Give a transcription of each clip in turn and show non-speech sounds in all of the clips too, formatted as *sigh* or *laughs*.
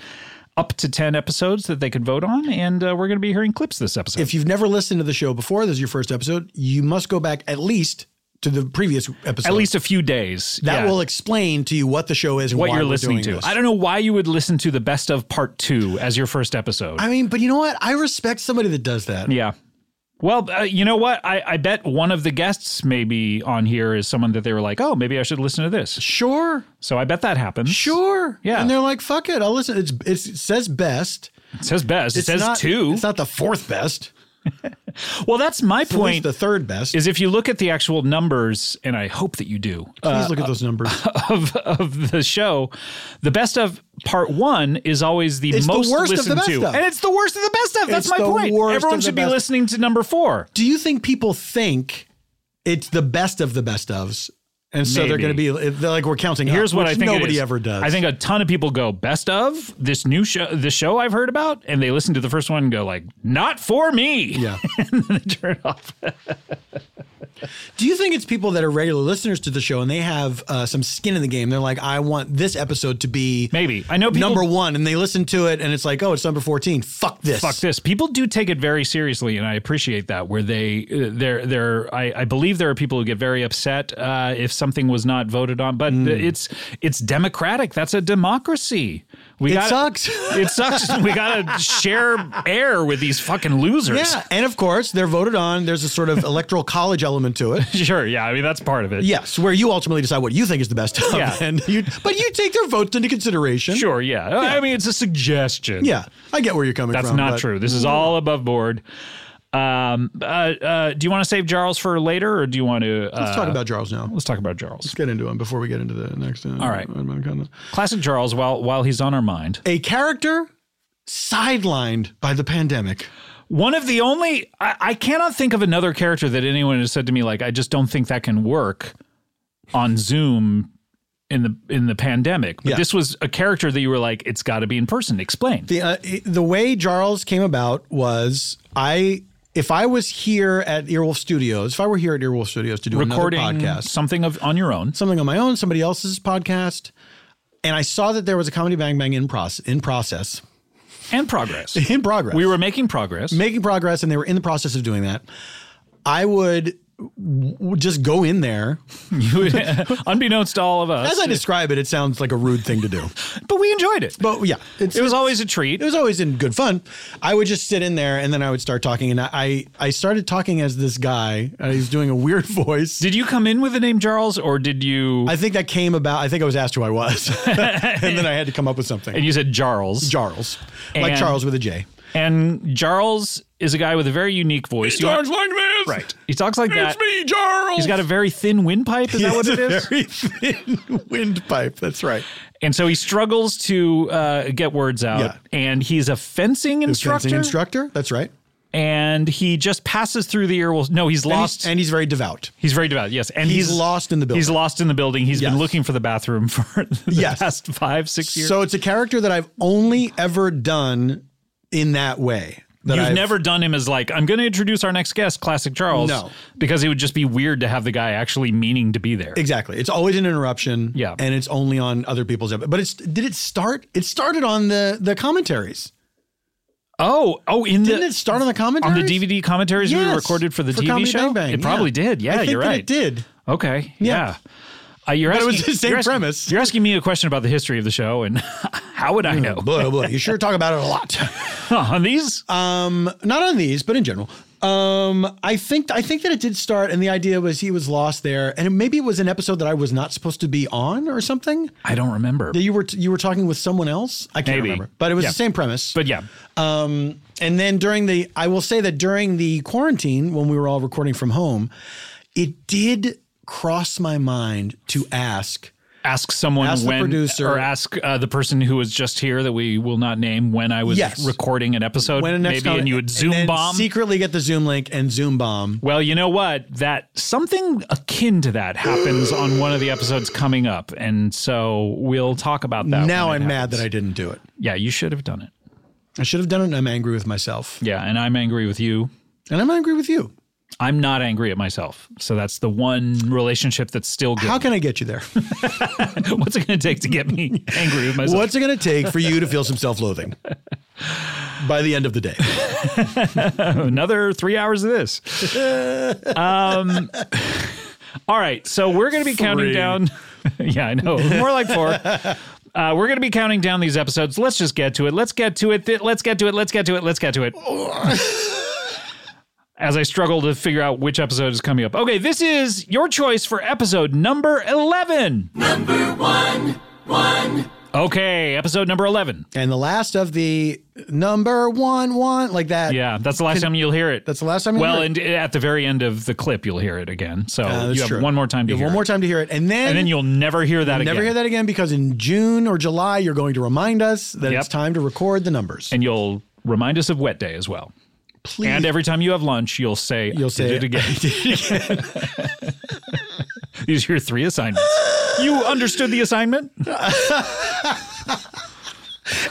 up to ten episodes that they could vote on, and uh, we're going to be hearing clips this episode. If you've never listened to the show before, this is your first episode. You must go back at least to the previous episode. at least a few days that Yeah. will explain to you what the show is and what why you're we're listening to. doing this. I don't know why you would listen to the best of part two as your first episode. I mean, but you know what? I respect somebody that does that. Yeah. Well, uh, you know what? I, I bet one of the guests maybe on here is someone that they were like, oh, maybe I should listen to this. Sure, So I bet that happens. sure. Yeah. And they're like, "Fuck it, I'll listen." It's, it's it says best. It says best. It It's says not, two. It's not the fourth best. *laughs* well, that's my It's at least point. the third best. is if you look at the actual numbers, and I hope that you do, uh, Please look at those numbers. *laughs* of of the show, the best of part one is always the It's the most worst of listened the best to, of. and it's the worst of the best of. That's It's my the point. worst Everyone of the should be best. listening to number four. Do you think people think it's the best of the best ofs? And so they're going Maybe. to be they're like we're counting. up, Here's what which I think it nobody is. ever does. I think a ton of people go best of this new show, this show I've heard about, and they listen to the first one and go like, "Not for me." *laughs* Yeah. and then they turn it off. Do you think it's people that are regular listeners to the show and they have uh, some skin in the game? They're like, I want this episode to be Maybe I know people. number one, and they listen to it and it's like, oh, it's number fourteen. Fuck this. Fuck this. People do take it very seriously, and I appreciate that. Where they, uh, they're, they're. I, I believe there are people who get very upset uh, if something was not voted on, but Hmm. it's, it's democratic. That's a democracy. We It gotta- *laughs* sucks. *laughs* It sucks. we gotta share air with these fucking losers. Yeah, and of course they're voted on. There's a sort of electoral college element to it. *laughs* Sure. Yeah. I mean, that's part of it. Yes, where you ultimately decide what you think is the best of, Yeah. and you, but you take their votes into consideration. Sure, yeah. I mean, it's a suggestion. Yeah, I get where you're coming That's from. not but- true. This is all above board. Um, uh, uh, do you want to save Jarls for later, or do you want to? Uh, Let's talk about Charles now. Let's talk about Jarls. get into him before we get into the next. Uh, All right. Classic Jarls. While while he's on our mind, A character sidelined by the pandemic. one of the only I, I cannot think of another character that anyone has said to me like, I just don't think that can work on Zoom in the in the pandemic. But Yeah. this was a character that you were like, it's got to be in person. Explain. The uh, the way Jarls came about was I if I was here at Earwolf Studios, if I were here at Earwolf Studios to do Recording another podcast, something of on your own. something on my own, somebody else's podcast, and I saw that there was a comedy bang bang in process in process and progress. *laughs* in progress. We were making progress. making progress and they were in the process of doing that, I would w- just go in *laughs* there. unbeknownst to all of us. As I describe it, it sounds like a rude thing to do. *laughs* but we enjoyed it. But yeah, it's, It was always a treat. it was always in good fun. I would just sit in there and then I would start talking. And I, I, I started talking as this guy. And he was doing a weird *laughs* voice. Did you come in with the name Charles, or did you? I think that came about. I think I was asked who *laughs* I was, *laughs* and then I had to come up with and something. you said Jarls. Charles, like And- Charles with a J. and Jarls is a guy with a very unique voice. You- like this, right. He talks like that. me, Charles. He's got a very thin windpipe. Is that what it is? Very *laughs* thin windpipe. That's right. and so he struggles to uh, get words out. Yeah. And he's a fencing instructor. Fencing instructor. That's right. and he just passes through the earwolves. No, he's And lost. he's, and he's very devout. He's very devout, yes. And He's he's, lost in the building. He's lost in the building. He's Yes. been looking for the bathroom *laughs* for the Yes. past five, six years. So it's a character that I've only ever done in that way. That You've I've- never done him as like, I'm going to introduce our next guest, Classic Charles. No. Because it would just be weird to have the guy actually meaning to be there. exactly. It's always an interruption. Yeah. and it's only on other people's. epi- But it's did it start? It started on the the commentaries. oh, oh, in Didn't the. it start on the On commentaries? the DVD commentaries we Yes. recorded for the TV Comedy show, Bang Bang, it probably did. I Yeah, think you're that right. It did. Okay. Yeah. Yeah. Uh, you're But it asking, was the same you're asking- premise. Hmm. You're asking me a question about the history of the show, and *laughs* how would I *laughs* know? Blah, blah. oh, You sure talk about it *laughs* a lot. Um, On these, Not on these, but in general. Um, I think I think that it did start, and the idea was he was lost there, and maybe it was an episode that I was not supposed to be on or something. I don't remember. That you were you were talking with someone else. I can't Maybe. remember, but it was Yeah. the same premise. But yeah, Um, and then during the, I will say that during the quarantine, when we were all recording from home, it did cross my mind to ask. ask someone Ask the when producer. or ask uh, the person who was just here that we will not name when I was Yes. recording an episode. When the next maybe time- and you would zoom then bomb. secretly get the Zoom link and Zoom bomb. well, you know what? That something akin to that happens on one of the episodes coming up, and so we'll talk about that. now I'm mad that I didn't do it. Yeah, you should have done it. I should have done it, and I'm angry with myself. Yeah, and I'm angry with you. And I'm angry with you. I'm not angry at myself. So that's the one relationship that's still good. How can I get you there? *laughs* What's it going to take to get *laughs* me *laughs* angry with myself? What's it going to take for you to feel some *laughs* self loathing by the end of the day? *laughs* another three hours of this. um, all right, so we're going to be counting down. *laughs* yeah, I know, more like four. Uh, we're going to be counting down these episodes. Let's just get to it. Let's get to it. Th- Let's get to it. Let's get to it. Let's get to it. As I struggle to figure out which episode is coming up. Okay, this is your choice for episode number 11. Number one, one. Okay, episode number 11. And the last of the number one, one, like that. Yeah, that's the last time you'll hear it. That's the last time you Well, hear it. and at the very end of the clip, you'll hear it again. So Uh, that's you have true. one more time to You have hear. One more it. time to hear it. And then, and then you'll never hear that again. never hear that again because in June or July, you're going to remind us that Yep. it's time to record the numbers. And you'll remind us of Wet Day as well. please, And every time you have lunch, you'll say, you'll "I say did it *laughs* again." *laughs* These are your three assignments. you understood the assignment?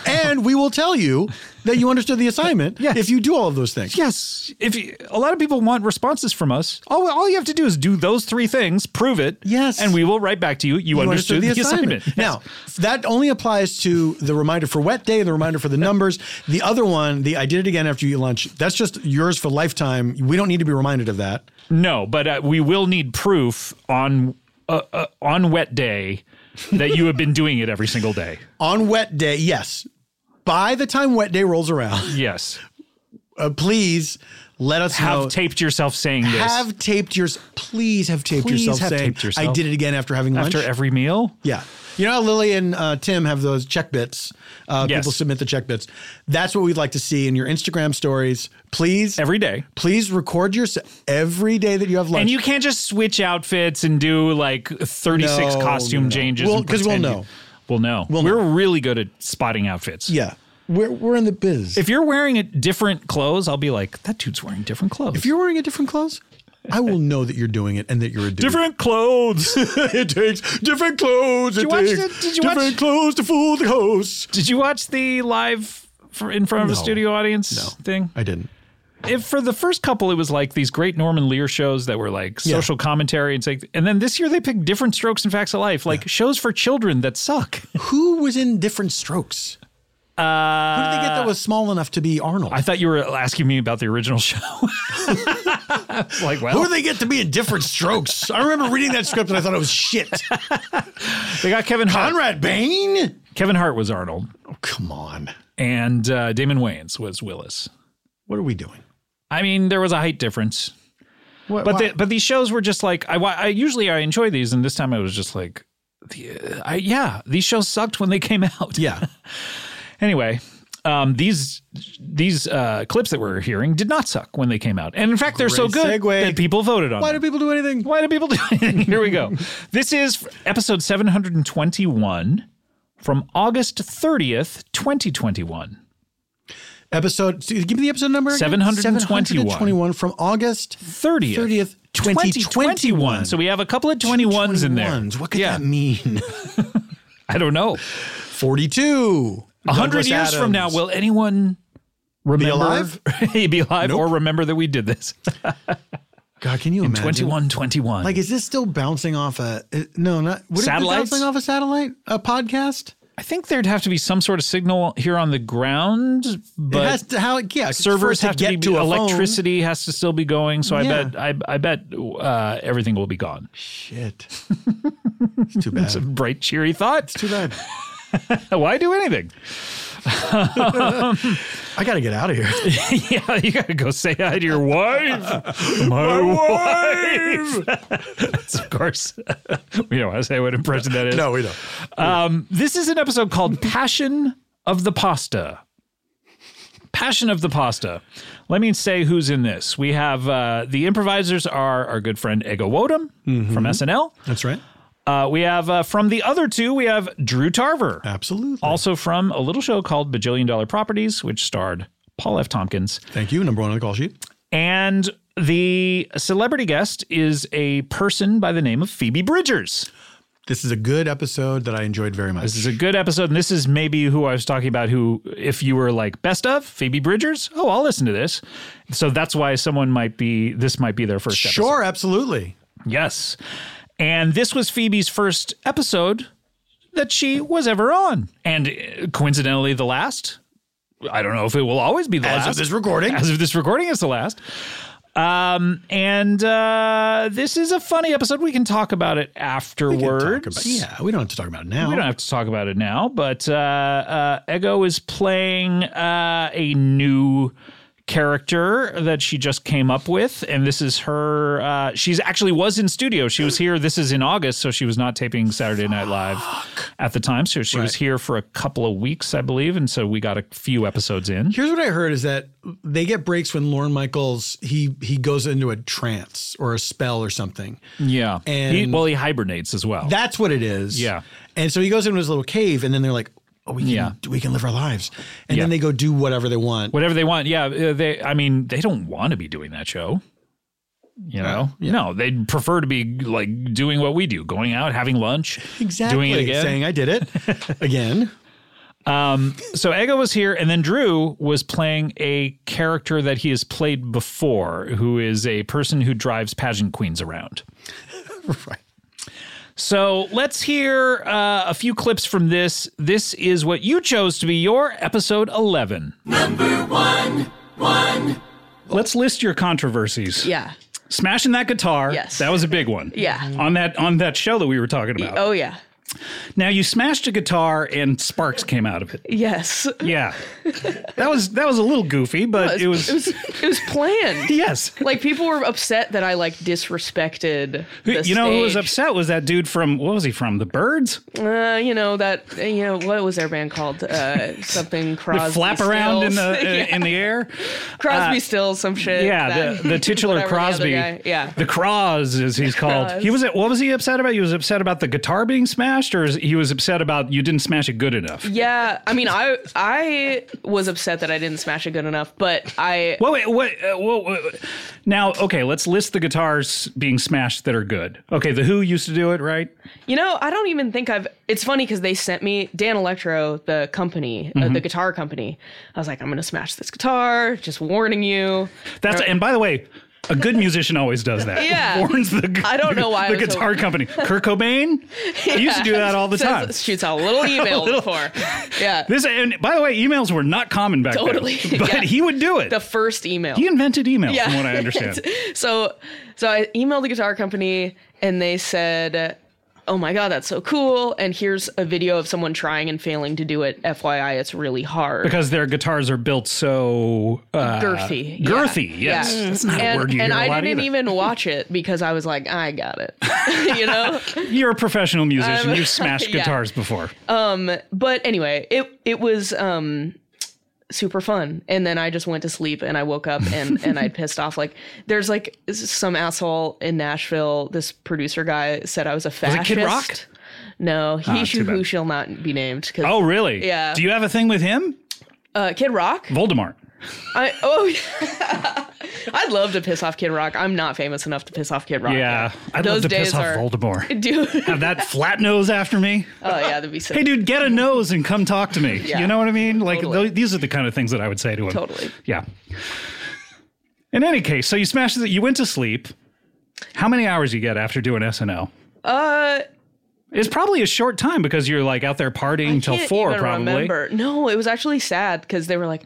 and we will tell you that you understood the assignment Yes. if you do all of those things. Yes. If you, a lot of people want responses from us, all, all you have to do is do those three things, prove it, Yes. and we will write back to you. You, You understood, the, assignment. Yes. Now, that only applies to the reminder for wet day and the reminder for the numbers. the other one, the I did it again after you eat lunch, that's just yours for lifetime. We don't need to be reminded of that. No, but uh, we will need proof on uh, uh, on wet day that you have been doing it every single day. On wet day, yes. By the time wet day rolls around, *laughs* Yes, uh, please let us have know. taped yourself saying this Have taped yours. Please have taped Please yourself have saying, taped yourself. I did it again after having lunch. after every meal. yeah. You know how Lily and uh, Tim have those check bits? Uh, Yes. People submit the check bits. That's what we'd like to see in your Instagram stories. Please, Every day. please record your every day that you have lunch. And you can't just switch outfits and do like 36 No, costume no, no. changes. We'll- and 'cause we'll pretend know. you- We'll know. We'll We're really good at spotting outfits. yeah. We're, we're in the biz. If, If you're wearing a different clothes, I'll be like, that dude's wearing different clothes. you're wearing a different clothes, I will know that you're doing it and that you're a dude. different clothes. *laughs* it takes different clothes. Did you watch the- did you watch- different clothes to fool the hosts. Did you watch the live for, in front of a No. studio audience No. thing? I didn't. if for the first couple it was like these great Norman Lear shows that were like Yeah. social commentary and like, and then this year they picked different strokes and facts of life, like shows for children that suck. Who was in different strokes? Uh, Who did they get that was small enough to be Arnold? I thought you were asking me about the original show. like, *laughs* Who well, do they get to be in different strokes? I remember reading that script and I thought it was shit. they got Kevin Hart. Conrad Bain? Kevin Hart was Arnold, Oh, come on. and uh, Damon Wayans was Willis. What are we doing? I mean, there was a height difference, but the, but these shows were just like I, wa- I usually I enjoy these, and this time I was just like, the, uh, I, yeah, these shows sucked when they came out. yeah. *laughs* Anyway, um, these these uh, clips that we're hearing did not suck when they came out, and in fact, *laughs* they're so Great good segue. that people voted on. Why do them. people do anything? Why do people do *laughs* anything? Here we go. this is episode 721 from August 30th, 2021. Episode, see, give me the episode number. again. 721. 721 from August 30th. 30th, 2021. So we have a couple of 21s in there. 21s. What could Yeah. that mean? *laughs* I don't know. 42. 100 years from now, will anyone remember? alive? *laughs* be alive or remember that we did this? God, can you imagine? 2121. Like, is this still bouncing off a uh, no? Not would Satellites? It be bouncing off a satellite, a podcast. I think there'd have to be some sort of signal here on the ground, but it has to how yeah. servers for it have to, get be a phone. electricity has to still be going. So Yeah. I bet I, I bet uh, everything will be gone. Shit, it's *laughs* too bad. It's Bright cheery thoughts. too bad. *laughs* Why do anything? *laughs* I got to get out of here. *laughs* yeah, you gotta go say hi to your *laughs* wife. *laughs* My, wife. That's of course. *laughs* we don't want to say what impression that is. No, we don't. Um, this is an episode called Passion of the Pasta. Passion of the Pasta. Let me say who's in this. We have uh, the improvisers are our good friend Ego Wodum from SNL. Mm-hmm. That's right. Uh, we have uh, from the other two, we have Drew Tarver, Absolutely. also from a little show called Bajillion Dollar Properties, which starred Paul F. Tompkins. Thank you. Number one on the call sheet. And the celebrity guest is a person by the name of Phoebe Bridgers. This is a good episode that I enjoyed very much. This is a good episode, and this is maybe who I was talking about. Who, if you were like best of Phoebe Bridgers, oh, I'll listen to this. So that's why someone might be. This might be their first. sure, absolutely. Episode. Yes, and this was Phoebe's first episode that she was ever on, and uh, coincidentally, the last. I don't know if it will always be the As last. of this recording, as of this recording is the last. Um, and uh, this is a funny episode. We can talk about it we can talk afterwards. about- yeah, we don't have to talk about it now. We don't have to talk about it now, but uh, uh, Ego is playing uh, a new character that she just came up with, and this is her. Uh, she's actually was in studio. She was here. This is in August, so she was not taping Saturday Night Live at the time. So she was here for a couple of weeks, I believe, and so we got a few episodes in. Here's what I heard is that they get breaks when Lauren Michaels he he goes into a trance or a spell or something. Yeah, And- He- well, he hibernates as well. That's what it is. Yeah. And so he goes into his little cave, and then they're like, "Oh, we can, Yeah. we can live our lives," and Yeah. then they go do whatever they want. whatever they want. Yeah, uh, they. I mean, they don't want to be doing that show. You know, no, they'd prefer to be like doing what we do, going out, having lunch, Exactly. doing it again. Um, Saying I *laughs* did it again. so Ego was here, and then Drew was playing a character that he has played before, who is a person who drives pageant queens around. right. So let's hear uh, a few clips from this. This is what you chose to be your episode 11. Number one, one. Let's list your controversies. Yeah. Smashing that guitar. Yes. That was a big one. Yeah. On that on that show that we were talking about. Oh yeah. Now you smashed a guitar and sparks came out of it. Yes. Yeah. that was that was a little goofy, but it was, It was it was *laughs* planned. yes. Like people were upset that I like disrespected. The You know who was stage. upset was that dude from what was he from? The Birds? Uh, you know that uh, you know what was their band called? Uh, *laughs* something Crosby. Flap around in the *laughs* uh, Stills. in the air. Uh, Crosby Stills, some shit. Yeah, that- *laughs* the, the titular whatever the other Crosby. guy- yeah. The Cross, as he's called. Cross. He was what was he upset about? He was upset about the guitar being smashed, or is, he was upset about you didn't smash it good enough. Yeah, I mean, I I was upset that I didn't smash it good enough, but I Well, wait, what? Uh, whoa, whoa, whoa. Now, okay, let's list the guitars being smashed that are good. Okay, the Who used to do it, right? You know, I don't even think I've. It's funny because they sent me Dan Electro, the company, uh, Mm-hmm. the guitar company. I was like, I'm gonna smash this guitar. Just warning you. That's and by the way, A good musician always does that. *laughs* Yeah. Warns the, I don't know why I the was so- guitar *laughs* company. Kurt Cobain? He used to do that all the Sends- time. Shoots out a *laughs* little email before. Yeah. This and by the way, emails were not common back Totally. *laughs* then. But Yeah. he would do it. the first email. he invented email, Yeah. from *laughs* what I understand. so so I emailed the guitar company and they said, "Oh my god, that's so cool and here's a video of someone trying and failing to do it. FYI, it's really hard." because their guitars are built so uh, girthy. yeah. Girthy, yes. Yeah. That's not and, a word you and hear a I lot didn't either. even watch it because I was like, I got it. *laughs* you know? You're a professional musician. I'm- You've smashed Um, *laughs* Yeah. guitars before. Um, But anyway, it it was um super fun. And then I just went to sleep and I woke up and and I'd pissed off like there's like some asshole in Nashville, this producer guy said I was a fascist. Kid Rock? No, he Ah, too who, who bad. shall not be named. 'cause- oh, really? Yeah. Do you have a thing with him? uh, Kid Rock. Voldemort. I, oh, yeah. *laughs* I'd love to piss off Kid Rock. I'm not famous enough to piss off Kid Rock. Yeah. I'd love Those to days piss off are- Voldemort. *laughs* dude. have that flat nose after me. Oh yeah, that'd be so. Hey, dude, get a nose and come talk to me. Yeah. You know what I mean? Like, Totally. tho- these are the kind of things that I would say to him. Totally. Yeah. In any case, so you smashed it. You went to sleep. How many hours you get after doing SNL? Uh, It's probably a short time because you're like out there partying till can't four, even probably. Remember. No, it was actually sad because they were like,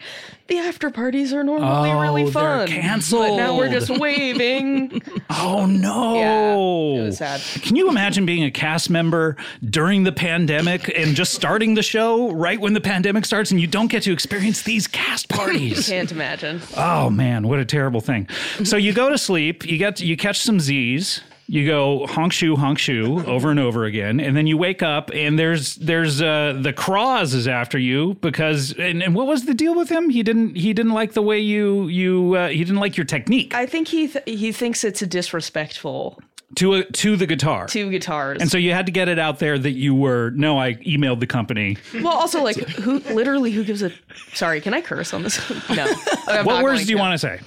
the after parties are normally Oh, really they're fun. But now we're just canceled." waving. Oh no! *laughs* Yeah, it was sad. Can you imagine being a cast member during the pandemic and just starting the show right when the pandemic starts, and you don't get to experience these cast *laughs* *laughs* parties? Can't imagine. Oh man, what a terrible thing. So you go to sleep, you get you catch some Z's, you go honk shoe honk shoe over and over again, and then you wake up and there's there's uh, the Cross is after you because and, and what was the deal with him? He didn't he didn't like the way you you uh, he didn't like your technique I think he th- he thinks it's disrespectful to a, to the guitar. to guitars. and so you had to get it out there that you were no, I emailed the company. *laughs* well, also like who literally who gives a sorry? Can I curse on this? *laughs* no. I'm What not words going do you to. want to say?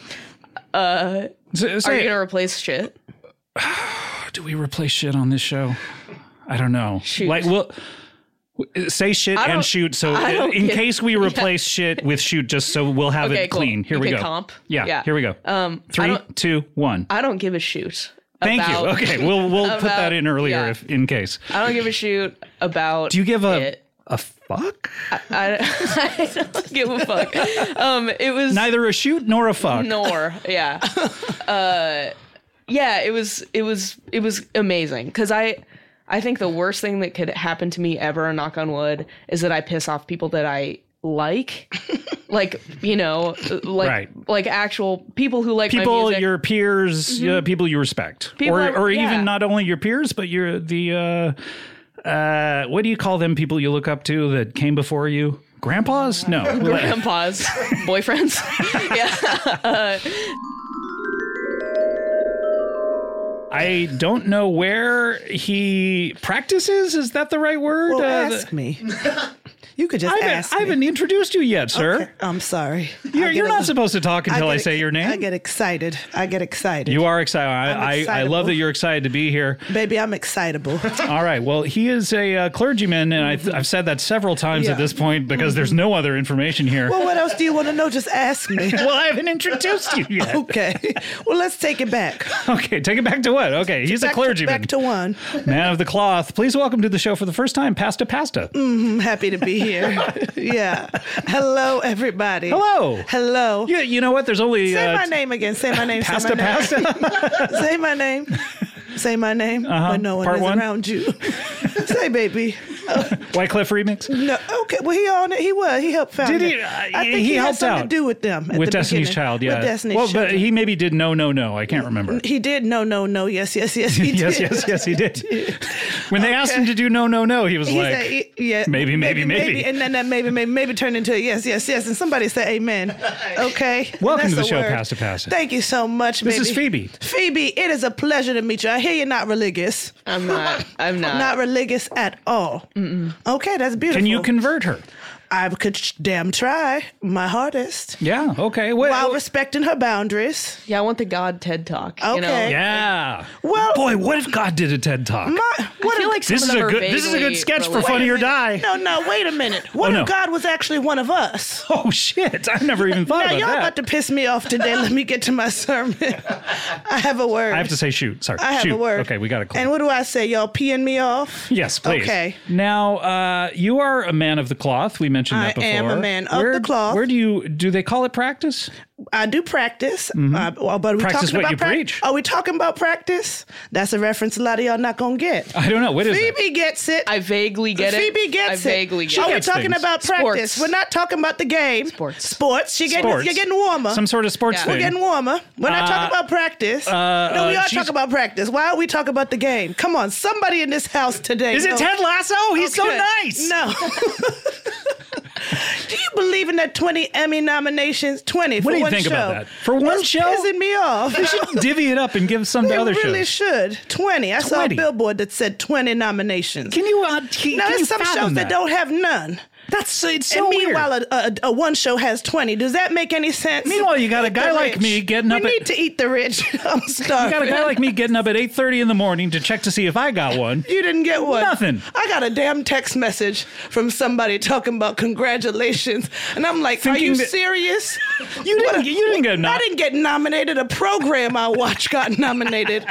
Uh, Are say you it. gonna replace shit? do we replace shit on this show? I don't know. Shoot. Like, well, w- say shit I and don't- shoot. So, I don't in get- case *laughs* we replace shit with shoot, just so we'll have Okay, it cool. clean. Here You we can go. comp. Yeah, Yeah. Here we go. Um, I Three, don't- two, one. I don't give a shoot. Thank you. about- Okay, we'll we'll put that about- in earlier yeah. if in case. I don't give a shoot about. Do you give a it. a fuck? I, I *laughs* don't give a fuck. Um, it was Neither a shoot nor a fuck. nor *laughs* yeah, uh, yeah. It was it was it was amazing because I I think the worst thing that could happen to me ever, knock on wood, is that I piss off people that I *laughs* like, like you know, like Right. like actual people who like my People, music. *laughs* Mm-hmm. your peers, uh, people you respect, People or I- or yeah. even not only your peers, but your the uh, uh, what do you call them? People you look up to that came before you, grandpas? *laughs* No, *laughs* grandpas, boyfriends. *laughs* yeah. I don't know where he practices. Is that the right word? Well, Uh, ask me. You could just I haven't, ask. I haven't introduced you yet, sir. me. I'm sorry. You're, you're not supposed to talk until I, say your name. I get excited. I get excited. you are excited. I, I'm I, I love excitable. that you're excited to be here. Baby, I'm excitable. *laughs* All right. Well, he is a uh, clergyman, and I've, I've said that several times Yeah. at this point because there's no other information here. Well, well, what else do you want to know? Just *laughs* ask me. I haven't introduced you yet. Okay. Well, let's take it back. *laughs* Okay, take it back to what? Okay, he's back a clergyman, To, back to one. man of the cloth. Please welcome to the show for the first time, Pasta Pasta. I'm Mm-hmm, happy to *laughs* be here. yeah. Hello, everybody. Hello. Hello. You, you know what? There's only Say uh, my name again. Say my name. Pasta say my name. Pasta. *laughs* Say my name. Say my name when no one Uh-huh. Part is one. around you. *laughs* Say baby. *laughs* Wycliffe remix. No, okay. Well, he on it. He was. He helped found Did he? it. Uh, I think he he, had helped something out. to do with them at With the Destiny's beginning. Child, yeah. With Destiny's well, Child. but he maybe did no, no, no. I can't remember. he did. No, no, no. Yes, yes, *laughs* yes. *laughs* He yes, did. yes, yes, he did. *laughs* When they asked him to do no, no, no, he was He like, said, "Y- yeah, maybe, maybe, maybe. and then that maybe, maybe, maybe turned into a yes, yes, yes, and somebody *laughs* said amen. Okay, Welcome That's to the a show, word. Pastor Pastor. Thank you so much. This baby. is Phoebe. Phoebe, it is a pleasure to meet you. I hear you're not religious, I'm not. I'm not. not religious at all. Okay, that's beautiful. Can you convert her? I could sh- damn try my hardest Yeah. Okay. Well, while respecting her boundaries. Yeah, I want the God TED Talk. You know? Okay. yeah. Well- boy, what if God did a TED talk? My, I feel like some this of is them a are good. This is a good vaguely sketch for related. Funny or Die. Oh, no, no, wait *laughs* a minute. What no. if God was actually one of us? *laughs* Oh shit! I never even thought now about y'all that. about to piss me off today. Let me get to my sermon. *laughs* I have a word. I have to say shoot. Sorry. I have shoot. a word. Okay, we got to clear. And what do I say? Y'all peeing me off? Yes, please. Okay. Now, uh, you are a man of the cloth. We mentioned that I before. am a man of Where- the cloth. Where do you do they call it practice? Mm-hmm. I do practice. Uh, well, but are we Practice talking what about you prac- preach. Are we talking about practice? That's a reference a lot of y'all not gonna get. I don't know. What is it? Phoebe gets it. I vaguely get it. Phoebe gets I vaguely it. get Are we it. talking things. about practice? Sports. We're not talking about the game. Sports. Sports. You're getting Sports. you're getting warmer. Some sort of sports Yeah. thing. We're getting warmer. We're not Uh, talking about practice. no, we uh, are she's- talking about practice. Why are we talking about the game? Come on, somebody in this house today. is it knows- Ted Lasso? He's so Okay. nice. *laughs* No. do you believe in that 20 Emmy nominations? 20 What for do you one think show. about that? For one It's show? pissing *laughs* me off. They should divvy it up and give some They to other really shows. should. 20. I saw a 20. billboard that said 20 nominations. Can you? Uh, can, now, can you there's some fathom shows that? don't have none. That's it's so and weird. meanwhile, a, a, a one show has 20. Does that make any sense? Meanwhile, you got a Eat the guy like rich. me getting up We at- need to eat the rich. *laughs* I'm you got a starving. guy like me getting up at eight thirty in the morning to check to see if I got *laughs* one. You didn't get one. Nothing. I got a damn text message from somebody talking about congratulations, and I'm like, Thinking "Are you that- serious? *laughs* You didn't. you didn't get. I Not, didn't get nominated. A program I watch got *laughs* nominated.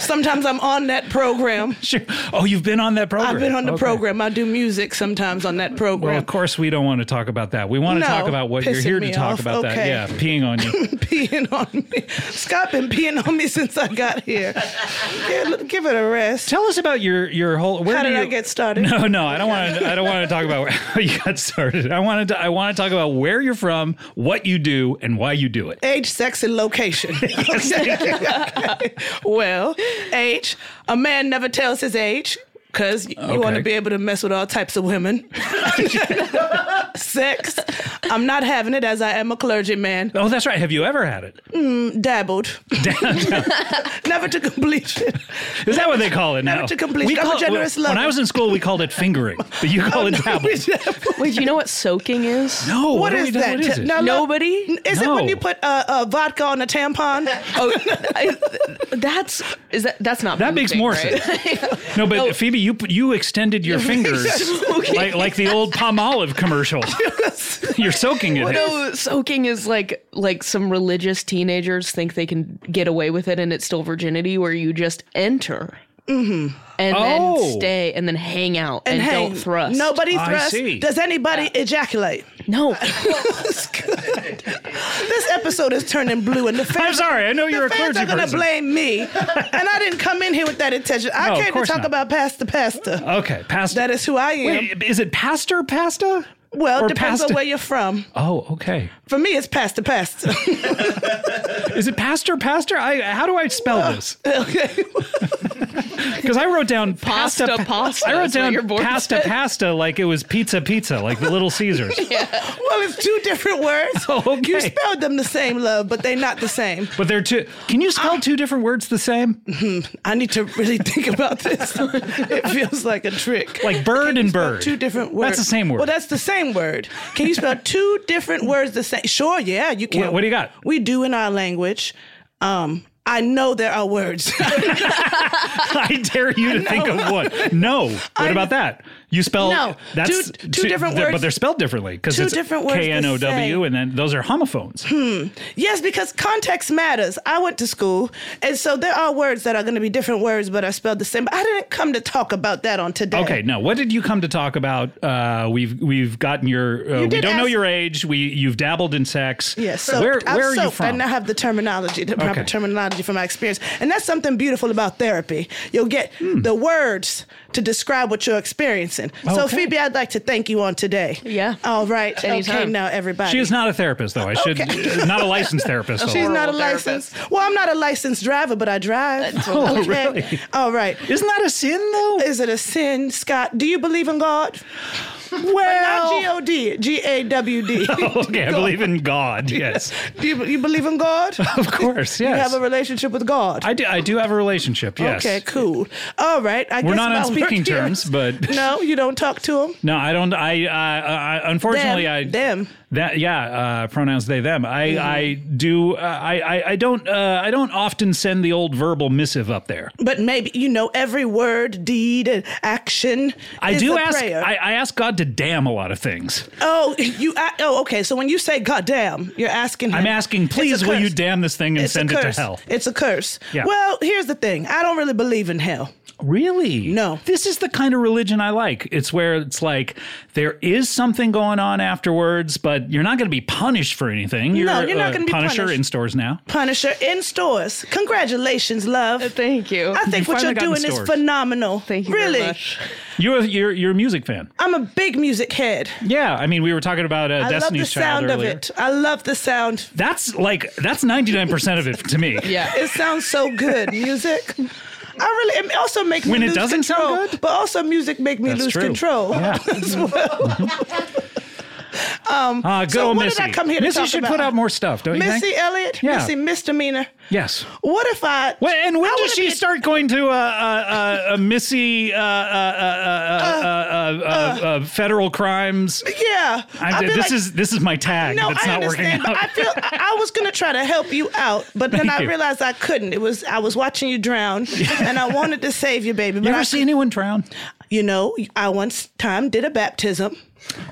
Sometimes I'm on that program. *laughs* sure. Oh, you've been on that program. I've been on the Okay. program. I do music sometimes on that program. Well, of course, we don't want to talk about that. We want to No, talk about what you're pissing here to me talk off. about. That, Okay. yeah, peeing on *laughs* you. peeing on me. Scott been peeing on me since I got here. Yeah, look, give it a rest. Tell us about your your whole. Where How do did I you- get started? *laughs* No, no, I don't want to. I don't want to talk about *laughs* how you got started. I wanted to. I want to talk about where you're from, what you do, and why you do it. Age, sex, *laughs* and location. Okay. *laughs* well, age. A man never tells his age because you want Okay. to be able to mess with all types of women. *laughs* sex. I'm not having it as I am a clergyman. Mm, Oh, that's right. Have you ever had it? Dabbled. *laughs* never to completion. Is that what they call it now? to complete- I'm a generous when, lover. I was in school, we called it fingering, but you call it dabble. Wait, do you know what soaking is? No, What do we is do- that? What is it? Now, look, Nobody? Is it No. when you put uh, uh, vodka on a tampon? Oh, I- that's is that that's not That makes more sense. *laughs* No, but Phoebe, you you extended *laughs* your fingers like like the old palm olive *laughs* commercial. You're soaking in it. no, soaking is like like some religious teenagers think they can get away with it, and it's still virginity, where you just enter Mm-hmm. and Oh. then stay and then hang out and, Hey, don't thrust. Nobody I thrusts. see. Does anybody ejaculate? *laughs* no. This episode is turning blue, and the fans. I'm sorry. I know you're a the fans clergy are gonna person. blame me, and I didn't come in here with that intention. I No, of came to course talk not. about Pastor Pastor. Okay, pasta. That is who I am. Wait, is it pastor pasta? well, or depends pastor- on where you're from. Oh, okay. For me, it's Pastor Pastor. *laughs* Is it pastor pastor? I how do I spell this? *laughs* *laughs* okay. Because I wrote down pasta, pa- Pasta, pasta I wrote is what down your board *laughs* pasta said. pasta like it was pizza pizza like the Little *laughs* Caesars. Well, it's two different words. *laughs* Oh, okay. You spelled them the same, love, but they're not the same. But they're two. Can you spell two different words the same? Mm-hmm. I need to really think about this. *laughs* it feels like a trick. Like bird and bird. Two different words. That's the same word. Well, that's the same word. Can you spell two different words the same? Sure, yeah, you can. What- what do you got? We do in our language. Um, I know there are words. *laughs* I dare you to think of one. No. What about that? You spell No. That's Two- two different they're- but words- they're spelled differently because two it's different words the K N O W, same. and then those are homophones. Hmm. yes, because context matters. I went to school, and so there are words that are going to be different words, but are spelled the same. But I didn't come to talk about that on today. Okay, now what did you come to talk about? Uh, we've we've gotten your. Uh, we did don't know ask- your age. We you've dabbled in sex. Yes. So where I'm where are you soaked. I from? now have the terminology, the proper Okay. terminology from my experience. And that's something beautiful about therapy. You'll get Hmm. the words to describe what you're experiencing. So, Okay. Phoebe, I'd like to thank you on today. Yeah. All right. Okay, Anytime. now, everybody. she is not a therapist, though. I should uh, Okay. not a licensed *laughs* therapist. She's Though. not a Oral therapist. licensed. Well, I'm not a licensed driver, but I drive. Oh, really? All right. Isn't that a sin, though? Is it a sin, Scott? Do you believe in God? Well, not G-O-D, *laughs* G-A-W-D. *laughs* Okay, I believe in *laughs* God. Yes, Do you, you believe in God? *laughs* of course. You Yes, have a relationship with God. I do. I do have a relationship. Yes. Okay, cool. All right. I We're guess not my on speaking work here- terms, but *laughs* No, you don't talk to him. no, I don't. I, I, I unfortunately, them, I them. Mm-hmm. That yeah, uh, pronouns they them. I I do. Uh, I, I I don't. Uh, I don't often send the old verbal missive up there. But maybe you know every word, deed, and action. I is do a ask. prayer. I, I ask God to damn a lot of things. oh, you. a oh, okay. So when you say "God damn," you're asking. Him, I'm asking, It's a please, will you curse. damn this thing and It's send a it to curse. hell? It's a curse. Yeah. Well, here's the thing. I don't really believe in hell. Really? No. This is the kind of religion I like. It's where it's like there is something going on afterwards, but you're not going to be punished for anything. You're, you're not uh, gonna be Punisher punished. in stores now. Punisher in stores. Congratulations, love. Uh, Thank you. I think You what finally you're got in doing is stores. phenomenal. Thank you very Really, much. You're a, you're you're a music fan. I'm a big music head. Yeah, I mean, we were talking about uh, I Destiny's love the Child sound earlier. of it. I love the sound. That's like that's 99% of it to *laughs* me. *laughs* yeah. It sounds so *laughs* good. Music. I really. It also makes When me it lose doesn't sound control, good? but also music make me That's lose true. control. *laughs* Yeah. as well. *laughs* Um, Uh, good So old what Missy. did I come here to Missy talk should about? put out more stuff, don't you Missy think? Elliott, Yeah. Missy misdemeanor. Yes. What if I? Well, and when I does wanna she be- start going to uh, uh, uh, uh, Missy uh, uh, uh, uh, uh, uh, uh, federal crimes? Yeah, I'm, I'd be this like, is this is my tag. No, that's I not working understand. out. But I feel I I was gonna try to help you out, but then Thank I you. realized I couldn't. It was I was watching you drown, and I wanted to save you, baby. But you ever I, see anyone drown? you know, I once time did a baptism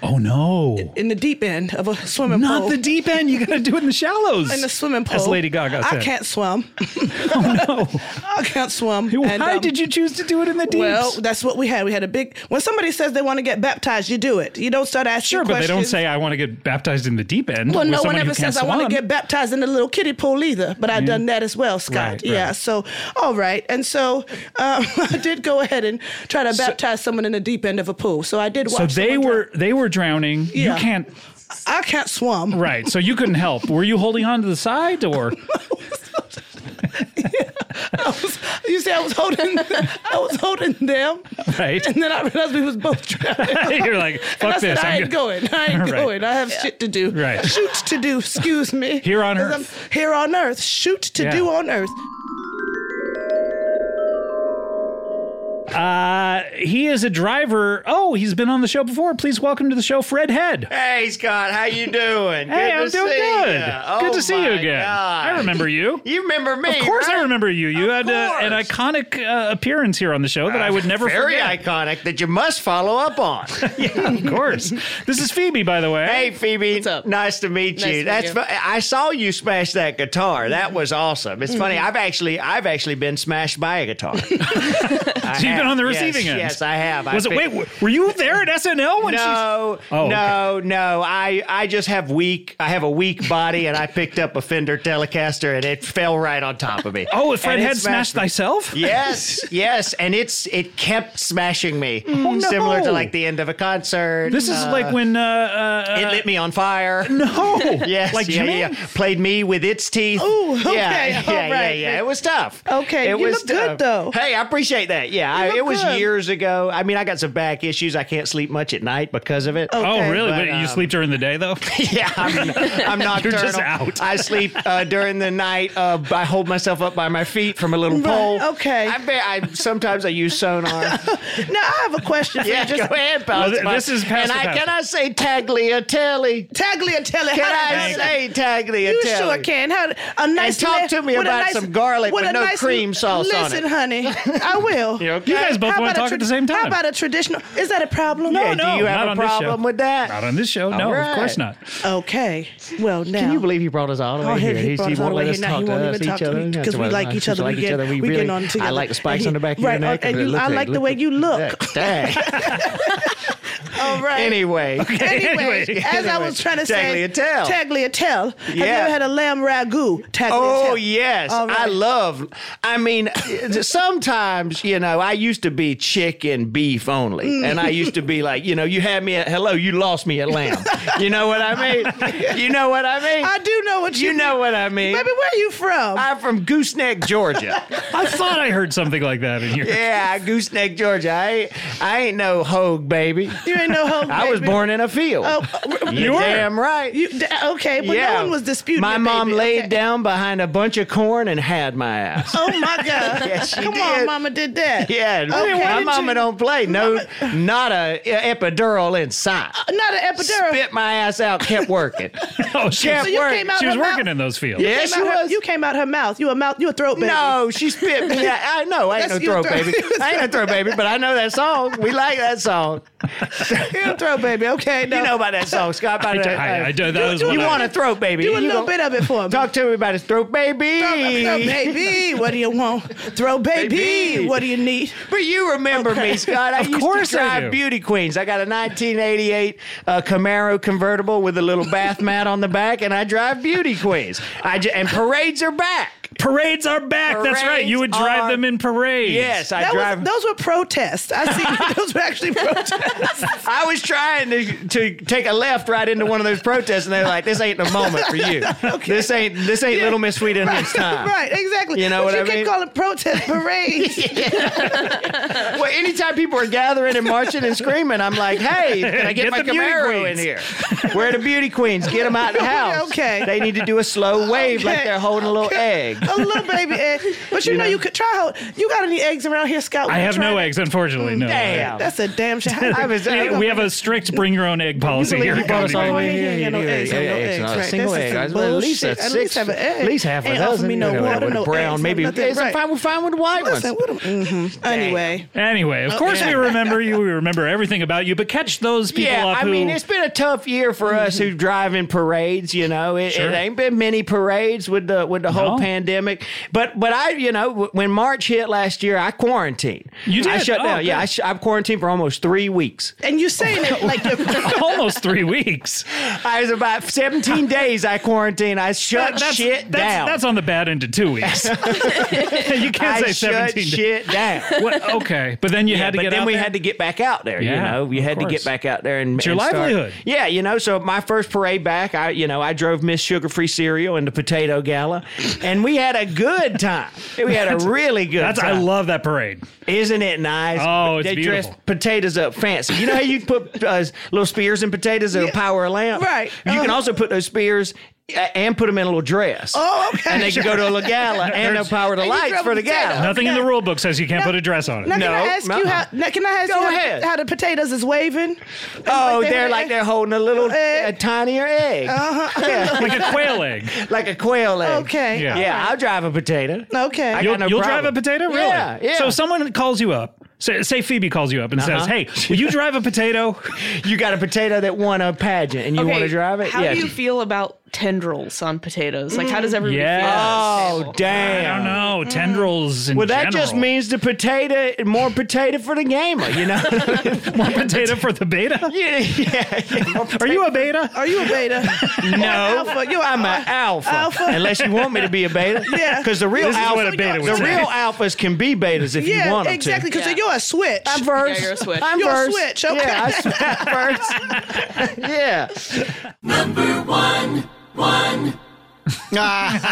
Oh no, in the deep end of a swimming not pool. the deep end. You got to do it in the shallows. in the swimming pool. as Lady Gaga said. Oh, I *laughs* can't swim. *laughs* I can't swim. Why And, um, did you choose to do it in the deeps? Well, that's what we had. We had a big. When somebody says they want to get baptized, you do it. You don't start asking. sure, *laughs* but they don't questions. say I want to get baptized in the deep end. Well, with no one someone who ever can't says I want to swim. get baptized in the little kiddie pool either, but I've done that as well, Scott. Right, yeah. right. So, all right, and so um, *laughs* I did go ahead and try to baptize someone in the deep end of a pool. So I did. Watch So they someone were they were drowning. Yeah. You can't drown. I can't swim. right. So you couldn't help. Were you holding on to the side *laughs* or *laughs* You see, I was holding, *laughs* I was holding them, right? and then I realized we was both *laughs* *laughs* drowning. You're like And fuck I said, this. I I'm ain't go- going. I ain't *laughs* Right. going. I have shit to do. Right. Shoots to do. Excuse me. Here on 'Cause earth. I'm Here on earth. Shoot to Yeah. do on earth. Uh, he is a driver. Oh, he's been on the show before. Please welcome to the show, Fred Head. Hey Scott, how you doing? Hey, good I'm to doing see good. Ya. good Oh, to see you my again. God. I remember you. *laughs* You remember me? Of course, right? I remember you. You Of had uh, an course. iconic uh, appearance here on the show that I would never Very *laughs* forget. iconic that you must follow *laughs* up on. of course. This is Phoebe, by the way. hey Phoebe, What's up? nice to meet Nice to you. meet That's you. fu- I saw you smash that guitar. That was awesome. It's funny. Mm-hmm. I've actually I've actually been smashed by a guitar. so you've been on the receiving yes, end. Yes, I have. Was I've it? been- Wait, w- were you there at SNL when No, Oh, no, no. I, I just have weak. I have a weak body, and I picked up a Fender Telecaster, and it fell right on top of me. she? Oh, if Fred And it Head smashed me. thyself. Yes, *laughs* yes, and it's it kept smashing me, similar Oh, no. to like the end of a concert. This is like when uh, uh, it lit me on fire. *laughs* no, Yes, like yeah, Jimmy. Oh, yeah, yeah. Played me with its teeth. Ooh, okay, yeah, yeah, all yeah, right. yeah. It was tough. Okay, it you was look good, tough. though. Hey, I appreciate that. Yeah, I, look it was good. years ago. I mean, I got some back issues. I can't sleep much at night because of it. Oh, Okay. really? But, Wait, you um, sleep during the day though? *laughs* Yeah, I'm, *laughs* I'm nocturnal. You're just out. I sleep uh, during the night. Uh, I hold myself up by my feet from a little pole. okay. I, bet I sometimes I use sonar. *laughs* Now I have a *laughs* question. for you. yeah, Just go ahead, pal. Well, It's th- my- this is and Pastor I Pat. can I say tagliatelle? Tagliatelle. Can how I did- say tagliatelle? You sure can. How a nice talk la- to me with a about nice- some garlic with a no cream sauce on Listen, it. *laughs* honey, I will. You okay? You guys both How want to talk about a tra- at the same How time. about a traditional? Is that a problem? yeah, no, do you not have on a this show. problem with that? not on this show. No, of right. course not. Okay. Well, now. Can you believe he brought us all the way Oh, here? he- he He's- brought us all won't the way here. let us Now talk he to won't us, even talk each to other. me That's 'cause we what like I'm each other. like We get- We we get really- on I together. like the spikes on the back of your Right, oh, neck. and you- I like the way you look. Dang. *laughs* *laughs* Oh, All right. *laughs* Anyway. Anyway, as I was trying to say, Tagliatelle. Tagliatelle. Have you Yeah. ever had a lamb ragu? Tagliatelle. Oh yes, All right. I love. I mean, sometimes you know I used to be chicken beef only, and I used to be like you know you had me at hello, you lost me at lamb. You know what I mean? You know what I *laughs* mean? I do know what you. You know what I mean? Baby, where are you from? I'm from Gooseneck, Georgia. I thought I *laughs* heard something like that in here. yeah, Gooseneck, Georgia. I ain't, I ain't no hogue baby. you ain't know how. I was baby- born in a field. Oh, you were. damn right. You, d- okay, but no one was disputing. My it, mom baby. laid Okay. down behind a bunch of corn and had my ass. *laughs* Oh my God! Yes, she Come did. on, Mama did that. Yeah, Okay, my did mama you- don't play. No, not a epidural inside. Uh, Not an epidural. Spit my ass out. Kept working. *laughs* Oh, she, Kept So you working. came out she was her working mouth. in those fields. You Yeah, came she out her- was. You came out her mouth. You a mouth. You a throat baby. No, she spit me. out. I know I ain't *laughs* no That's your throw throat. baby. I ain't no throw baby, but I know that song. We like that song. you a throat baby. Okay, no. You know about that song, Scott. About I, that, uh, I, I, that was you one I- want a throat baby? do a You little gon- bit of it for me. Talk to me about his throat baby. Throw- throw baby, what do you want? Throw baby, Baby. what do you need? But you remember me, Scott. I used course to I drive do. beauty queens. I got a 1988 uh, Camaro convertible with a little *laughs* bath mat on the back, and I drive beauty queens. I j- and parades are back. Parades are back. That's right. You would Parades drive are- them in parades. Yes, I That drive. was, those were protests. I see *laughs* those were actually protests. *laughs* I was trying to, to take a left right into one of those protests, and they're like, "This ain't the moment *laughs* for you. This ain't this ain't Little Miss Sweet in this time." right, *laughs* exactly. You know But what you I mean? keep calling *laughs* protest *laughs* parades. Well, anytime people are gathering and marching and screaming, I'm like, *laughs* "Hey, can I get, Get my the beauty Camaro in queens." here? Where are the beauty queens? Get them out of the house. *laughs* Okay. They need to do a slow wave like *laughs* Okay. they're holding a little egg. a little baby *laughs* egg. But you, know, you could try. Hold, you got any eggs around here, Scott? I We have try no that. eggs, unfortunately. No. Damn. That's a damn shame. *laughs* I was- *laughs* uh, We- We have a strict bring your own egg policy here. at Comedy Bang. yeah, yeah, yeah, no eggs, no eggs, right. That's Single some egg. Well, At least bullshit. that's At six. least have an egg. At least half a Ain't dozen. offer me no you know, water, with no brown, eggs, no maybe. nothing. It's Right. fine. We're fine with white ones. Listen, what am- mhm. Anyway, Mm-hmm. Anyway, Oh, of course we remember you. *laughs* We remember everything about you. But catch those people Yeah, up I who mean, it's been a tough year for us Mm-hmm. who drive in parades. You know, it, it ain't been many parades with the with the whole No. pandemic. But but I, you know, w- when March hit last year, I quarantined. You I did? shut Oh, down. Yeah, good. I sh- I've quarantined for almost three weeks. and you saying *laughs* it like you're. almost three weeks. I was *laughs* about seventeen days. I quarantined. I shut That's, shit that's, down. that's on the bad end of two *laughs* weeks. *laughs* you I can't say shut seventeen. days. shit down. *laughs* What- okay, but then you Yeah, had to but get then out we there? had to get back out there. you Yeah, know, we of had to course. get back out there and It's your and start- livelihood. Yeah, you know. So my first parade back, I you know I drove Miss Sugar Free cereal and the potato gala, and we had a good time. We had a really good. That's time. I love that parade. Isn't it nice? Oh, it's they beautiful. dress potatoes up fancy. You know how you put uh, little spears in potatoes that'll power a lamp. Right. You can Uh-huh. also put those spears. uh, And put them in a little dress. Oh, okay. And they can go to a little *laughs* gala, and they'll power the And you lights drove for the potato. gala. Nothing in the Okay. rule book says you can't put a dress on it. Now, can I No, ask uh-uh. you how? Now, can I ask Go you how, ahead. the- how the potatoes is waving? Oh, they're like they're holding a little Egg. a tinier egg, uh-huh. Uh-huh. *laughs* *laughs* Like a quail egg. like a quail egg. Okay. Yeah. Yeah, I'll drive a potato. Okay. I got You'll, no you'll problem. drive a potato, really? Yeah, yeah. Uh-huh. So if someone calls you up, say, say Phoebe calls you up and says, "Hey, will you drive a potato?" *laughs* You got a potato that won a pageant, and you want to drive it? How yeah. do you feel about tendrils on potatoes? Like, how does everybody Yes. feel? oh damn! I don't know. Oh, Tendrils in Well, that general. *laughs* just means the potato, more potato for the gamer. You know? more potato for the beta. *laughs* yeah, yeah, yeah. Are you a beta? Are you a beta? No, alpha. You're I'm an alpha. Alpha. Unless you want me to be a beta. *laughs* Yeah. Because the real This is alpha, what a beta would the say. real alphas can be betas if you yeah, want them exactly. to. Because Yeah. you're a switch. I'm first. Yeah, you're a switch. I'm You're a first. switch, okay. Yeah, I *laughs* sw- *laughs* first. yeah.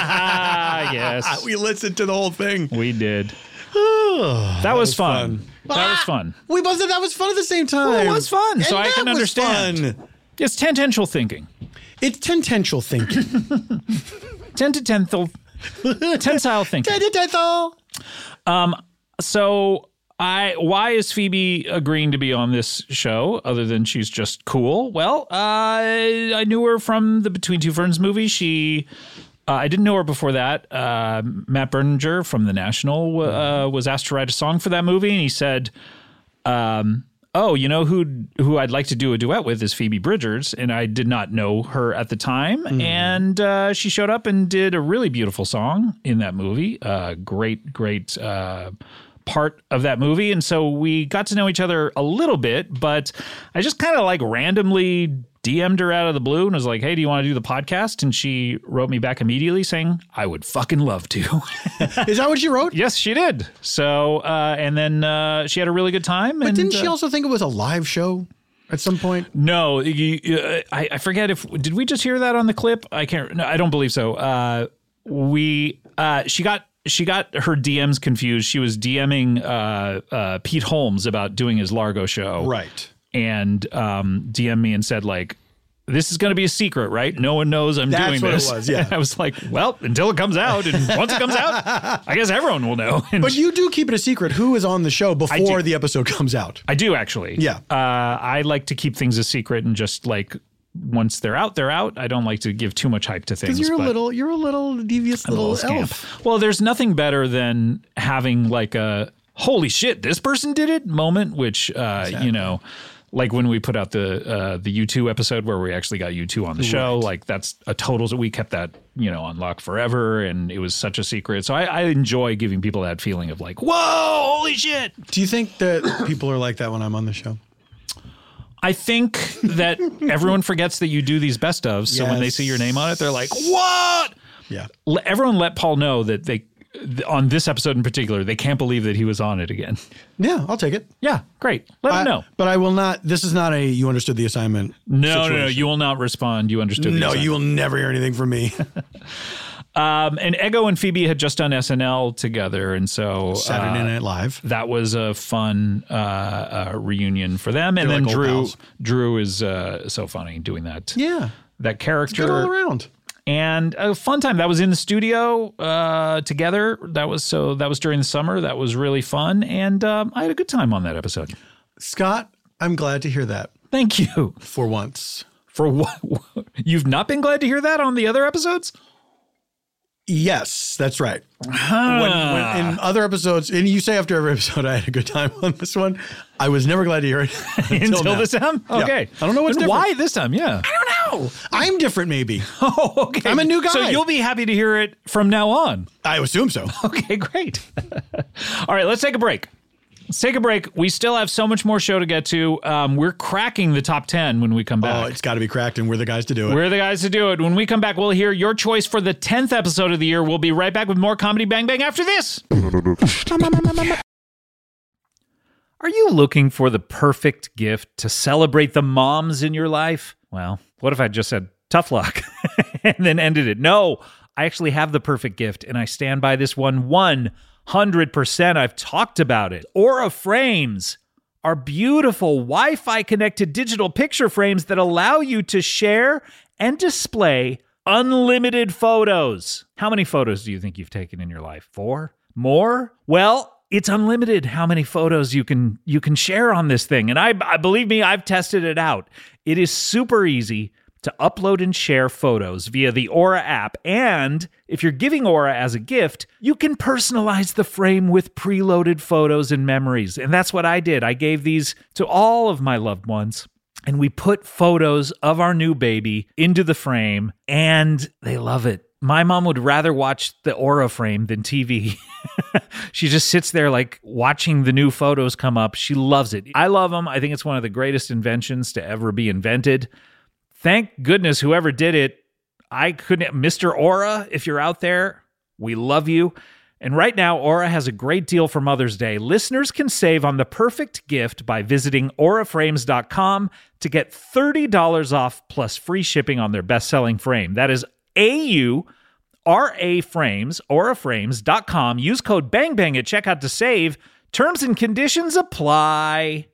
Ah, yes. *laughs* We listened to the whole thing. We did. that was fun. That was fun. Ah, We both said that was fun at the same time. it was fun, And so I that can was understand. fun. It's tangential thinking. It's tentential thinking. Tentatial, tensile thinking. Um, Tentatial. So I why is Phoebe agreeing to be on this show other than she's just cool? Well, uh, I knew her from the Between Two Ferns movie. She uh, I didn't know her before that. Uh, Matt Berninger from The National uh, was asked to write a song for that movie, and he said, um, "Oh, you know who who I'd like to do a duet with is Phoebe Bridgers," and I did not know her at the time, and uh, she showed up and did a really beautiful song in that movie. Uh, great, great. Uh, part of that movie and so we got to know each other a little bit but i just kind of like randomly dm'd her out of the blue and was like hey do you want to do the podcast and she wrote me back immediately saying i would fucking love to *laughs* Is that what you wrote? yes she did so uh, and then uh, she had a really good time But and, didn't she uh, also think it was a *laughs* live show at some point? No, you, uh, I, I forget if did we just hear that on the clip? I can't. No, I don't believe so. Uh, we uh, she got she got her DMs confused. She was DMing uh, uh, Pete Holmes about doing his Largo show, Right. and um, DM me and said like. This is going to be a secret, right? No one knows I'm That's doing what it this. was, yeah. *laughs* I was like, well, until it comes out, and once it comes out, I guess everyone will know. And But you do keep it a secret who is on the show before do. the episode comes out. I do actually. Yeah. Uh, I like to keep things a secret and just like once they're out, they're out. I don't like to give too much hype to things. Because you're a but- little, you're a little devious I'm a little, little elf. scamp. Well, there's nothing better than having like a holy shit, this person did it moment, which uh, you know. Like when we put out the uh, the U two episode where we actually got U two on the show, like that's a total. We kept that you know on lock forever, and it was such a secret. So I, I enjoy giving people that feeling of like, whoa, holy shit! Do you think that *coughs* people are like that when I'm on the show? I think *laughs* that everyone forgets that you do these best ofs. So when they Yes. see your name on it, they're like, "What?" Yeah. L- Everyone let Paul know that they, th- on this episode in particular, they can't believe that he was on it again. *laughs* Yeah, I'll take it. Yeah, great. Let I- him know. But I will not. This is not a you understood the assignment. No, no, no, situation. you will not respond. You understood. the No, assignment. you will never hear anything *laughs* from me. Um, and Ego and Phoebe had just done SNL together, and so uh, Saturday Night Live. that was a fun uh, uh, reunion for them. And They're then like old Drew, pals. Drew is uh, so funny doing that. Yeah. That Good all character around. and a fun time. That was in the studio uh, together. That was so. That was during the summer. That was really fun, and um, I had a good time on that episode. Scott, I'm glad to hear that Thank you for once. for what *laughs* you've not been glad to hear that on the other episodes. Yes, that's right. When- Ah. when- in other episodes, and you say after every episode, I had a good time on this one. I was never glad to hear it *laughs* Until, now. this time, okay. I don't know what's Then different. why this time. Yeah, Oh, I'm different, maybe. *laughs* Oh, okay. I'm a new So guy. you'll be happy to hear it from now on. I assume so. Okay, great. All right, let's take a break. Let's take a break. We still have so much more show to get to. Um, we're cracking the top 10 when we come Oh, back. it's got to be cracked, and we're the guys to do it. we're the guys to do it. When we come back, we'll hear your choice for the 10th episode of the year. We'll be right back with more Comedy Bang Bang after this. *laughs* Are you looking for the perfect gift to celebrate the moms in your life? Well, what if I just said tough luck *laughs* and then ended it? No, I actually have the perfect gift and I stand by this one 100%. I've talked about it. Aura frames are beautiful Wi Fi connected digital picture frames that allow you to share and display unlimited photos. How many photos do you think you've taken in your life? Four? More? Well, it's unlimited how many photos you can you can share on this thing. And I, I believe me, I've tested it out. It is super easy to upload and share photos via the Aura app. And if you're giving Aura as a gift, you can personalize the frame with preloaded photos and memories. And that's what I did. I gave these to all of my loved ones. And we put photos of our new baby into the frame, and they love it. My mom would rather watch the Aura frame than TV. *laughs* she just sits there like watching the new photos come up. She loves it. I love them. I think it's one of the greatest inventions to ever be invented thank goodness whoever did it. I couldn't, Mr. Aura, if you're out there, we love you. And right now, Aura has a great deal for Mother's Day. Listeners can save on the perfect gift by visiting auraframes.com to get $30 off plus free shipping on their best selling frame. That is AU. RA Frames, auraframes.com. Use code BANGBANG at checkout to save. Terms and conditions apply.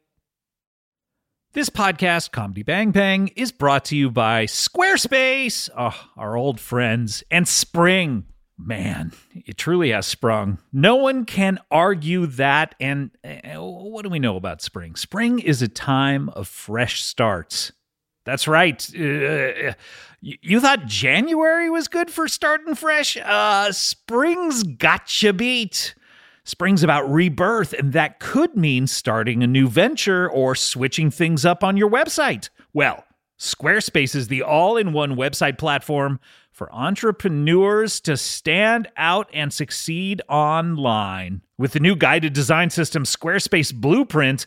This podcast, Comedy Bang Bang, is brought to you by Squarespace, oh, our old friends, and Spring. Man, it truly has sprung. No one can argue that. And uh, what do we know about spring? Spring is a time of fresh starts. That's right. Uh, you you thought January was good for starting fresh? Uh, spring's gotcha beat. Spring's about rebirth, and that could mean starting a new venture or switching things up on your website. Well, Squarespace is the all in one website platform for entrepreneurs to stand out and succeed online. With the new guided design system, Squarespace Blueprint,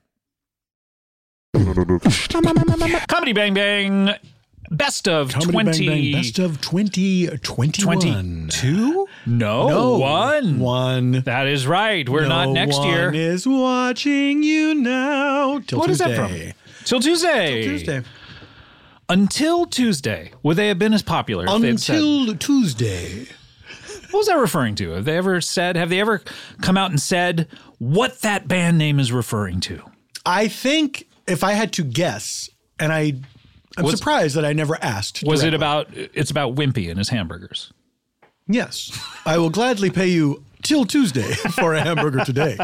Comedy Bang Bang, best of Comedy Bang twenty. Bang, best of 2021. 22? No, No. one. One. That is right. We're not No next year. one is watching you now. Till What is Tuesday. that from? Till Tuesday. Tuesday. Until Tuesday. Would they have been as popular? if they had said- Until Tuesday. what was that referring to? Have they ever said, have they ever come out and said what that band name is referring to? I think if I had to guess, and I, I'm Was- surprised that I never asked. Was it directly. about, it's about Wimpy and his hamburgers. Yes, I will gladly pay you till Tuesday *laughs* for a hamburger today.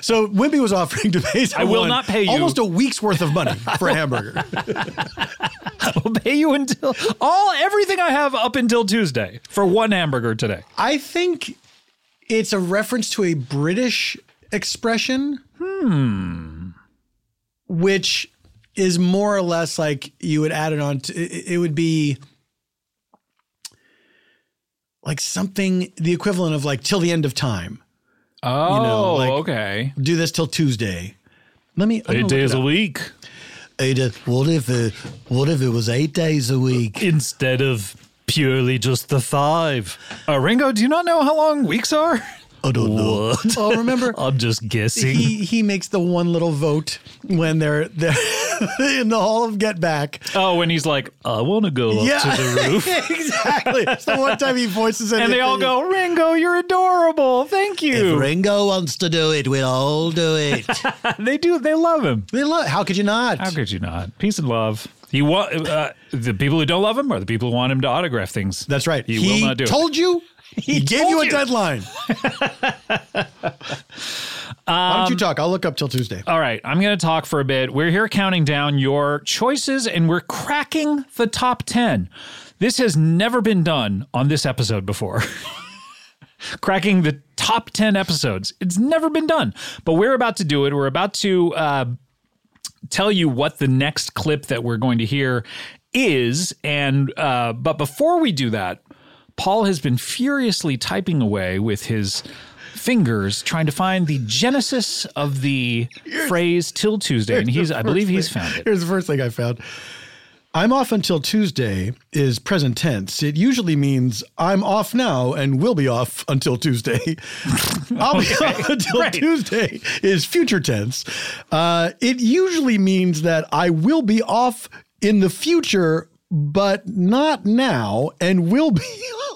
So Wimpy was offering to pay. I will someone not pay you. almost a week's worth of money *laughs* for a hamburger. I'll pay you until all, everything I have up until Tuesday for one hamburger today. I think it's a reference to a British expression. Hmm. Which is more or less like you would add it on to, it, it would be like something, the equivalent of like till the end of time. Oh, like- okay. Do this till Tuesday. Let me. I'm gonna Eight look days it a up. week Eight, uh, what if it? What if it was eight days a week? instead of purely just the five. Uh, Ringo, do you not know how long weeks are? I don't know. What? Oh, remember *laughs* I'm just guessing. he he makes the one little vote when they're they're *laughs* in the hall of Get Back. oh, and he's like, I want to go up to the roof. *laughs* exactly. It's the one time he voices it, And they all go, Ringo, you're *laughs* adorable. Thank you. Ringo wants to do it. We'll all do it. *laughs* they do. They love him. they love. How could you not? How could you not? Peace and love. He wa- uh, the people who don't love him are the people who want him to autograph things. That's right. He, will not do it. *laughs* told you. He gave told you a you. *laughs* deadline. Why Um, don't you talk? I'll look up till Tuesday. All right, I'm going to talk for a bit. We're here counting down your choices and we're cracking the top 10. This has never been done on this episode before. *laughs* cracking the top 10 episodes. It's never been done, but we're about to do it. We're about to uh, tell you what the next clip that we're going to hear is. And, uh, but before we do that, Paul has been furiously typing away with his fingers trying to find the genesis of the phrase till Tuesday. And he's, I believe he's found it. Here's the first thing I found. I'm off until Tuesday is present tense. It usually means I'm off now and will be off *laughs* until Tuesday. I'll be off until Tuesday is future tense. Uh, it usually means that I will be off in the future, but not now, and will be *laughs*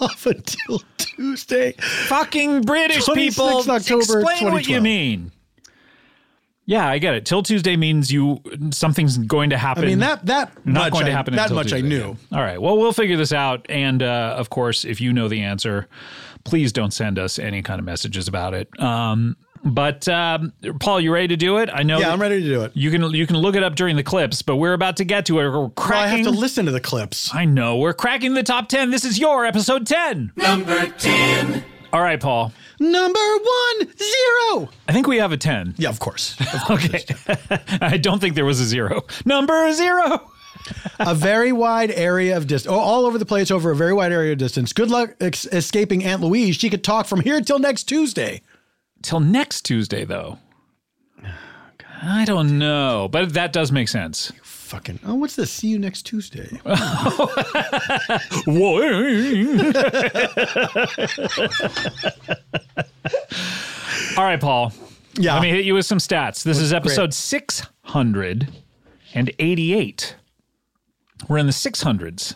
off until Tuesday. Fucking British 26th people. October, explain what you 2012. mean. Yeah, I get it. Till Tuesday means you something's going to happen. I mean that that not much going to I- happen. That until much I Tuesday. knew. All right. Well, we'll figure this out. And uh, of course, if you know the answer, please don't send us any kind of messages about it. Um, but um, Paul, you ready to do it? I know. Yeah, that I'm ready to do it. You can you can look it up during the clips, but we're about to get to it. We're Well, I have cracking. to listen to the clips. I know we're cracking the top ten. This is your episode ten. Number ten. All right, Paul. Number one zero. I think we have a ten. *laughs* Yeah, of course. Okay. I don't think there was a zero. Number zero. a very wide area of distance, Oh, all over the place, over a very wide area of distance. Good luck ex- escaping Aunt Louise. She could talk from here till next Tuesday. Till next Tuesday, though. I don't know, but that does make sense. Fucking, oh, what's this? See you next Tuesday. *laughs* All *laughs* right, Paul. Yeah. Let me hit you with some stats. This is episode 688. We're in the 600s.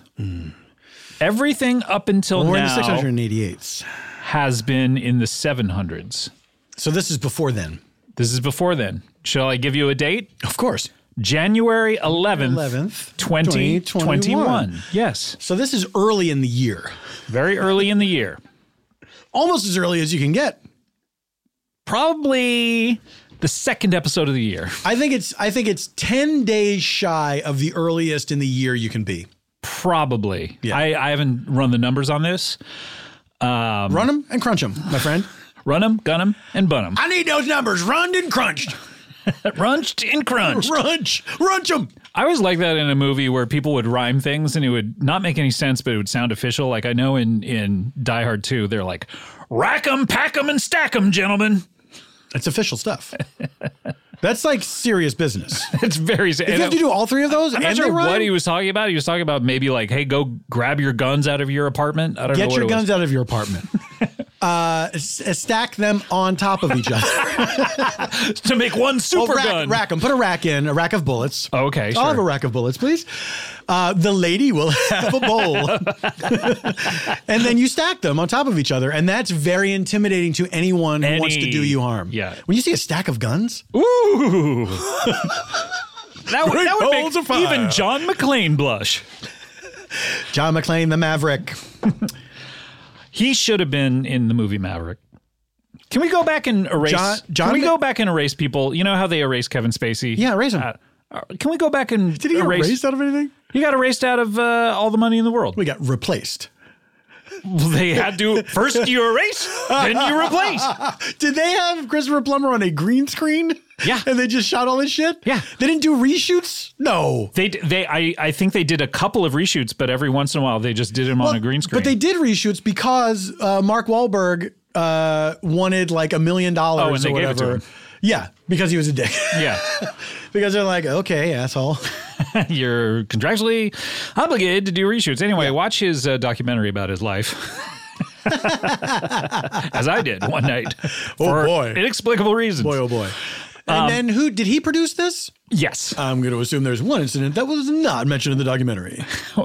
Everything up until Hmm. We're in the now 688s. has been in the 700s. So this is before then. This is before then. Shall I give you a date? Of course. January 11th, 11th, 2021. 2021. Yes. So this is early in the year, Very early in the year. almost as early as you can get. Probably the second episode of the year. I think it's I think it's 10 days shy of the earliest in the year you can be. Probably. Yeah. I, I haven't run the numbers on this. Run them and crunch them, my friend. *laughs* Run them, gun them, and bun them. I need those numbers run and crunched. Runched and *laughs* crunched. Crunch, crunch them. I always like that in a movie where people would rhyme things and it would not make any sense, but it would sound official. Like I know in, in Die Hard 2, they're like, rack 'em, pack 'em, and stack 'em, gentlemen. It's official *laughs* stuff. *laughs* That's like serious business. It's very. If you have to do all three of those I'm not and sure they rhyme, what he was talking about. He was talking about maybe like, hey, go grab your guns out of your apartment. I don't know get what your it was. guns out of your apartment. uh, s- stack them on top of each *laughs* other. *laughs* to make one super Oh, rack, gun. Oh, rack 'em. Put a rack in, a rack of bullets. Okay, I'll have a sure. rack of bullets, please. Uh, the lady will *laughs* have a bowl. and then you stack them on top of each other. And that's very intimidating to anyone who wants to Any- do you harm. yeah. When you see a stack of guns, Ooh, *laughs* that, would- that would balls of make fire. even John McClane blush. John McClane, the Maverick. He should have been in the movie Maverick. Can we go back and erase? John- John can we Ma- go back and erase people? You know how they erase Kevin Spacey? Yeah, erase him. Uh, uh, can we go back and Did he get erase? erased out of anything? He got erased out of uh, all the money in the world. We got replaced. They had *laughs* to first you erase, then you replace. Did they have Christopher Plummer on a green screen? Yeah. And they just shot all this shit? Yeah. They didn't do reshoots? No. They d- they I I think they did a couple of reshoots, but every once in a while they just did them on a green screen. But they did reshoots because uh, Mark Wahlberg uh, wanted like a Oh, million and dollars they or gave it to whatever. him. Yeah, because he was a dick. *laughs* *laughs* yeah, because they're like, okay, asshole. *laughs* you're contractually obligated to do reshoots. Anyway, watch his uh, documentary about his *laughs* life. *laughs* As I did one night. for boy. Inexplicable reasons. Um, Boy, oh boy. And then who did he produce this? Yes. I'm going to assume there's one incident that was not mentioned in the documentary. *laughs*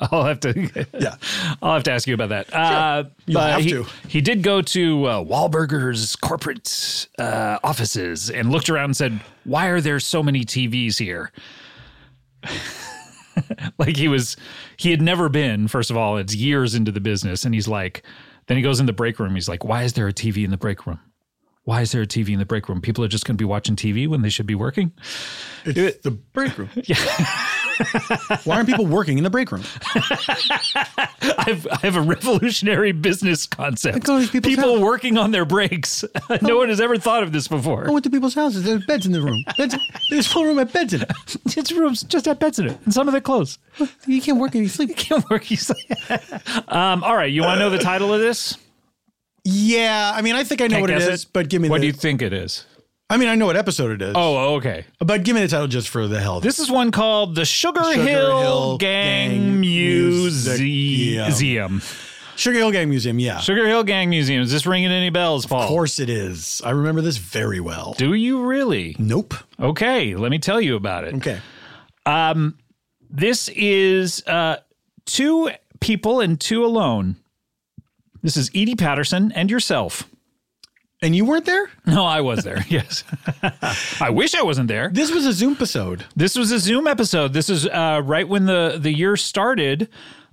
I'll have to *laughs* Yeah. I'll have to ask you about that. Uh, You'll have he, to. He did go to uh, Wahlberger's corporate uh, offices and looked around and said, "Why are there so many TVs here?" *laughs* like he was, he had never been. First of all, it's years into the business, and he's like, then he goes in the break room. He's like, "Why is there a TV in the break room?" Why is there a TV in the break room? People are just going to be watching TV when they should be working. It's the break *laughs* room. Why aren't people working in the break room? I've, I have a revolutionary business concept. go to these people's People house. working on their breaks. *laughs* no one has ever thought of this before. I went to people's houses. There's beds in the room. Beds, there's full room at beds in it. *laughs* It's rooms just have beds in it, and some of their clothes. You can't work and you *laughs* sleep. Can't work. He's like- um, all right, you want to know the title of this? Yeah, I mean, I think I know Can't what it guess is, but give me What do the. you think it is? I mean, I know what episode it is. Oh, okay. But give me the title just for the hell. of it. This is one called the Sugar, Sugar Hill, Hill Gang, Gang Museum. Sugar Hill Gang Museum, yeah. Sugar Hill Gang Museum. Is this ringing any bells, Paul? Of course it is. I remember this very well. Do you really? Nope. Okay, let me tell you about it. Um, Okay. This is uh, two people and two alone. This is Edie Patterson and yourself. And you weren't there? No, I was there. *laughs* yes. I wish I wasn't there. This was a Zoom episode. This was a Zoom episode. This is uh, right when the, the year started.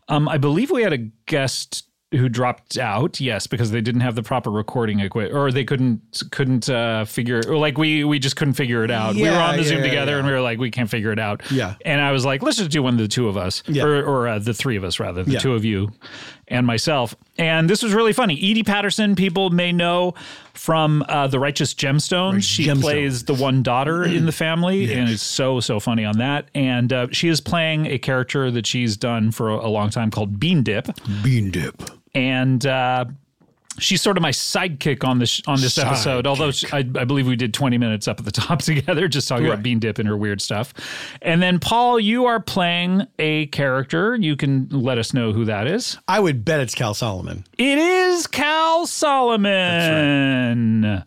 Um, I believe we had a guest who dropped out. Yes, because they didn't have the proper recording equipment, or they couldn't couldn't uh, figure. Or like we we just couldn't figure it out. we were Yeah, on the Zoom yeah, together, yeah. and we were like, we can't figure it out. Yeah. And I was like, let's just do one of the two of us, or, or uh, the three of us rather, the Yeah. two of you. and myself. And this was really funny. Edie Patterson, people may know from uh, The Righteous Gemstones. She Gemstones. plays the one daughter in the family and is so, so funny on that. And uh, she is playing a character that she's done for a, a long time called Bean Dip. Bean dip. And, uh, She's sort of my sidekick on this on this episode, although she, I, I believe we did twenty minutes up at the *laughs* top together, just talking about Bean Dip and her weird stuff. And then Paul, you are playing a character. You can let us know who that is. I would bet it's Cal Solomon. It is Cal Solomon.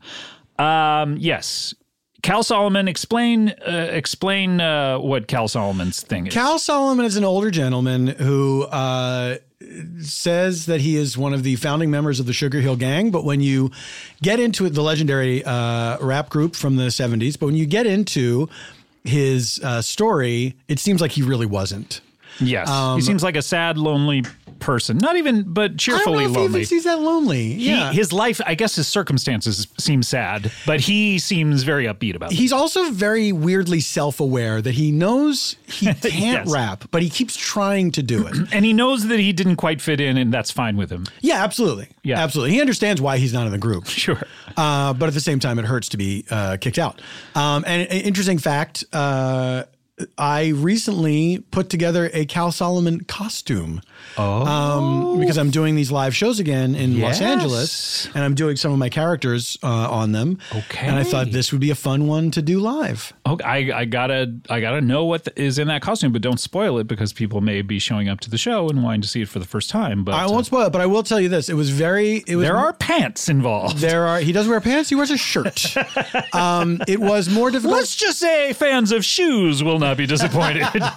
Um, yes. Cal Solomon, explain uh, explain uh, what Cal Solomon's thing is. Cal Solomon is an older gentleman who uh, says that he is one of the founding members of the Sugar Hill Gang. But when you get into it, the legendary uh, rap group from the 70s, but when you get into his uh, story, it seems like he really wasn't. yes, he seems like a sad, lonely person. Not even, but cheerfully Um, I don't know if he lonely. even sees that lonely. He- yeah. his life, I guess, his circumstances seem sad, but he seems very upbeat about it. He's also very weirdly self-aware that he knows he *laughs* can't Yes. rap, but he keeps trying to do it. *clears throat* And he knows that he didn't quite fit in, and that's fine with him. Yeah, absolutely. Yeah. absolutely. He understands why he's not in the *laughs* group. Sure. Uh, but at the same time, it hurts to be uh, kicked out. Um, and an interesting fact uh, I recently put together a Cal Solomon costume. Oh. Um, because I'm doing these live shows again in Los Angeles and I'm doing some of my characters uh, on them. Okay. And I thought this would be a fun one to do live. Okay, Oh, I, I gotta I gotta know what th- is in that costume, but don't spoil it because people may be showing up to the show and wanting to see it for the first time. But I uh, won't spoil it, but I will tell you this. It was very, it was there are pants involved. There are. He does wear pants. He wears *laughs* a shirt. um, it was more difficult. Let's just say fans of shoes will not be disappointed. *laughs*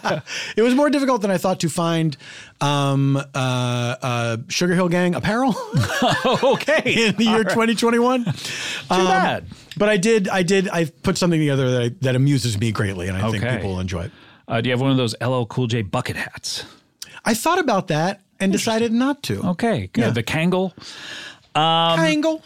It was more difficult than I thought to find um, uh, uh, Sugar Hill Gang apparel *laughs* *laughs* okay, in the year 2021. Um, bad. But I did. I did. I put something together that, I, that amuses me greatly, and I Okay. think people will enjoy it. uh, do you have one of those LL Cool J bucket hats? I thought about that and decided not to. Okay, good. Yeah. The Kangle. Um, Triangle.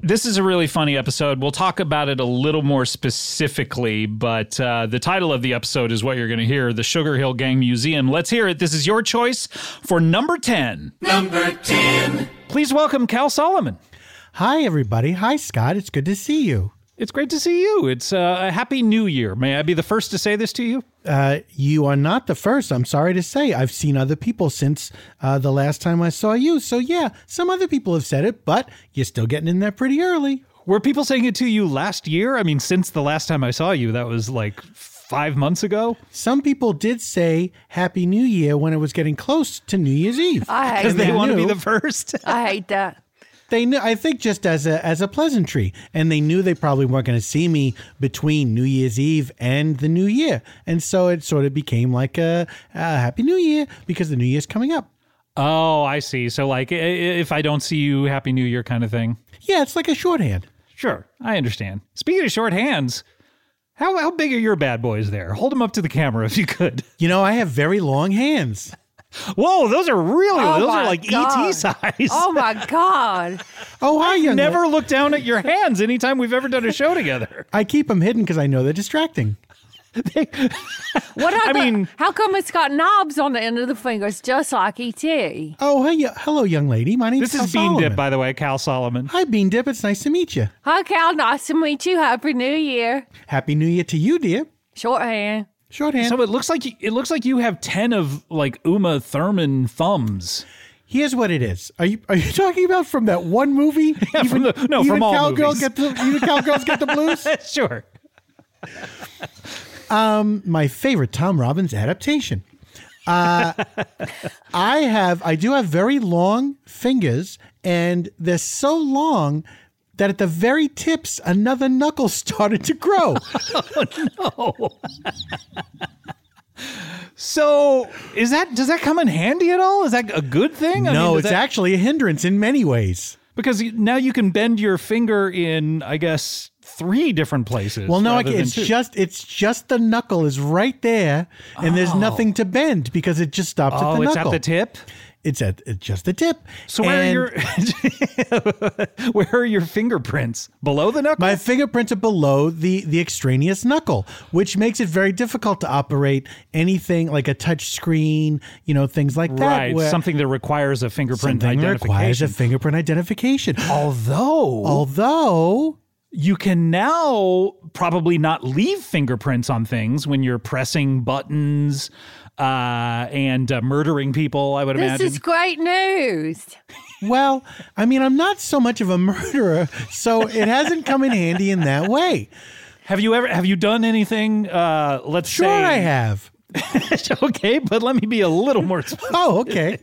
this is a really funny episode. We'll talk about it a little more specifically, but uh, the title of the episode is what you're going to hear The Sugar Hill Gang Museum. Let's hear it. This is your choice for number 10. Number 10. Please welcome Cal Solomon. Hi, everybody. Hi, Scott. It's good to see you. It's great to see you. It's uh, a happy new year. May I be the first to say this to you? Uh, you are not the first. I'm sorry to say. I've seen other people since uh, the last time I saw you. So, yeah, some other people have said it, but you're still getting in there pretty early. Were people saying it to you last year? I mean, since the last time I saw you, that was like five months ago. Some people did say Happy New Year when it was getting close to New Year's Eve. I hate Because they they want to be knew. the first. I hate that. They knew, I think, just as a as a pleasantry, and they knew they probably weren't going to see me between New Year's Eve and the New Year, and so it sort of became like a, a Happy New Year because the New Year's coming up. Oh, I see. So, like, i- i- if I don't see you, Happy New Year kind of thing. Yeah, it's like a shorthand. Sure, I understand. Speaking of short hands, how, how big are your bad boys there? Hold them up to the camera *laughs* if you could. You know, I have very long hands. Whoa, those are really Oh those my are like God. ET size. Oh my God. Oh, hi, young. Never look down at your hands anytime we've ever done a show together. *laughs* I keep them hidden because I know they're distracting. What are I the- mean- how come it's got knobs on the end of the fingers just like E ET? Oh, hey, yeah. hello, young lady. My name's This is Cal Bean Dip, Solomon. by the way, Cal Solomon. Hi, Bean Dip. It's nice to meet you. Hi, Cal. Nice to meet you. Happy New Year. Happy New Year to you, dear. Shorthand. Shorthand. So it looks like you, it looks like you have ten of like Uma Thurman thumbs. Here's what it is. Are you are you talking about from that one movie? *laughs* Yeah, from the- no, from all cowgirl movies. get the even cowgirls get *laughs* the blues. sure. Um, My favorite Tom Robbins adaptation. Uh, *laughs* I have I do have very long fingers, and they're so long that at the very tips another knuckle *laughs* started to *laughs* grow. So is that does that come in handy at all? Is that a good thing? I mean, no, does it's that- actually a hindrance in many ways. because you- now you can bend your finger in, I guess, three different places. Well, no, I rather ca- than it's two. just it's just the knuckle is right there, and there's Oh. nothing to bend because it just stops at Oh, the it's at knuckle. the tip? It's at it's just the tip. So where And are your *laughs* where are your fingerprints below the knuckle? My fingerprints are below the the extraneous knuckle, which makes it very difficult to operate anything like a touch screen, you know, things like that. right where- something that requires a fingerprint something identification? requires a fingerprint identification. Although, although you can now probably not leave fingerprints on things when you're pressing buttons uh, and uh, murdering people. I would this imagine. is great news. Well, I mean, I'm not so much of a murderer, so it hasn't come in handy in that way. Have you ever have you done anything? Uh, let's sure, say I have. *laughs* okay, but let me be a little more. Specific. *laughs* Oh, okay.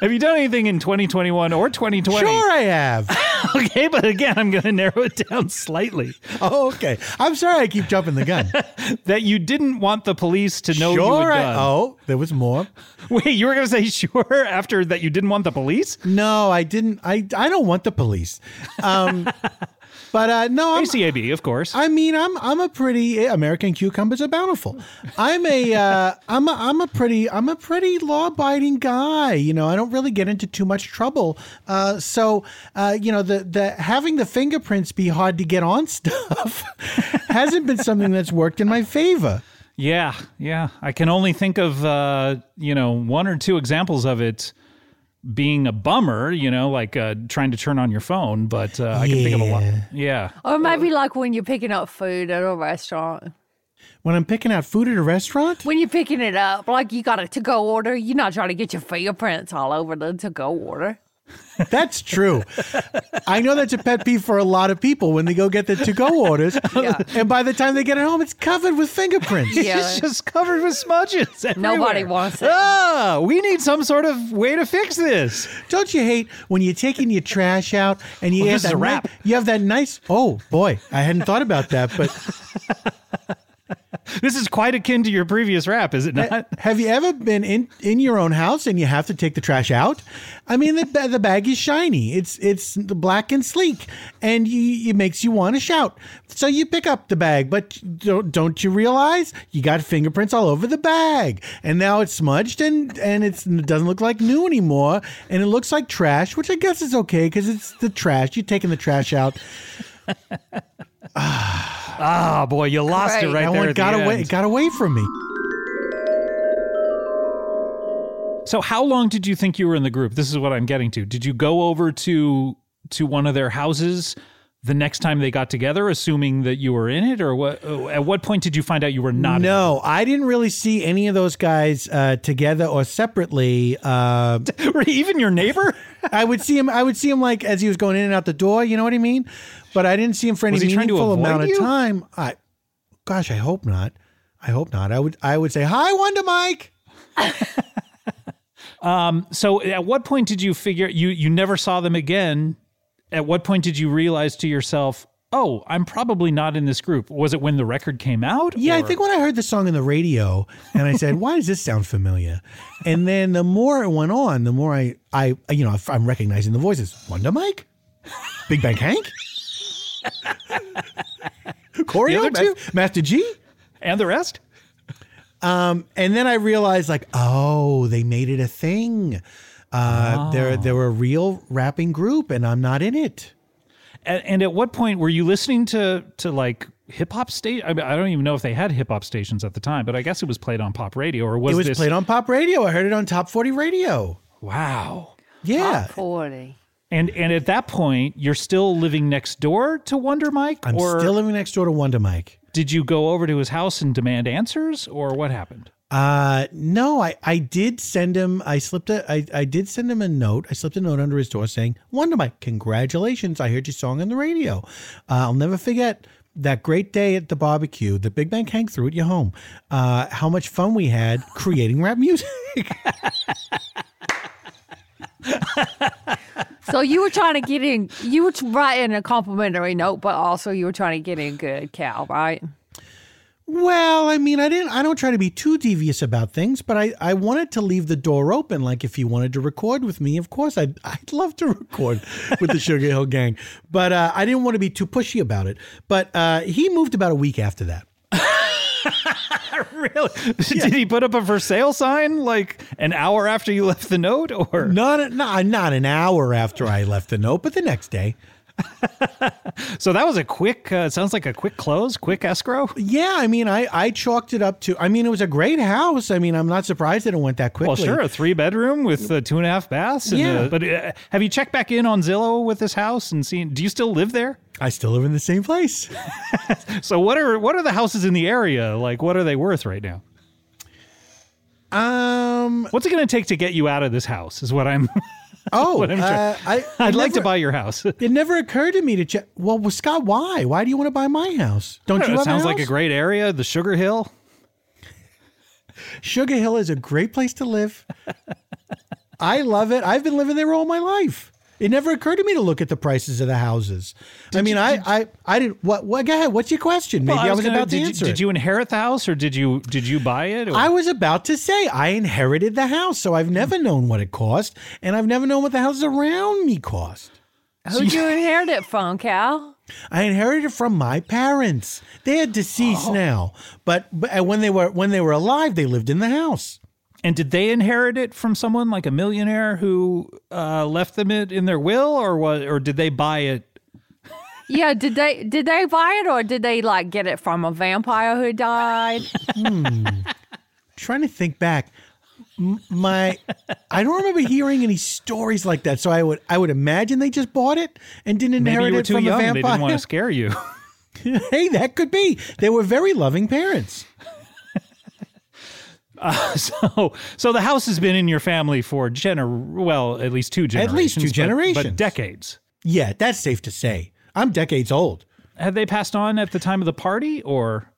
have you done anything in 2021 or 2020? Sure, I have. *laughs* okay, but again, I'm going to narrow it down slightly. *laughs* Oh, okay. I'm sorry, I keep jumping the gun. *laughs* that you didn't want the police to know you sure, had I. done. Oh, there was more. *laughs* Wait, you were going to say sure after that you didn't want the police? No, I didn't. I I don't want the police. *laughs* Um, but uh, no, I'm, ACAB, of course. I mean, I'm I'm a pretty American cucumbers are bountiful. I'm a uh, I'm a, I'm a pretty I'm a pretty law abiding guy. You know, I don't really get into too much trouble. Uh, so uh, you know, the the having the fingerprints be hard to get on *laughs* stuff hasn't been something that's worked in my favor. Yeah, yeah. I can only think of uh, you know one or two examples of it being a bummer. You know, like uh, trying to turn on your phone, but uh, I can think of a lot. *laughs* *laughs* Yeah. Or maybe like when you're picking up food at a restaurant. When I'm picking out food at a restaurant, When you're picking it up, like you got a to go order, you're not trying to get your fingerprints all over the to go order. That's true. I know that's a pet peeve for a lot of people when they go get the to-go orders, and by the time they get it home, it's covered with fingerprints. It's just covered with smudges. Everywhere. Nobody wants it. Ah, we need some sort of way to fix this. Don't you hate when you're taking your trash out and you Well, have this is that a ni- wrap. you have that nice. Oh boy, I hadn't thought about that, but This is quite akin to your previous rap, is it not? *laughs* Ha- have you ever been in in your own house and you have to take the trash out? I mean, the ba- the bag is shiny. It's it's black and sleek, and you, it makes you want to shout. So you pick up the bag, but don't don't you realize you got fingerprints all over the bag, and now it's smudged and and it's, it doesn't look like new anymore, and it looks like trash, which I guess is okay because it's the trash. You're taking the trash out. *laughs* Ah, boy, *laughs* you lost it right Right. That there. one at got the away. end. It got away from me. So how long did you think you were in the group? This is what I'm getting to. Did you go over to to one of their houses the next time they got together, assuming that you were in it, or what? uh, At what point did you find out you were not? in No, I didn't really see any of those guys uh, together or separately. *laughs* Uh, it? Even your neighbor? *laughs* I would see him. I would see him like as he was going in and out the door. You know what I mean? But I didn't see him for any Was he trying to meaningful avoid amount you? of time. I, gosh, I hope not. I hope not. I would. I would say hi, Wonder Mike. Um, so at what point did you figure you you never saw them again? At what point did you realize to yourself, "Oh, I'm probably not in this group"? Was it when the record came out? Yeah, I or- think when I heard the song on the radio, and I said, *laughs* "Why does this sound familiar?" And then the more it went on, the more I, I, you know, I'm recognizing the voices. Wonder Mike, Big Bang Hank, Corey, *laughs* The other two? Master G. and the rest. Um, and then I realized, like, oh, they made it a thing. Uh, They're they're Oh. a real rapping group, and I'm not in it. And, and at what point were you listening to to like hip hop station? I, mean, I don't even know if they had hip hop stations at the time, but I guess it was played on pop radio or was it was this played on pop radio. I heard it on Top 40 Radio. Wow. Yeah, Top 40. And and at that point, you're still living next door to Wonder Mike, I'm or still living next door to Wonder Mike. did you go over to his house and demand answers, or what happened? Uh no, I I did send him I slipped a I I did send him a note. I slipped a note under his door saying, "Wonder Mike, congratulations. I heard your song on the radio. Uh, I'll never forget that great day at the barbecue, the Big Bang Hank threw at your home. Uh how much fun we had creating rap music." *laughs* So you were trying to get in, you were writing a complimentary note, but also you were trying to get in good, Cal, right? Well, I mean, I didn't. I don't try to be too devious about things, but I, I wanted to leave the door open. Like, if you wanted to record with me, of course, I'd *laughs* I'd love to record with the Sugar Hill Gang. But uh, I didn't want to be too pushy about it. But uh, he moved about a week after that. *laughs* really? Did he put up a for sale sign like an hour after you left the note, or not? Not not an hour after I left the note, but the next day. *laughs* so that was a quick. Uh, sounds like a quick close, quick escrow. Yeah, I mean, I I chalked it up to. I mean, it was a great house. I mean, I'm not surprised that it went that quickly. Well, sure, a three bedroom with uh, two and a half baths. and, Yeah. uh, but uh, have you checked back in on Zillow with this house and seen? Do you still live there? I still live in the *laughs* same place. So what are what are the houses in the area like? What are they worth right now? Um, what's it going to take to get you out of this house? Is what I'm. *laughs* Oh, what I'm trying- uh, I *laughs* I'd like to never- buy your house. *laughs* It never occurred to me to check. Well, well, Scott, why? Why do you want to buy my house? Don't I you? know, it have sounds a like a house? great area, the Sugar Hill. Sugar Hill is a great place to live. I love it. I've been living there all my life. It never occurred to me to look at the prices of the houses. I mean, I, I, I didn't. What, what? Go ahead. What's your question? Maybe Well, I was, gonna- about to did, you- answer. Did it. you inherit the house, or did you did you buy it? or- I was about to say I inherited the house, so I've never known what it cost, and I've never known what the houses around me cost. Who'd *laughs* you inherit it from, Cal? *laughs* I inherited it from my parents. They are Oh. deceased now, but, but and when they were when they were alive, they lived in the house. And did they inherit it from someone like a millionaire who uh, left them it in their will, or what? Or did they buy it? Yeah, did they did they buy it or did they like get it from a vampire who died? Hmm. Trying to think back, M- my I don't remember hearing any stories like that. So I would I would imagine they just bought it and didn't inherit Maybe you were it too from young. a and vampire. They didn't want to scare *laughs* you. hey, that could be. They were very loving parents. Uh, so, so the house has been in your family for gener well, at least two generations. At least two but- But, generations. decades. Yeah, that's safe to say. I'm decades old. Had they passed on at the time of the party, or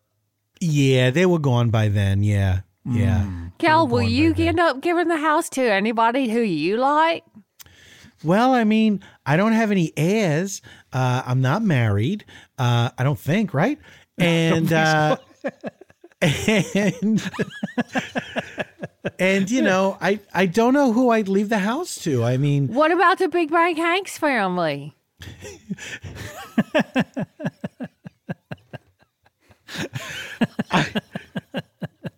Yeah, they were gone by then. Yeah, yeah. Hmm. Cal, will you end up giving the house to anybody who you like? Well, I mean, I don't have any heirs. Uh, I'm not married. Uh, I don't *laughs* think, right? *laughs* And uh, and and you know, I I don't know who I'd leave the house to. I mean, What about the Big Bang Hanks family?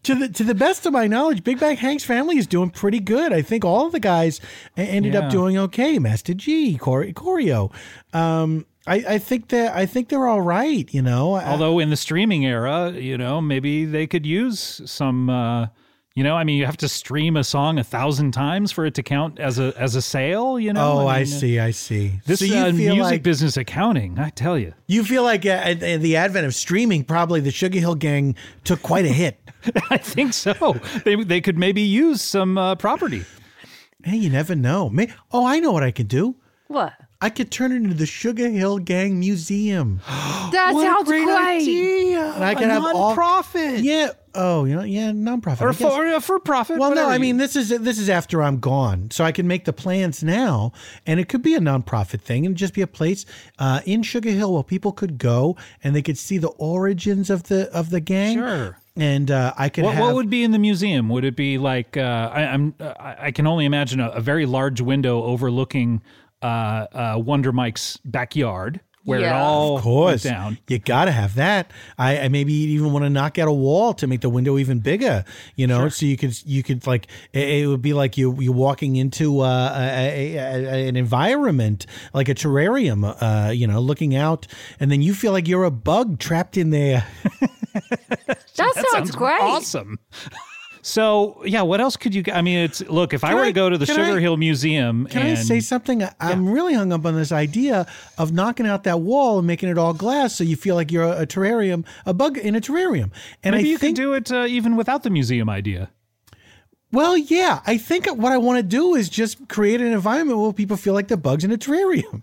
to the to the best of my knowledge, Big Bang Hank's family is doing pretty good. I think all of the guys a- ended Yeah. up doing okay. Master G, Corey, Corio. Um, I, I think that I think they're all right. You know, I- although in the streaming era, you know, maybe they could use some. Uh, you know, I mean, you have to stream a song a thousand times for it to count as a as a sale. You know. oh, mean, I, uh, see, I see. This so you uh, feel music like business accounting, I tell you. you feel like uh, at, at the advent of streaming, probably the Sugar Hill Gang took quite a hit. *laughs* I think so. They they could maybe use some uh, property. hey, you never know. May- oh, I know what I could do. What? I could turn it into the Sugar Hill Gang *gasps* Museum. That What a sounds great great. idea. And I could have all- profit. Yeah. Oh, you know, yeah, nonprofit Or I guess. for, uh, for profit. Well, no, whatever I you- mean this is this is after I'm gone, so I can make the plans now, and it could be a nonprofit thing, and just be a place uh, in Sugar Hill where people could go and they could see the origins of the of the gang. Sure. And uh, I could What, have what would be in the museum? Would it be like uh, I, I'm? I I can only imagine a, a very large window overlooking uh, uh, Wonder Mike's backyard, where it Yeah. all of course went down. You gotta have that. I, I maybe you'd even want to knock out a wall to make the window even bigger. You know, so you could you could like it, it would be like you you walking into uh, a, a, a- an environment like a terrarium. Uh, you know, looking out, and then you feel like you're a bug trapped in there. *laughs* That, sounds, great. Awesome. *laughs* So yeah, what else could you? I mean, it's look. If I Can were I- to go to the can Sugar I- Hill Museum, Can and I say something? I, I'm really hung up on this idea of knocking out that wall and making it all glass, so you feel like you're a, a terrarium, a bug in a terrarium. And maybe I you think, can do it uh, even without the museum idea. well, yeah, I think what I want to do is just create an environment where people feel like they're bugs in a terrarium.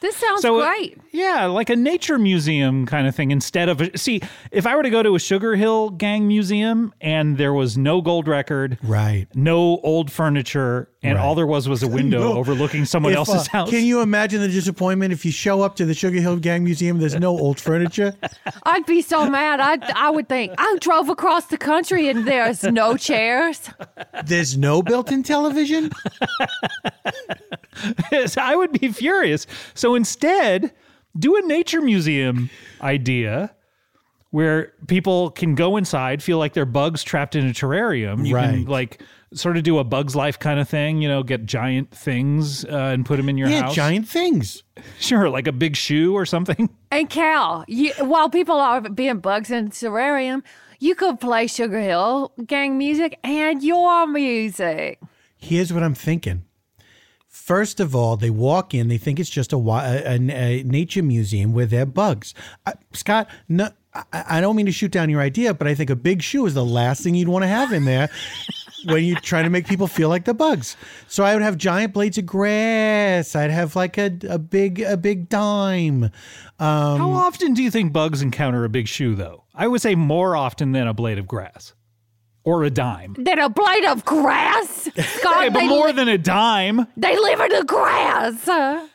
This sounds so, uh, great. yeah, like a nature museum kind of thing instead of. A, see, if I were to go to a Sugar Hill Gang museum and there was no gold record, right, no old furniture, and all there was *laughs* was a window No. overlooking *laughs* someone If, else's *laughs* uh, house. Can you imagine the disappointment if you show up to the Sugar Hill Gang Museum? There's no old furniture. I'd be so mad. I I would think I drove across the country and there's no chairs. There's no built-in television. Yes, *laughs* I would be furious. So instead, do a nature museum idea where people can go inside, feel like they're bugs trapped in a terrarium. You can Right. like sort of do a bugs life kind of thing, you know, get giant things uh, and put them in your Yeah, house. giant things. *laughs* Sure, like a big shoe or something. And Cal, you, while people are being bugs in terrarium, you could play Sugar Hill Gang music and your music. Here's what I'm thinking. First of all, they walk in, they think it's just a, wi- a, a- a nature museum where there are bugs. I, Scott, no, I, I don't mean to shoot down your idea, but I think a big shoe is the last thing you'd want to have in there when you're trying to make people feel like the bugs. So I would have giant blades of grass. I'd have like a, a big a big dime. Um, How often do you think bugs encounter a big shoe, though? I would say more often than a blade of grass or a dime. Then a blade *laughs* of grass. God, Hey, but they, more than a dime. they live in the grass.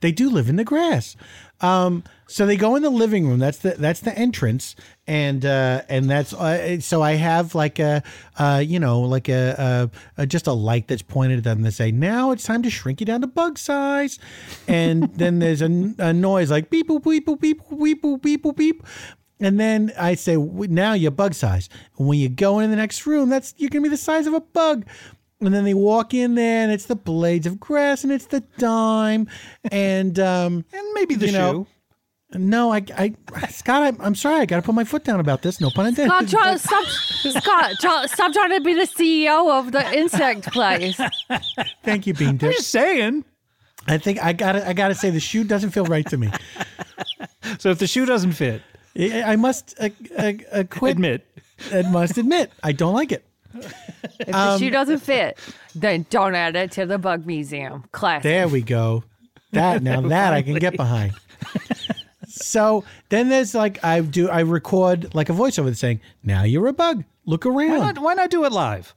They do live in the grass. Um, so they go in the living room. That's the that's the entrance, and uh, and that's uh, so I have like a uh, you know like a, a, a just a light that's pointed at them to say now it's time to shrink you down to bug size, and then there's a, n- a noise like beep boop beep boop beep boop beep boop beep boop beep. And then I say, "W- now you're bug size. And when you go into the next room, that's you're gonna be the size of a bug. And then they walk in there, and it's the blades of grass, and it's the dime, *laughs* and um, and maybe the you know, No, I, I, Scott, I'm, I'm sorry. I got to put my foot down about this. No pun intended. *laughs* Scott, try, stop, Scott, try, stop trying to be the CEO of the insect place. *laughs* Thank you, Bean Dip. Just saying. I think I gotta, I gotta say the shoe doesn't feel right to me. So if the shoe doesn't fit, I, I must uh, uh, uh, quit. admit. I must admit, I don't like it. If the shoe Um, doesn't fit, then don't add it to the bug museum. Classic. There we go. *laughs* That now that I can get behind. So then there's like I do I record like a voiceover that's saying now you're a bug. Look Why around. not, why not do it live?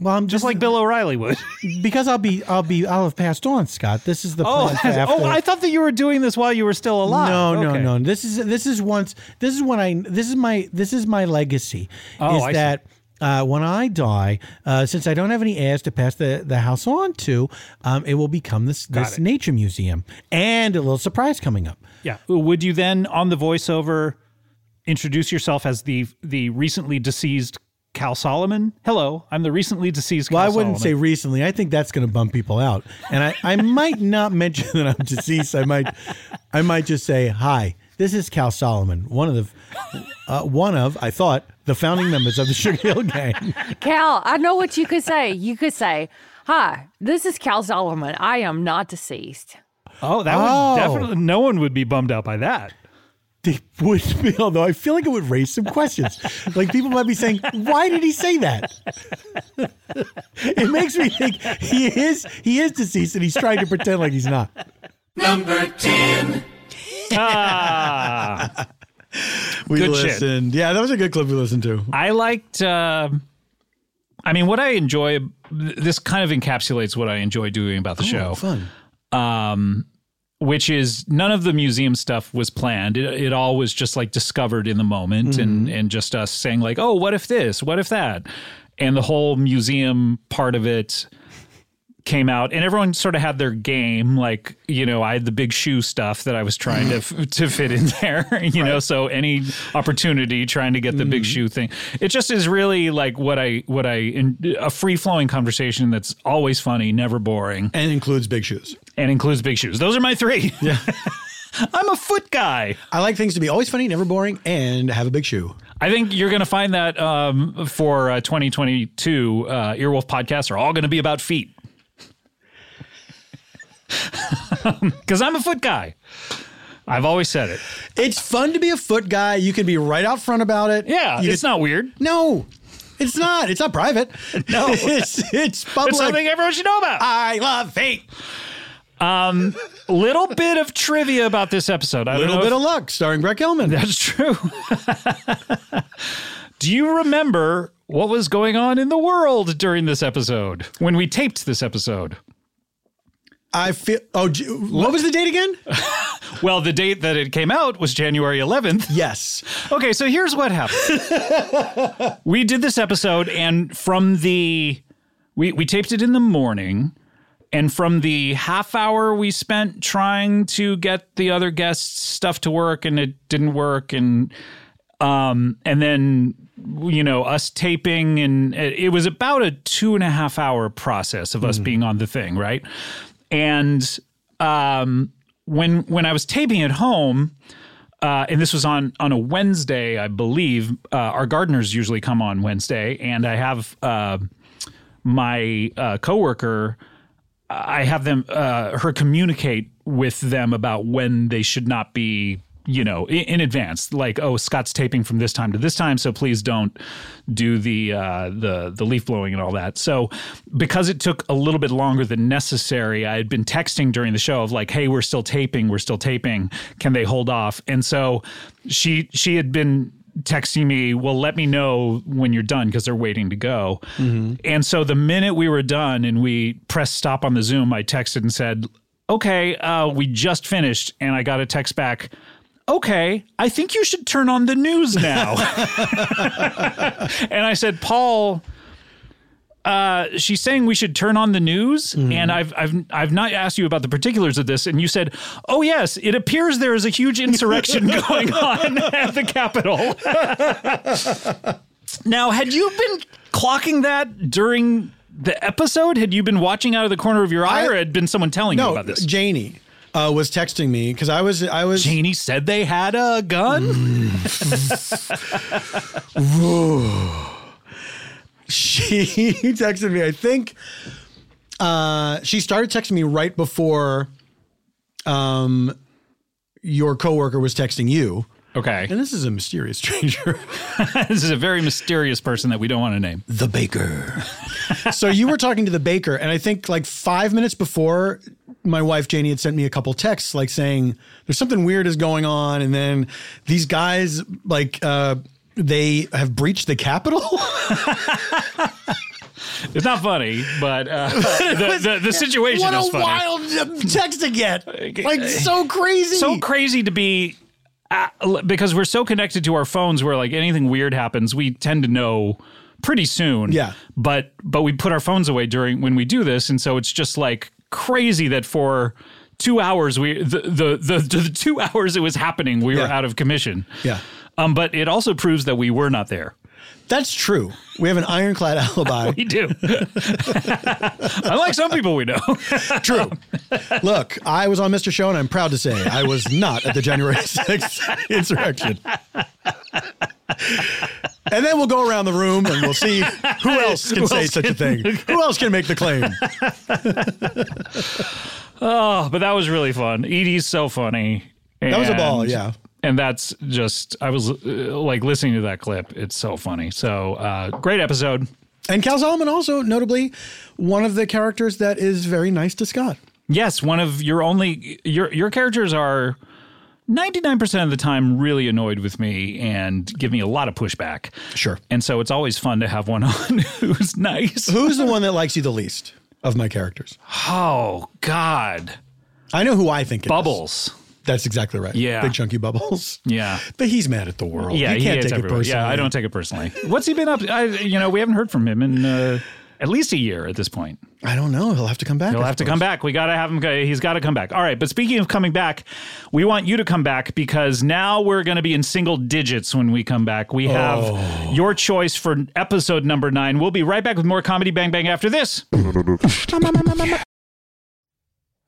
Well, I'm Just like Bill O'Reilly would. *laughs* because I'll be I'll be I'll have passed on, Scott. This is the *laughs* Oh, plan for that's- after. oh, I thought that you were doing this while you were still alive. No, Okay. no, no. This is this is once this is when I this is my this is my legacy. Oh, is I see. that uh, when I die, uh, since I don't have any heirs to pass the, the house on to, um, it will become this this it. nature museum and a little surprise coming up. Yeah. Would you then, on the voiceover, introduce yourself as the the recently deceased Cal Solomon? Hello, I'm the recently deceased. Cal Well, I wouldn't say Solomon. recently. I think that's going to bum people out, and I, I might not mention that I'm deceased. I might, I might just say hi. This is Cal Solomon, one of the, uh, one of I thought the founding members of the Sugar Hill Gang. Cal, I know what you could say. You could say, Hi, this is Cal Solomon. I am not deceased. Oh, that would Oh. definitely. No one would be bummed out by that. They would be, although I feel like it would raise some questions. Like people might be saying, "Why did he say that?" it makes me think he is he is deceased, and he's trying to pretend like he's not. Number 10. Ah. We Good shit. listened. Yeah, that was a good clip we listened to. I liked. Uh, I mean, what I enjoy. This kind of encapsulates what I enjoy doing about the show. Fun. um, which is none of the museum stuff was planned. It, it all was just like discovered in the moment, and and just us saying like, oh, what if this? What if that? And the whole museum part of it came out, and everyone sort of had their game. Like, you know, I had the big shoe stuff that I was trying to f- to fit in there. *laughs* You know, so any opportunity trying to get the Mm-hmm. big shoe thing, it just is really like what I what I in, a free flowing conversation that's always funny, never boring And includes big shoes. and includes big shoes. Those are my three. Yeah. I'm a foot guy. I like things to be always funny, never boring, and have a big shoe. *laughs* I think you're going to find that um, for uh, 2022, uh, Earwolf podcasts are all going to be about feet. *laughs* Because I'm a foot guy. I've always said it. It's fun to be a foot guy. You can be right out front about it. Yeah, You it's can- not weird. No, it's not. It's not private. *laughs* No. *laughs* it's it's public. It's something everyone should know about. I love feet. Um, little bit of trivia about this episode. A little bit if, of luck, starring Greg Elman. That's true. Do you remember what was going on in the world during this episode when we taped this episode? I feel. Oh, j- what was the date again? *laughs* well, the date that it came out was January 11th. Yes. Okay, so here's what *laughs* happened. we did this episode, and from the we we taped it in the morning, and from the half hour we spent trying to get the other guests' stuff to work, and it didn't work, and um, and then you know us taping, and it, it was about a two and a half hour process of us Mm-hmm. being on the thing, right? and um, when when I was taping at home, uh, and this was on on a Wednesday, I believe. Uh, our gardeners usually come on Wednesday, and I have uh, my uh, coworker. I have them uh, her communicate with them about when they should not be you know in, in advance like oh scott's taping from this time to this time so please don't do the uh the the leaf blowing and all that so because it took a little bit longer than necessary i had been texting during the show of like hey we're still taping we're still taping can they hold off and so she she had been texting me well let me know when you're done because they're waiting to go and so the minute we were done and we pressed stop on the zoom i texted and said okay uh, we just finished and i got a text back okay, I think you should turn on the news now. *laughs* and I said, Paul, uh, she's saying we should turn on the news, Mm-hmm. and I've I've I've not asked you about the particulars of this, and you said, "Oh yes, it appears there is a huge *laughs* insurrection going on at the Capitol." now, had you been clocking that during the episode? *laughs* Had you been watching out of the corner of your eye, or had been someone telling you No, about this? Janie uh, was texting me because I was I was Janie said they had a gun. *laughs* she texted me. I think uh, she started texting me right before um, your coworker was texting you. Okay. And this is a mysterious *laughs* stranger, this is a very mysterious person that we don't want to name. the baker. so you were talking to the baker, and I think like five minutes before, my wife Janie had sent me a couple texts like saying there's something weird is going on, and then these guys like uh, they have breached the Capitol. *laughs* It's not funny, but *laughs* uh, the, the, the situation what is a funny. wild uh, text to get! Like so crazy. uh, so crazy to be uh, l- because we're so connected to our phones where like anything weird happens we tend to know pretty soon Yeah. but but we put our phones away during when we do this and so it's just like crazy that for two hours we the the the, the, two *laughs* hours it was happening we were Yeah. out of commission Yeah. um but it also proves that we were not there That's true. We have an ironclad *laughs* alibi. *laughs* we do unlike some people we know *laughs* True. Look, I was on Mr. Show, and I'm proud to say I was not at the January *laughs* 6th insurrection. And then we'll go around the room and we'll see who else can say such a thing. Who else can make the claim? oh but that was really fun edie's so funny That was a ball, And- yeah. and that's just I was uh, like listening to that clip. It's so funny. So uh, great episode. And Cal Solomon also, notably, one of the characters that is very nice to Scott. Yes, one of your only your your characters are ninety nine percent of the time really annoyed with me and give me a lot of pushback. Sure. And so it's always fun to have one *laughs* on who's nice. *laughs* Who's the one that likes you the least of my characters? Oh God, I know who I think it is. bubbles. That's exactly right. Yeah. Big chunky bubbles. Yeah. But he's mad at the world. Yeah, you can't hates take it everyone. personally. Yeah, I don't take it personally. What's he been up? I, you know, we haven't heard from him in uh, at least a year at this point. I don't know. He'll have to come back. He'll I have to suppose. come back. We got to have him. go- He's got to come back. All right. But speaking of coming back, we want you to come back because now we're going to be in single digits when we come back. We have your choice for episode number nine. We'll be right back with more Comedy Bang Bang after this.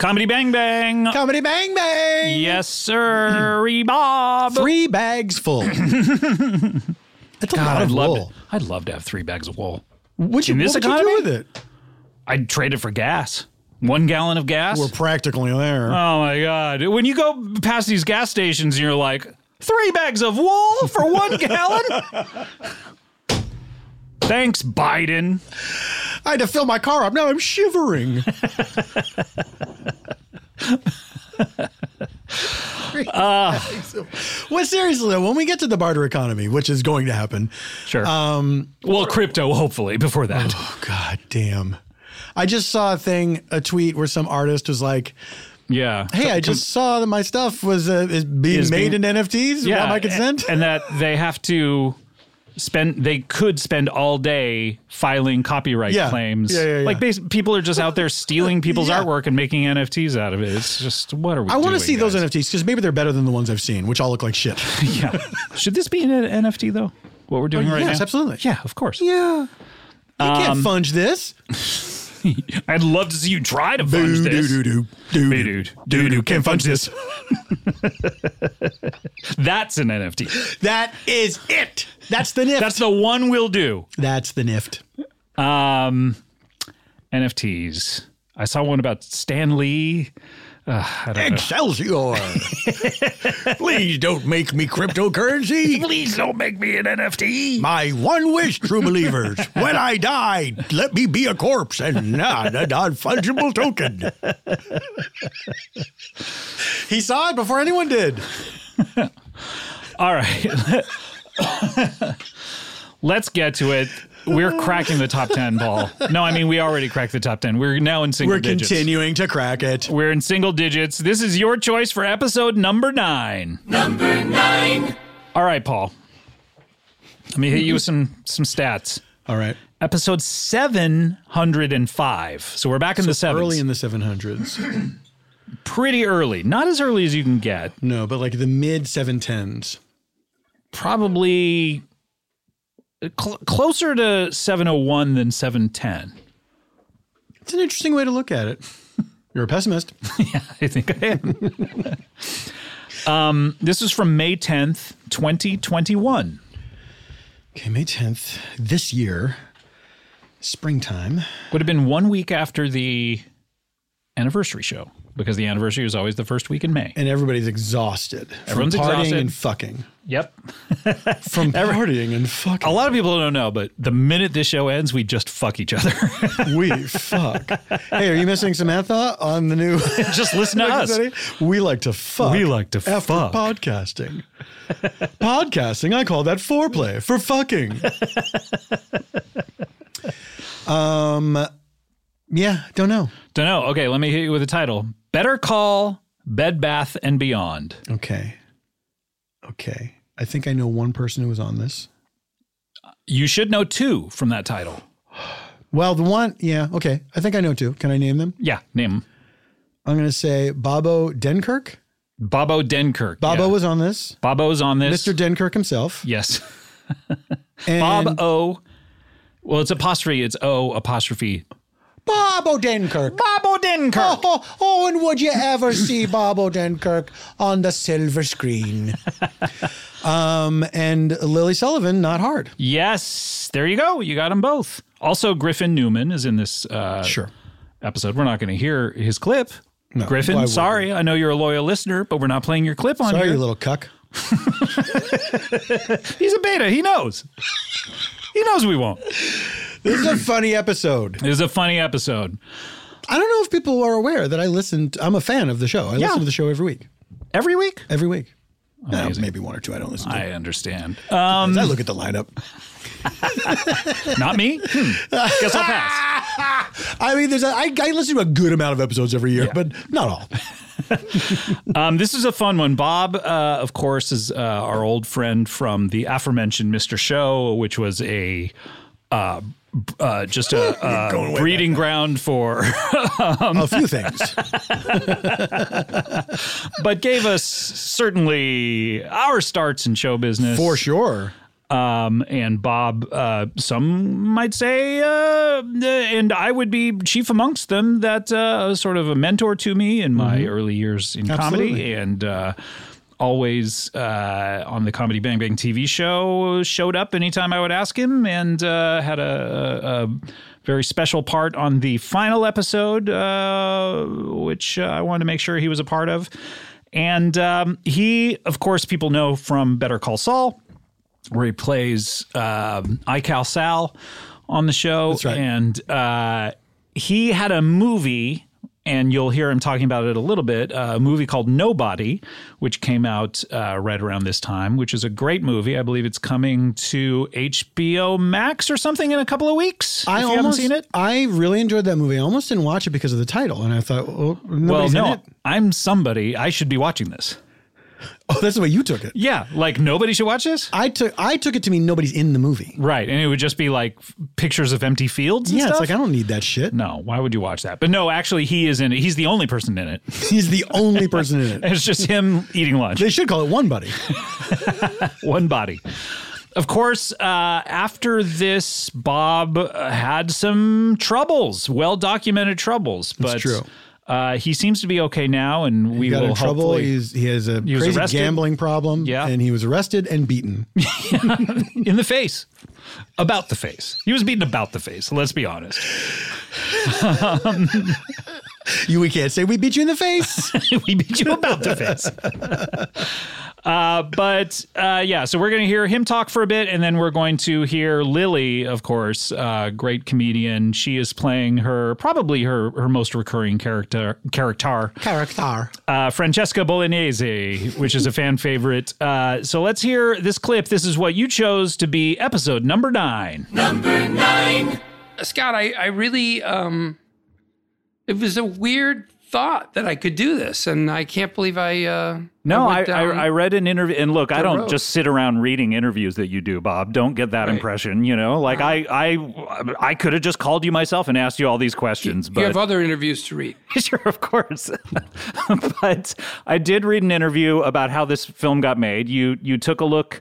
Comedy Bang Bang. Comedy Bang Bang. Yes, sir. Bob. Three bags *laughs* full. That's a lot I'd of love, wool. to, I'd love to have three bags of wool. Would you, In what this would you economy? do with it? I'd trade it for gas. One gallon of gas. We're practically there. Oh my god! When you go past these gas stations, and you're like, three bags of wool for one gallon. Thanks, Biden. I had to fill my car up. Now *laughs* I'm shivering. well, seriously, though, when we get to the barter economy, which is going to happen, Sure. um, well, crypto, hopefully, before that. oh, god damn. I just saw a thing, a tweet where some artist was like, yeah. Hey, I just saw that my stuff was uh, is being Is made being- in NFTs without my a- consent. And that they have to spend, they could spend all day filing copyright Yeah. claims. Yeah, yeah, yeah. Like bas- people are just out there stealing people's Yeah. artwork and making NFTs out of it. It's just, what are we I want to doing, see those guys? NFTs because maybe they're better than the ones I've seen, which all look like shit. *laughs* Oh, yeah. Should this be an NFT, though? What we're doing right yes, now? absolutely. Yeah, of course. Um, Yeah. You can't funge this. *laughs* I'd love to see you try to fudge Doo this. doo doo doo Hey, doo dude. doo doo. Can't funge this. *laughs* That's an NFT. That is it. That's the nift. That's the one we'll do. That's the nift. Um, NFTs. I saw one about Stan Lee. Uh, I don't know. Excelsior. Please don't make me *laughs* cryptocurrency. Please don't make me an NFT. My one wish, true *laughs* believers, when I die, let me be a corpse and *laughs* not a non fungible token. he saw it before anyone did. *laughs* All right. *laughs* Let's get to it. We're cracking the top 10, Paul. No, I mean, we already cracked the top 10. We're now in single We're digits. continuing to crack it. We're in single digits. This is your choice for episode number nine. Number nine. All right, Paul. Let me hit you with some some stats. All right. Episode 705. So we're back in the 70s. Early in the 700s. pretty early. Not as early as you can get. No, but like the mid 710s. Probably cl- closer to 701 than 710. It's an interesting way to look at it. You're a *laughs* pessimist. I think I am. *laughs* um, this is from May 10th, 2021. Okay, May 10th, this year, springtime. Would have been one week after the anniversary show because the anniversary is always the first week in May. and everybody's exhausted Everyone's from partying exhausted. and fucking. Yep. From *laughs* partying and fucking, A lot of people don't know, but the minute this show ends, we just fuck each other. *laughs* we fuck. Hey, are you missing Samantha on the new? *laughs* just listen to us. we like to fuck. We like to after fuck. podcasting. podcasting, I call that foreplay for fucking. um, yeah, don't know. Don't know. Okay, let me hit you with a title. Better Call Bed Bath and Beyond. Okay, okay. I think I know one person who was on this. You should know two from that title. Well, the one, yeah, okay. I think I know two. Can I name them? Yeah, name 'em. I'm gonna say Bobo Denkirk. Bobo Denkirk. Bobo yeah. was on this. Bobo's on this. Mr. Denkirk himself. Yes. *laughs* And Bob O. Well, it's apostrophe. It's O apostrophe. Bobo Denkirk. Bobo Denkirk. Oh, oh, and would you ever see Bobo Denkirk on the silver screen? um, and Lily Sullivan, not hard. Yes. There you go. You got them both. Also, Griffin Newman is in this uh, Sure. episode. We're not going to hear his clip. why Griffin, would sorry. I know you're a loyal listener, but we're not playing your clip on Sorry, here. you little cuck. *laughs* He's a beta. He knows. He knows we won't. This is a funny episode. This is a funny episode. I don't know if people are aware that I listened. I'm a fan of the show. I Yeah. listen to the show every week. Every week? Every week. No, maybe one or two I don't listen to. I understand. Um, I look at the lineup. Not me. Hmm. Guess I'll pass. *laughs* I mean, there's a, I, I listen to a good amount of episodes every year, but not all. Um, this is a fun one. Bob, uh, of course, is uh, our old friend from the aforementioned Mr. Show, which was a. Uh, b- uh, *laughs* just a uh, breeding ground for *laughs* um, a few things, *laughs* but gave us certainly our starts in show business for sure. um, and Bob, uh, some might say, uh, and I would be chief amongst them, that uh, was sort of a mentor to me in my early years in comedy Mm-hmm. Absolutely. and uh, always uh, on the Comedy Bang Bang TV show, showed up anytime I would ask him and uh, had a, a, a very special part on the final episode, uh, which uh, I wanted to make sure he was a part of. And um, he, of course, people know from Better Call Saul where he plays um, iCal Sal on the show. That's right. And uh, he had a movie, and you'll hear him talking about it a little bit uh, a movie called Nobody, which came out uh, right around this time, which is a great movie. I believe it's coming to HBO Max or something in a couple of weeks. I if you almost haven't seen it. I really enjoyed that movie. I almost didn't watch it because of the title, and I thought, well, Well, nobody's in no, it. I'm somebody. I should be watching this. Oh, that's the way you took it. Yeah, like nobody should watch this. I took I took it to mean nobody's in the movie. Right, and it would just be like f- pictures of empty fields. and yeah, it's stuff? like I don't need that shit. No, why would you watch that? But no, actually, he is in it. He's the only person in it. *laughs* He's the only person in it. It's just him eating lunch. They should call it One Buddy. One body. Of course, uh, after this, Bob uh, had some troubles, well documented troubles. But true. Uh, he seems to be okay now, and we He got will in trouble. hopefully He's, he has was a crazy arrested. gambling problem. Yeah. and he was arrested and beaten. *laughs* in the face, about the face. He was beaten about the face. Let's be honest. *laughs* you we can't say we beat you in the face. *laughs* we beat you about the face. *laughs* uh, but uh, yeah, so we're going to hear him talk for a bit, and then we're going to hear Lily, of course, uh, great comedian. She is playing her probably her her most recurring character character, Character. uh, Francesca Bolognese, which is a fan favorite. Uh, so let's hear this clip. This is what you chose to be episode number nine. Uh, Scott, I, I really, um, it was a weird thought that I could do this, and I can't believe I. Uh, No, I, went I, down- I read an interview, and look, I the don't road. just sit around reading interviews that you do, Bob. Don't get that impression. You know, like I, I, I could have just called you myself and asked you all these questions, Uh-huh. you but have other interviews to read. *laughs* sure, of course. but I did read an interview about how this film got made. You, you took a look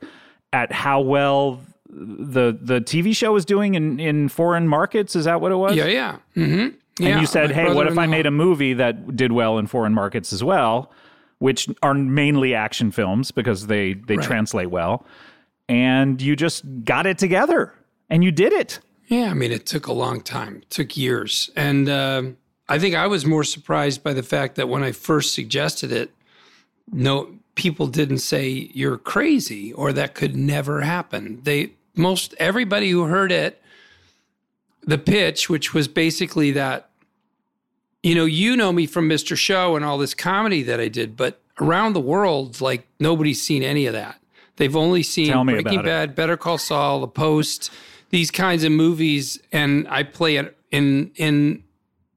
at how well the the TV show was doing in in foreign markets. Is that what it was? Yeah, yeah. Mm-hmm. and you said, "Hey, what if *laughs* I made a movie that did well in foreign markets as well, which are mainly action films because they they translate well." And you just got it together, and you did it. Yeah, I mean, it took a long time, it took years. And uh, I think I was more surprised by the fact that when I first suggested it, no, people didn't say you're crazy or that could never happen. They, most everybody who heard it, the pitch, which was basically that, you know, you know me from Mr. Show and all this comedy that I did, but around the world, like nobody's seen any of that. They've only seen Tell me Breaking about it. Bad, Better Call Saul, The Post, these kinds of movies, and I play it in in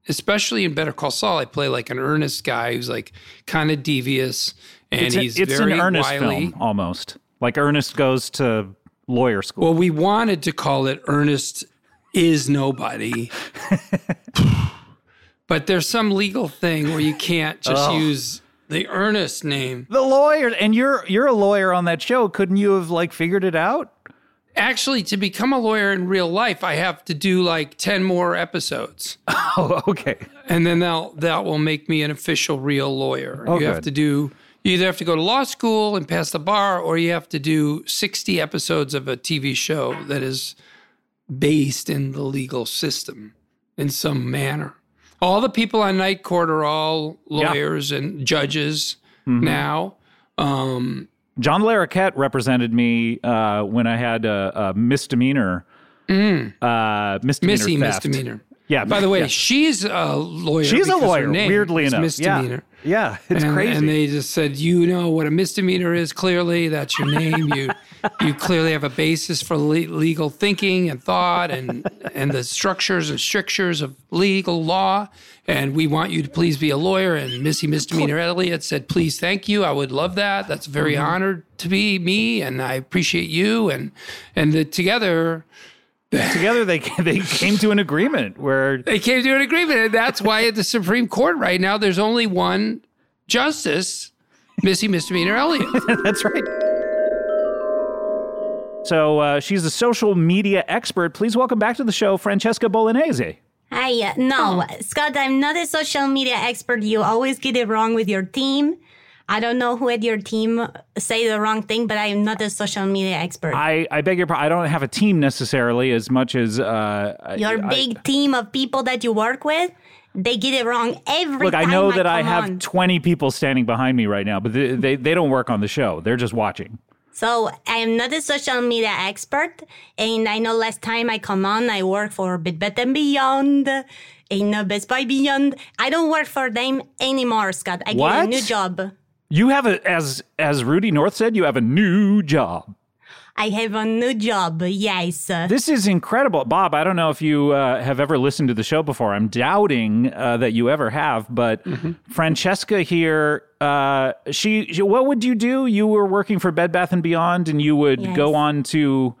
especially in Better Call Saul. I play like an earnest guy who's like kind of devious, and it's a- he's it's very an Ernest wily. film almost, like Ernest goes to lawyer school. Well, we wanted to call it Ernest is *laughs* nobody. but there's some legal thing where you can't just Oh. use the Ernest name. the lawyer, and you're you're a lawyer on that show. Couldn't you have like figured it out? Actually, to become a lawyer in real life, I have to do like 10 more episodes. *laughs* Oh, okay. And then that'll, that will make me an official real lawyer. Oh, you have good. to do you either have to go to law school and pass the bar or you have to do 60 episodes of a TV show that is based in the legal system in some manner. All the people on night court are all Yeah. lawyers and judges Mhm. Mm-hmm. now. Um, John Larroquette represented me uh, when I had a, a misdemeanor Mm. uh, misdemeanor Missy theft. misdemeanor. Yeah. By the way, yeah. she's a lawyer. She's a because her lawyer. name Weirdly is enough, misdemeanor. yeah, yeah, it's and, crazy. And they just said, you know what a misdemeanor is. Clearly, that's your name. you you clearly have a basis for le- legal thinking and thought, and and the structures and strictures of legal law. And we want you to please be a lawyer. And Missy Misdemeanor Elliott said, please, thank you. I would love that. That's very Mhm. honored to be me, and I appreciate you. And and the, together. Together, they *laughs* they came to an agreement where They came to an agreement, and that's why at the Supreme Court right now, there's only one justice, Missy Misdemeanor Elliott. *laughs* that's right. So uh, she's a social media expert. Please welcome back to the show, Francesca Bolognese. Hi, uh, no, Scott, I'm not a social media expert. You always get it wrong with your team. I don't know who at your team say the wrong thing, but I'm not a social media expert. I, I beg your pardon. I don't have a team necessarily as much as uh, I- your I- big team of people that you work with, they get it wrong every Look, I time. know that I come have on. 20 people standing behind me right now, but they, they, they don't work on the show. They're just watching. So I'm not a social media expert, and I know last time I come on, I work for Bit Bed and Beyond, and uh, Best Buy Beyond. I don't work for them anymore, Scott. I get What? a new job. You have a as as Rudy North said, you have a new job. I have a new job. Yes. This is incredible, Bob. I don't know if you uh, have ever listened to the show before. I'm doubting uh, that you ever have, but Francesca here, uh, she, she- what would you do? You were working for Bed Bath and Beyond, and you would go Yes. on to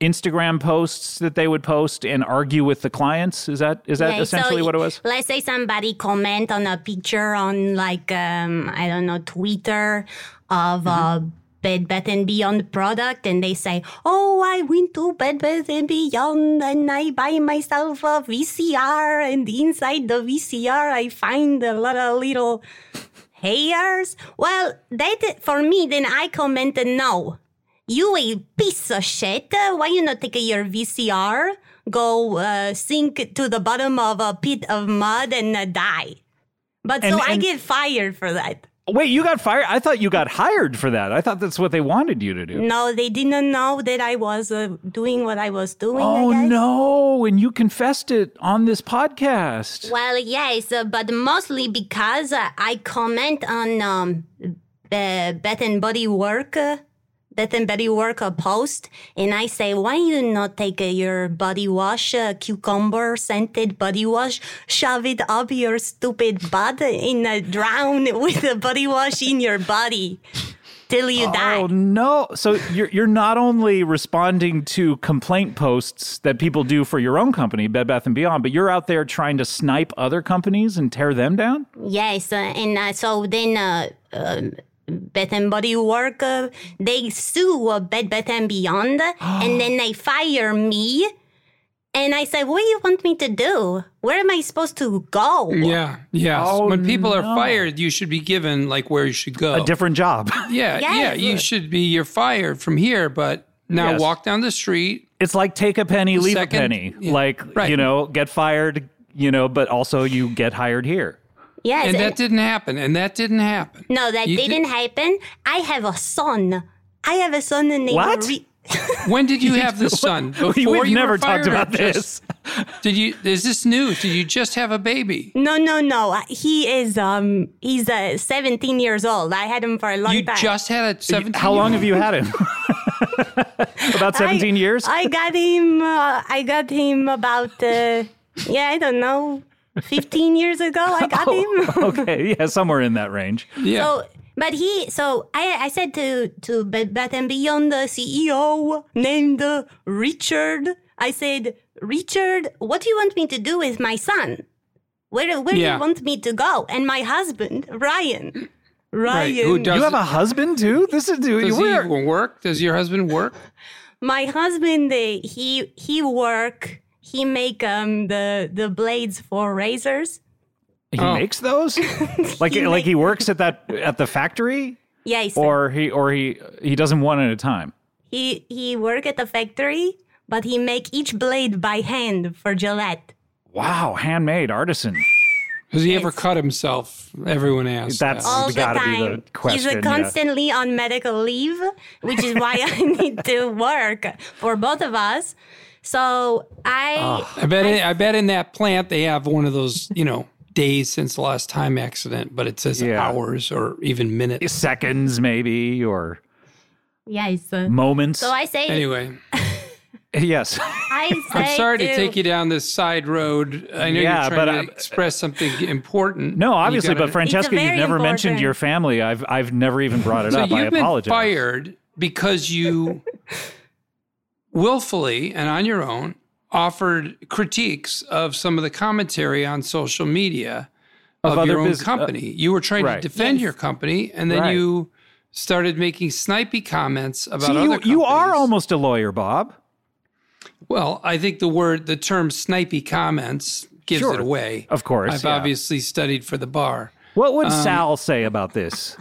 Instagram posts that they would post and argue with the clients. Is that is that Yeah, so essentially what it was? Let's say somebody comment on a picture on like um, I don't know Twitter of a Mm-hmm. Bed Bath and Beyond product, and they say, "Oh, I went to Bed Bath and Beyond, and I buy myself a VCR, and inside the VCR I find a lot of little hairs." Well, that for me, then I commented, "No, you a piece of shit. Uh, Why you not take your VCR, go uh, sink to the bottom of a pit of mud and uh, die? But And- so I and- get fired for that. Wait, you got fired? I thought you got hired for that. I thought that's what they wanted you to do. No, they didn't know that I was uh, doing what I was doing. I Oh guess. no! And you confessed it on this podcast. Well, yes, uh, but mostly because uh, I comment on um, uh, Beth and Body Work, uh, Beth and Body Work uh, post, and I say, why you not take uh, your body wash, uh, cucumber scented body wash, shove it up your stupid butt, and uh, drown *laughs* with the body wash in your body till you die. Oh no! So you're you're not only responding to complaint posts that people do for your own company, Bed Bath and Beyond, but you're out there trying to snipe other companies and tear them down. Yes, uh, and uh, so then uh, um Bed and Body Work uh, they sue uh, Bed Bath and *gasps* Beyond, and then they fire me. And I said, "What do you want me to do? Where am I supposed to go?" Yeah, yeah. Oh, when people no. are fired, you should be given like where you should go. A different job. *laughs* Yeah, yeah. Yes. You should be. You're fired from here, but now Yes. walk down the street. It's like take a penny, The leave second- a penny. yeah, like right. you know, get fired. You know, but also you get hired here. Yes, and that and- didn't happen. And that didn't happen. No, that You did- didn't happen. I have a son. I have a son named What? Re- *laughs* When did you *laughs* have the son? We've Before you never were talked fired or about just- Did you? Is this new? Did you just have a baby? no, no, no. Uh, He is um he's uh, 17 years old. I had him for a long You time. just had a seventeen. How long have you had him? *laughs* About seventeen years. I got him. Uh, I got him about. Uh, yeah, I don't know. Fifteen years ago, I got him. *laughs* okay, yeah, somewhere in that range. So, but he. So I. I said to to Bed Bath and Beyond the CEO named uh, Richard. I said, Richard, what do you want me to do with my son? Where Where do Yeah. you want me to go? And my husband, Ryan. Ryan. you have a husband too? This is dude. Does You he were even work? Does your husband work? my husband uh, he he work he make um the the blades for razors He Oh. makes those? *laughs* like He like he works at that at the factory? yes Or he or he he does them one at a time. *laughs* he he work at the factory but he make each blade by hand for gillette Wow, handmade artisan. Has he ever cut himself? Everyone asks. That's all the gotta time be the question. he's uh, constantly *laughs* on medical leave which is why i need to work for both of us So I Ah. I bet in, I bet in that plant they have one of those, you know, days since the last time accident, but it says hours or even minutes, seconds maybe or yeah, it's uh, moments. So I say *laughs* Anyway, yes. I say I'm sorry to to- take you down this side road. I know Yeah, you're trying but to I'm- express something important. No, obviously, gotta- but Francesca, you've never mentioned your family. I've I've never even brought it so up. you've I been apologize. fired because *laughs* you willfully and on your own offered critiques of some of the commentary on social media Of of, other your own bus- uh, company. you were trying right. to defend your company, and then Right. you started making snipey comments about See, other. you, you are almost a lawyer, Bob. Well, I think the word, the term "snipey comments" gives Sure. it away. Of course, I've yeah. obviously studied for the bar. What would Um, Sal say about this?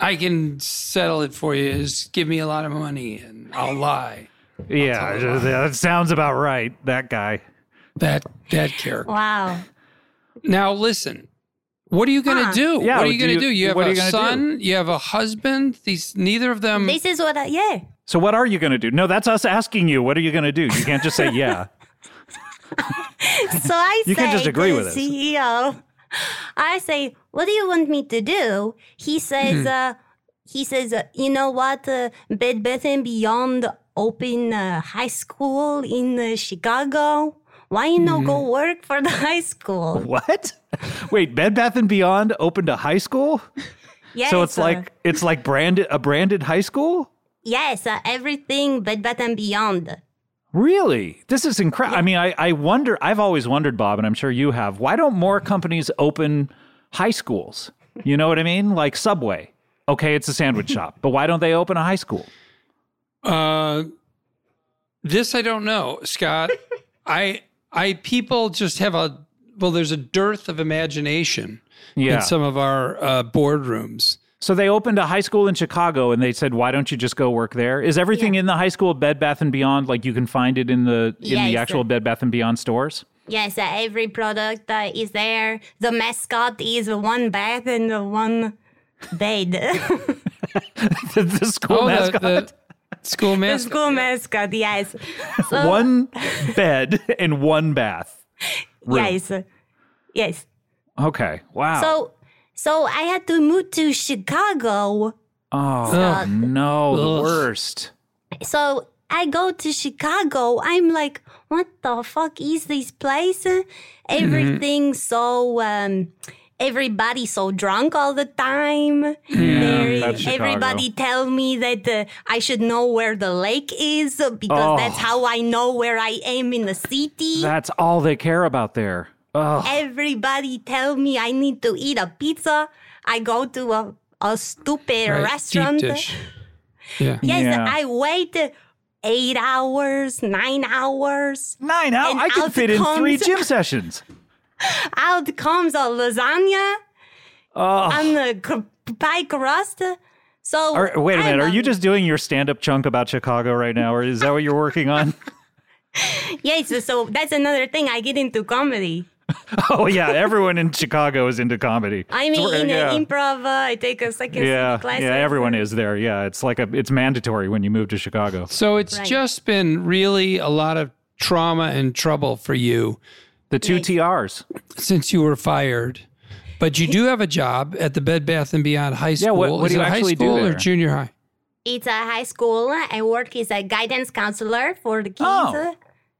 I can settle it for you. Just give me a lot of money, and I'll lie. Yeah, *laughs* that sounds about right. That guy. That that character. wow. Now listen, what are you going to Huh. do? Yeah, what are do you going you- to do? You have what are a you gonna do? son. You have a husband. These neither of them. this is what I, yeah. So what are you going to do? No, that's us asking you. What are you going to do? You can't just say *laughs* yeah. *laughs* so I You say can't just agree to with us. the CEO, I say, "What do you want me to do?" He says, Mm-hmm. uh, "He says, uh, you know what? Uh, Bed Bath and Beyond open uh, high school in uh, Chicago. Why you not go Mm-hmm. work for the *laughs* high school?" What? Wait, Bed Bath and Beyond opened a high school? Yes, so it's uh, like it's like branded a branded high school? yes, uh, everything Bed Bath and Beyond. Really? This is incredible. I mean, I, I wonder I've always wondered, Bob, and I'm sure you have, why don't more companies open high schools? You know what I mean? Like Subway. Okay, it's a sandwich *laughs* shop, but why don't they open a high school? Uh, this I don't know, *laughs* Scott. I I people just have a well. There's a dearth of imagination Yeah. in some of our uh, boardrooms. So they opened a high school in Chicago and they said, "Why don't you just go work there?" Is everything in the high school Bed Bath and Beyond like you can find it in the in the Yes. actual Bed Bath and Beyond stores? *laughs* Yes, uh, every product uh, is there. The mascot is one bath and uh, one bed. *laughs* the, the school Oh, the- mascot. the school the mascot. school mascot, yes. *laughs* So- one bed and one *laughs* bath. room. Yes. Yes. Okay. Wow. So so I had to move to Chicago. oh Ugh. no, the Ugh. worst. So I go to Chicago. I'm like, what the fuck is this place? Mm-hmm. Everything so um everybody so drunk all the time. There- that's Chicago. everybody tell me that uh, I should know where the lake is uh, because Oh. that's how I know where I am in the city. That's all they care about there. Oh. Ugh. Everybody tell me I need to eat a pizza. I go to a, a stupid Right, deep restaurant. dish. Yeah. Yes, Yeah. I wait eight hours, nine hours. Nine hours? and I can out fit in three comes- gym sessions. *laughs* Out comes a lasagna Oh. and a cr- pie crust. So Are- wait a I'm minute. Are you just doing your stand-up chunk about Chicago right now, or is that what you're working *laughs* on? Yes, so that's another thing. I get into comedy. oh yeah, everyone in Chicago is into comedy. I It's mean, where- in yeah. uh, improv, uh, I take a second yeah, class. yeah, everyone is there. Yeah, it's like a it's mandatory when you move to Chicago. So it's Right. just been really a lot of trauma and trouble for you The two Right. TRs. since you were fired. But you do have a job at the Bed Bath and Beyond High School. Yeah, what- what Is do you it actually high do school there? or junior high? It's a high school. I work as a guidance counselor for the kids Oh. uh,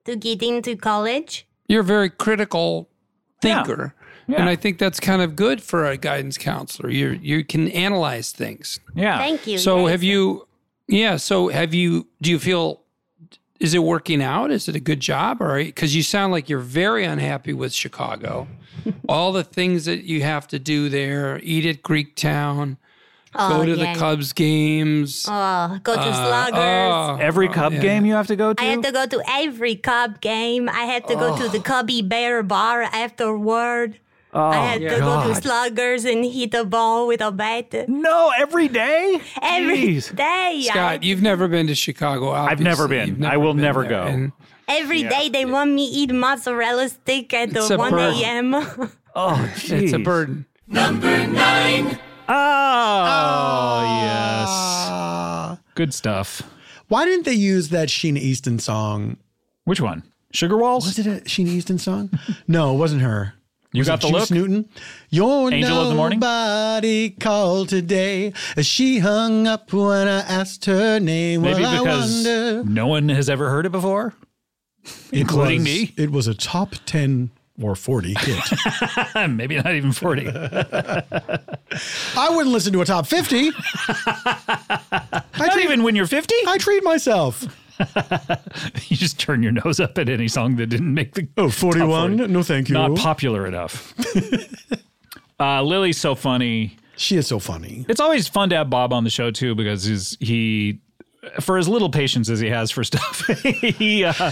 to get into college. You're a very Yeah. critical thinker. Yeah. And I think that's kind of good for a guidance counselor. You you can analyze things. Yeah. Thank you. So yes. have you Yeah, so have you do you feel is it working out? Is it a good job? Or because you sound like you're very unhappy *laughs* with Chicago. All the things that you have to do there, eat at Greek Town, Oh, go to yeah. the Cubs games. Oh, go to Uh, Sluggers. oh, Every oh, Cub yeah. game you have to go to. I had to go to every Cub game. I had to go to the Cubby Bear bar afterward. oh, I had to God. go to Sluggers and hit a ball with a bat every no, every day. day. Jeez. I- Scott, you've never been to Chicago. obviously. never been. You've I will been never there. go. And every day they want me eat mozzarella stick at It's uh, a 1 burden. a.m. *laughs* Oh, It's a jeez. burden. *laughs* Oh, yes. Uh, Oh, Good stuff. Ah. Why didn't they use that Sheena Easton song? Which one? Sugar Walls? Was it a Sheena Easton song? *laughs* no, it wasn't her. You Was got it the Juice look? Newton. You're Angel of the Morning? nobody called today. She hung up when I asked her name. Maybe well, because I wonder. no one has ever heard it before, It including was- me. It was a top 10 or 40 hit. *laughs* Maybe not even *laughs* forty. I wouldn't listen to a *laughs* top 50. not even when you're fifty. I treat myself. *laughs* you just turn your nose up at any song that didn't make the Oh, top 41? No, thank you. Not popular *laughs* enough. uh, Lily's so funny. She is so funny. It's always fun to have Bob on the show too because he's he for as little patience as he has for *laughs* stuff. he uh,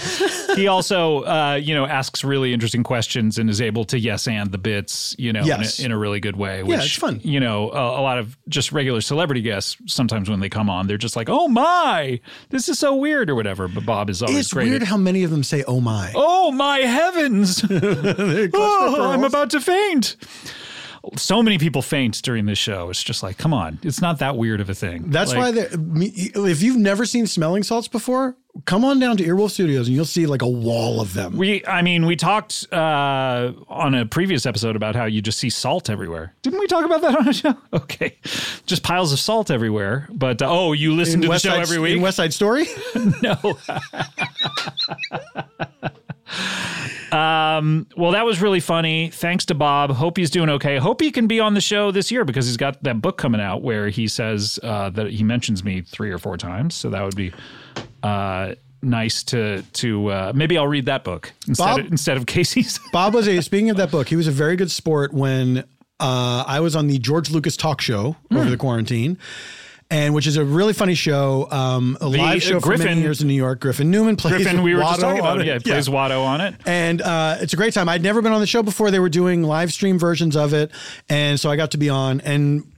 he also uh, you know asks really interesting questions and is able to yes and the bits you know Yes. in, a, in a really good way. Which, Yeah, it's fun. You know, a, a lot of just regular celebrity guests sometimes when they come on, they're just like, oh my, this is so weird or whatever. But Bob is always It's great. weird at- how many of them say, oh my. Oh my *laughs* heavens! oh, I'm about to faint. So many people faint during this show. It's just like, come on, it's not that weird of a thing. That's Like, why they're- me- if you've never seen smelling salts before, come on down to Earwolf Studios and you'll see like a wall of them. we. I mean, we talked uh, on a previous episode about how you just see salt everywhere. Didn't we talk about that on a show? Okay, just piles of salt everywhere. But uh, oh, you listen In to West the show Side- every week. In West Side Story? Um, well, that was really funny. Thanks to Bob. Hope he's doing okay. Hope he can be on the show this year because he's got that book coming out where he says uh, that he mentions me three or four times. So that would be uh, nice to to uh, maybe I'll read that book instead Bob- of, instead of Casey's. Bob was a, speaking of that book, he was a very good sport when uh, I was on the George Lucas talk show Hmm. over the quarantine. And which is a really funny show, um, a The, live show uh, for many Griffin- years in New York. Griffin Newman *laughs* plays Griffin, we were Watto just talking on about. it. It. Yeah, he plays Watto on it. and uh, it's a great time. I'd never been on the show before. They were doing live stream versions of it, and so I got to be on. And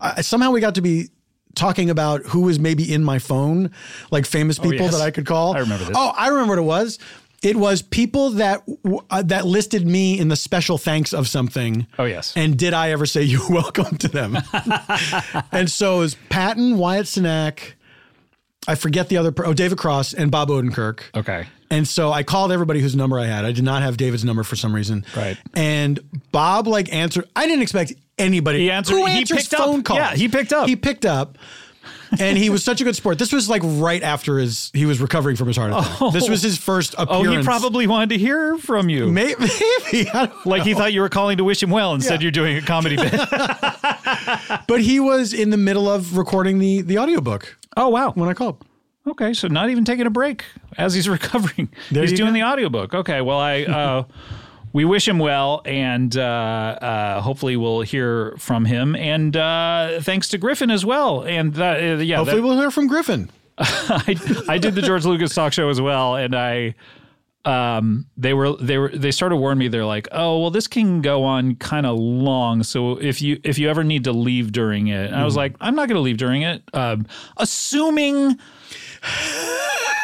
I, somehow we got to be talking about who was maybe in my phone, like famous people Oh, yes. that I could call. I remember this. Oh, I remember what it was. It was people that w- uh, that listed me in the special thanks of something. Oh yes. And did I ever say you're *laughs* welcome to them? *laughs* and so is Patton, Wyatt Sinak, I forget the other, per- oh, David Cross and Bob Odenkirk. Okay. And so I called everybody whose number I had. I did not have David's number for some reason. Right. And Bob like answered. I didn't expect anybody. He answered- Who he answers picked up. phone calls? Yeah, he picked up. He picked up. and he was such a good sport. This was like right after his he was recovering from his heart attack. This *laughs* was his first Oh, appearance. he *laughs* probably wanted to hear from you. May- *laughs* maybe. I don't like he know. thought you were calling to wish him well. Instead, you're doing a comedy *laughs* bit. but he was in the middle of recording the the audiobook oh wow. when I called. Okay, so not even taking a break as he's *laughs* recovering. There he's you doing go. the audiobook. Okay, well, I *laughs* uh, we wish him well, and uh, uh, hopefully we'll hear from him. And uh, thanks to Griffin as well. And that, uh, yeah, Hopefully that- we'll hear from Griffin. I, I did the George Lucas talk show as well, and I um they were they were they started warning me they're like oh well this can go on kind of long so if you if you ever need to leave during it and i Hmm. was like i'm not going to leave during it um assuming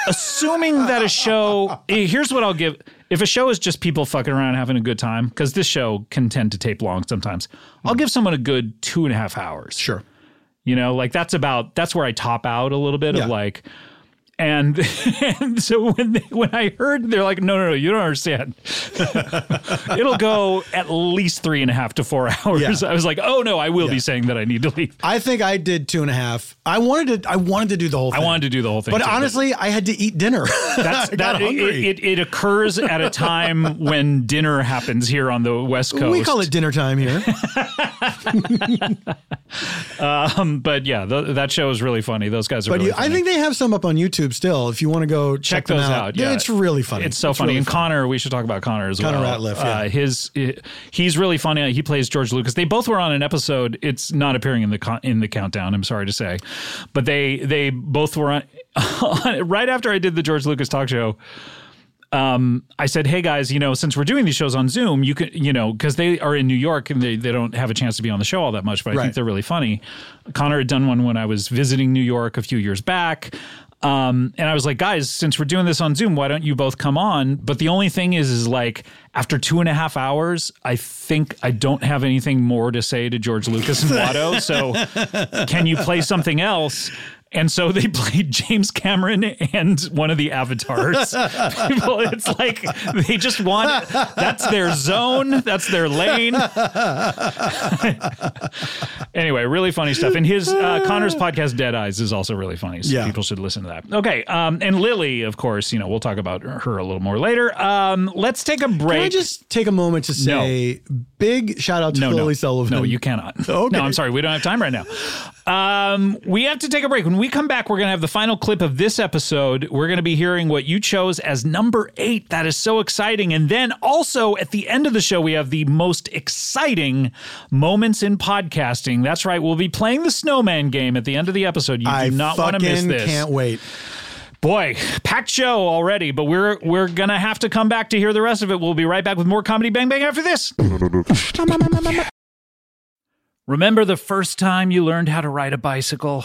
assuming that a show eh, here's what i'll give if a show is just people fucking around and having a good time because this show can tend to tape long sometimes i'll give someone a good two and a half hours Hmm. Sure. you know, like that's about that's where I top out a little bit Yeah. of like and, *laughs* and so when they, when I heard they're like, no, no, no, you don't understand. *laughs* It'll go at least three and a half to four *laughs* hours. Yeah. I was like, oh no, I will be saying that I need to leave. I think I did two and a half. I wanted to I wanted to do the whole I thing. wanted to do the whole thing, But too, *laughs* honestly, I had to eat dinner. *laughs* that's I got that it, hungry. it, it occurs at a time when dinner happens here on the West Coast. We call it dinner *laughs* time here. um, but yeah, th- that show is really funny. Those guys are. But really you, I funny. think they have some up on YouTube still. If you want to go check, check them those out. Yeah, it's really funny. It's so funny. really and Connor, we should talk about Connor as Connor well. Ratliff, uh, yeah. his he- he's really funny. He plays George Lucas. They both were on an episode. It's not appearing in the con- in the countdown. I'm sorry to say, but they they both were on, *laughs* on right after I did the George Lucas talk show um, I said, "Hey guys, you know, since we're doing these shows on Zoom, you can, you know, because they are in New York and they, they don't have a chance to be on the show all that much, but I Right. think they're really funny." Connor had done one when I was visiting New York a few years back, um, and I was like, "Guys, since we're doing this on Zoom, why don't you both come on?" But the only thing is, is like after two and a half hours, I think I don't have *laughs* anything more to say to George Lucas and Watto, so can you play something else? And so they *laughs* played James Cameron and one of the avatars. People, it's like *laughs* they just want that's their zone, that's their lane. *laughs* anyway, really funny stuff. And his uh, Connor's podcast Dead Eyes is also really funny. So Yeah. people should listen to that. Okay, um, and Lily, of course, you know we'll talk about her a little more later. Um, let's take a break. Can I just take a moment to say big shout out to No, no. Lily Sullivan? No, you cannot. *laughs* Okay. No, I'm sorry. We don't have time right now. Um, we have to take a break. When we come back, we're going to have the final clip of this episode. We're going to be hearing what you chose as number eight. That is so exciting. And then also at the end of the show, we have the most exciting moments in podcasting. That's right. We'll be playing the snowman game at the end of the episode. You I do not want to miss fucking this. can't wait. Boy, packed show already, but we're we're gonna have to come back to hear the rest of it. We'll be right back with more comedy bang bang after this. *laughs* Remember the first time you learned how to ride a bicycle?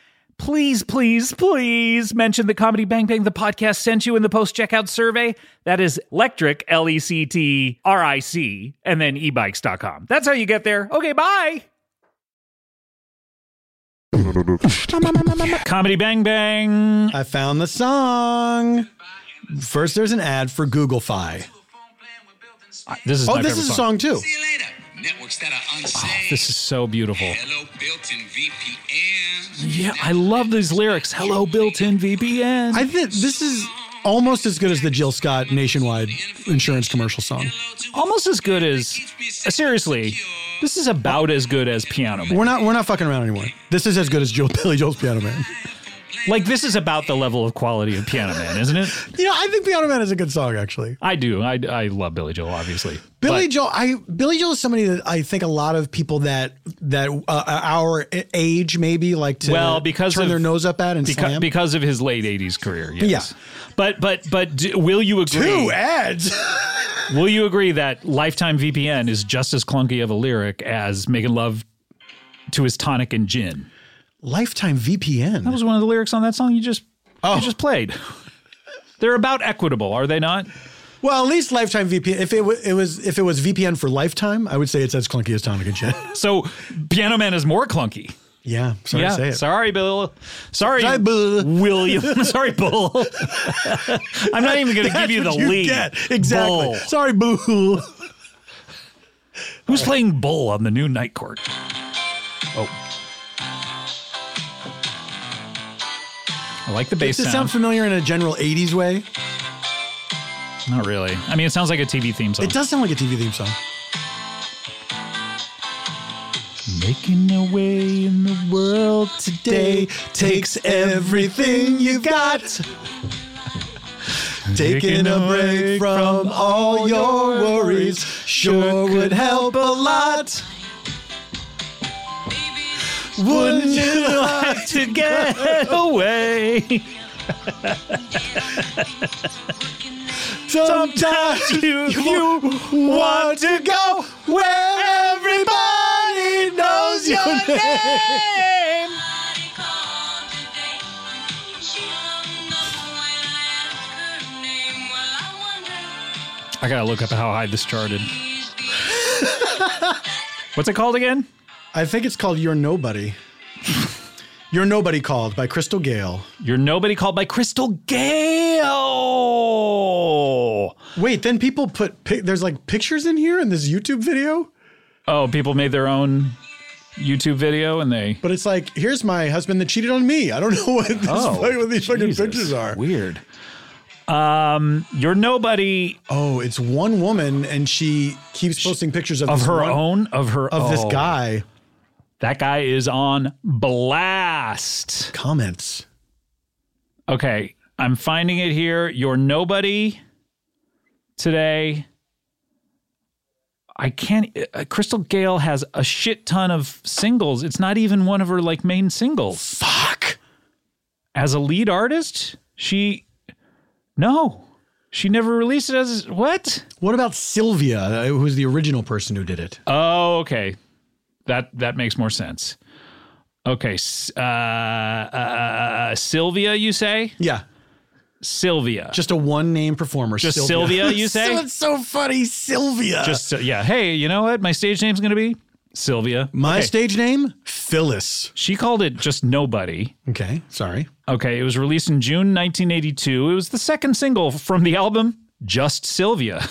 Please, please, please mention the Comedy Bang Bang the podcast sent you in the post checkout survey. That is electric, L E C T R I C, and then e ebikes.com. That's how you get there. Okay, bye. Comedy Bang Bang. I found the song. First, there's an ad for Google Fi. This is oh, my favorite this is a song. song too. Networks that are Oh, unsafe. this is so beautiful. Hello, built-in VPN. Yeah, I love these lyrics. Hello, built in VPN. I think this is almost as good as the Jill Scott nationwide insurance commercial song. Almost as good as. Seriously, this is about as good as Piano Man. We're not we're not fucking around anymore. This is as good as Joe, Billy Joel's Piano Man. Like, this is about the level of quality of Piano Man, isn't it? *laughs* You know, I think Piano Man is a good song actually. I do. I, I love Billy Joel, obviously. Billy Joel, I Billy Joel is somebody that I think a lot of people that that uh, our age maybe like to well because turn of, their nose up at and beca- slam. because of his late '80s career. Yes. But but but d- will you agree? Two ads. *laughs* will you agree that Lifetime VPN is just as clunky of a lyric as Making Love to His Tonic and Gin? Lifetime VPN. That was one of the lyrics on that song you just Oh. you just played. They're about equitable, are they not? Well, at least Lifetime VPN. If it, w- it was if it was VPN for lifetime, I would say it's as clunky as Tonic and Jen. So Piano Man is more clunky. *laughs* Yeah, sorry yeah, to say it. sorry, Bill. Sorry, Sorry, Bill. William. *laughs* sorry, Bull. I'm not even going to *laughs* That's give you the what you lead. get. Exactly. Sorry, Boo. Who's playing Bull on the new Night Court? Oh. I like the bass Does this sound. sound familiar in a general '80s way? Not really. I mean, it sounds like a TV theme song. It does sound like a TV theme song. Making their way in the world today takes everything you've got. Taking a break from all your worries sure would help a lot. Wouldn't you *laughs* like to *laughs* get *laughs* away? Sometimes *laughs* you, want to go *laughs* where everybody knows your name. I gotta look up how high this charted. What's it called again? I think it's called You're *laughs* Nobody. You're Nobody Called by Crystal Gale. You're Nobody Called by Crystal Gale. Wait, then people put pic- there's like pictures in here in this YouTube video? Oh, people made their own YouTube video and they But it's like, here's my husband that cheated on me. I don't know *laughs* what, this, Oh, what these fucking Jesus. pictures are. Weird. Um, you're nobody. Oh, it's one woman, and she keeps posting pictures of of this her one- own of her of this oh. guy. That guy is on blast. Comments. Okay, I'm finding it here. You're nobody today. I can't. Uh, Crystal Gale has a shit ton of singles. It's not even one of her like main singles. Fuck. As a lead artist, she no, she never released it as what? What about Sylvia, uh, who was the original person who did it? Oh, okay. That that makes more sense. Okay, s- uh, uh, uh, Sylvia, you say? Yeah, Sylvia. Just a one name performer. Just Sylvia, *laughs* you say? it's so funny, Sylvia. Just uh, yeah. Hey, you know what? My stage name's gonna be Sylvia. my Okay. stage name, Phyllis. She called it just nobody. Okay, sorry. Okay, it was released in June 1982. It was the second single from the album Just *laughs* Sylvia.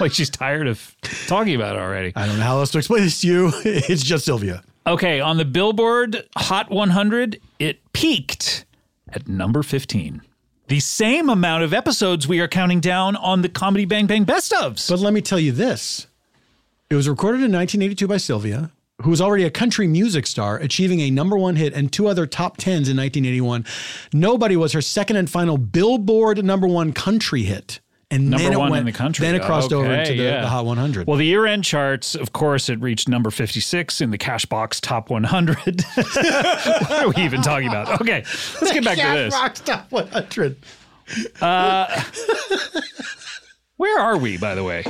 like she's tired of talking about it already. I don't know how else to explain this to you. *laughs* It's just Sylvia. Okay, on the Billboard Hot 100, it peaked at number 15. The same amount of episodes we are counting down on the Comedy Bang Bang Best Ofs. But let me tell you this it was recorded in 1982 by Sylvia, who was already a country music star, achieving a number one hit and two other top tens in 1981. Nobody was her second and final Billboard number one country hit. And Number then it one went, in the country. Then it crossed over Okay, into the, yeah. the Hot 100. Well, the year end charts, of course, it reached number 56 in the Cashbox Top 100. *laughs* what are we even talking about? Okay, let's get back to this. Rock Top 100. Uh, where are we, by the way?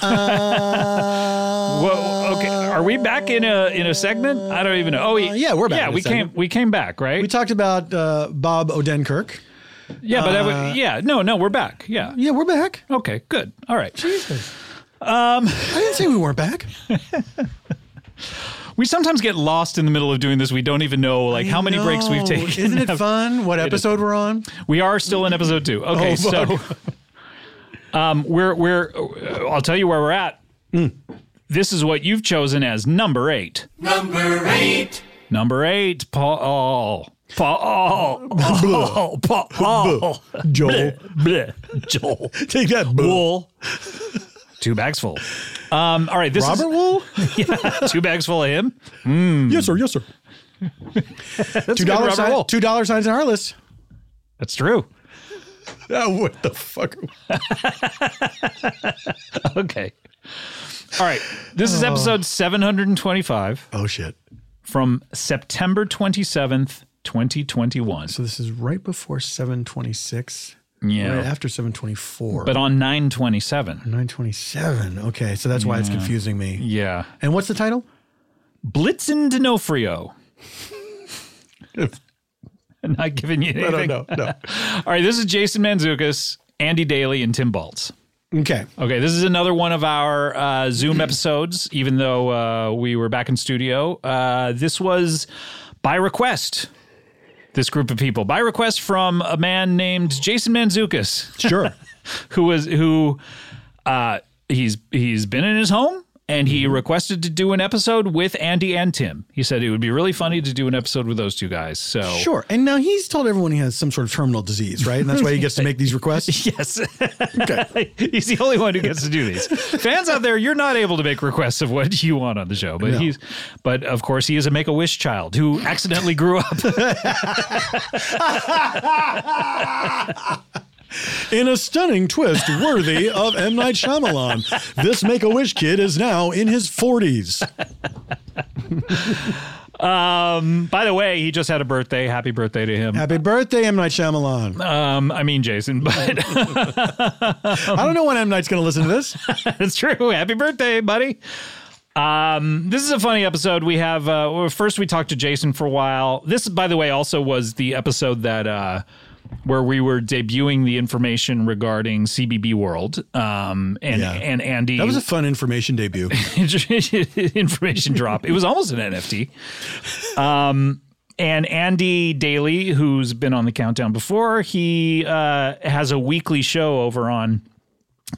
Oh. Whoa, okay, are we back in a in a segment? I don't even know. Oh, we- Uh, yeah, we're back Yeah, in a we came segment. we came back, right? We talked about uh, Bob Odenkirk. yeah, but that uh, was, yeah, no, no, we're back. Yeah, Yeah, we're back. okay, good, all right. Jesus. Um, I didn't say we weren't back. we sometimes get lost in the middle of doing this. We don't even know like how many breaks we've No, taken. Isn't *laughs* it fun? What episode we're on? We are still in episode two. Okay, *laughs* Oh, so *laughs* um, we're we're. uh, I'll tell you where we're at. This is what you've chosen as number eight. Number *laughs* eight. Number eight, *laughs* Paul. Paul. Paul. Paul. *laughs* Joel. Bleh. Joel. *laughs* Take that. Wool. Two bags full. Um, all right. This Robert is, Wool? *laughs* Yeah, two bags full of him. Hmm. Yes, sir. Yes, sir. That's Two good dollar Robert sign, Wool. two dollar signs in our list. That's *laughs* true. what the fuck? *laughs* Okay. All right. This is episode 725 Oh shit! from September 27th, 2021. So this is right before seven twenty six. Yeah. Right after seven twenty four. But on 927. nine twenty seven. Okay, so that's why it's confusing me. Yeah. And what's the title? Blitzen *laughs* D'Onofrio. I'm not giving you anything. I don't know. *laughs* No. All right, this is Jason Manzukis, Andy Daly, and Tim Baltz. Okay. Okay, this is another one of our uh, *clears throat* Zoom episodes, even though uh, we were back in studio. Uh, this was by request, this group of people, by request from a man named Jason Manzukis. Sure. *laughs* who was who uh he's he's been in his home and he Mm-hmm. requested to do an episode with Andy and Tim. He said it would be really funny to do an episode with those two guys. So Sure. And now he's told everyone he has some sort of terminal disease, right? And that's why he gets to make these *laughs* requests. Yes. *laughs* he's the only one who gets to do these. Fans out there, you're not able to make requests of what you want on the show, but No. he's but of course he is a make-a-wish child who accidentally grew up. *laughs* *laughs* In a stunning twist worthy of M. Night Shyamalan, this Make a Wish kid is now in his 40s. um by the way, he just had a birthday. Happy birthday to him. Happy birthday, M. Night Shyamalan. Um I mean Jason, but I don't know when M. Night's going to listen to this. *laughs* It's true. Happy birthday, buddy. Um, this is a funny episode. We have uh, well, first we talked to Jason for a while. This, by the way, also was the episode that uh, where we were debuting the information regarding CBB World. Um, and Yeah. and Andy, That was a fun information *laughs* debut. information drop. It was almost an NFT. Um, and Andy Daly, who's been on the countdown before, he uh, has a weekly show over on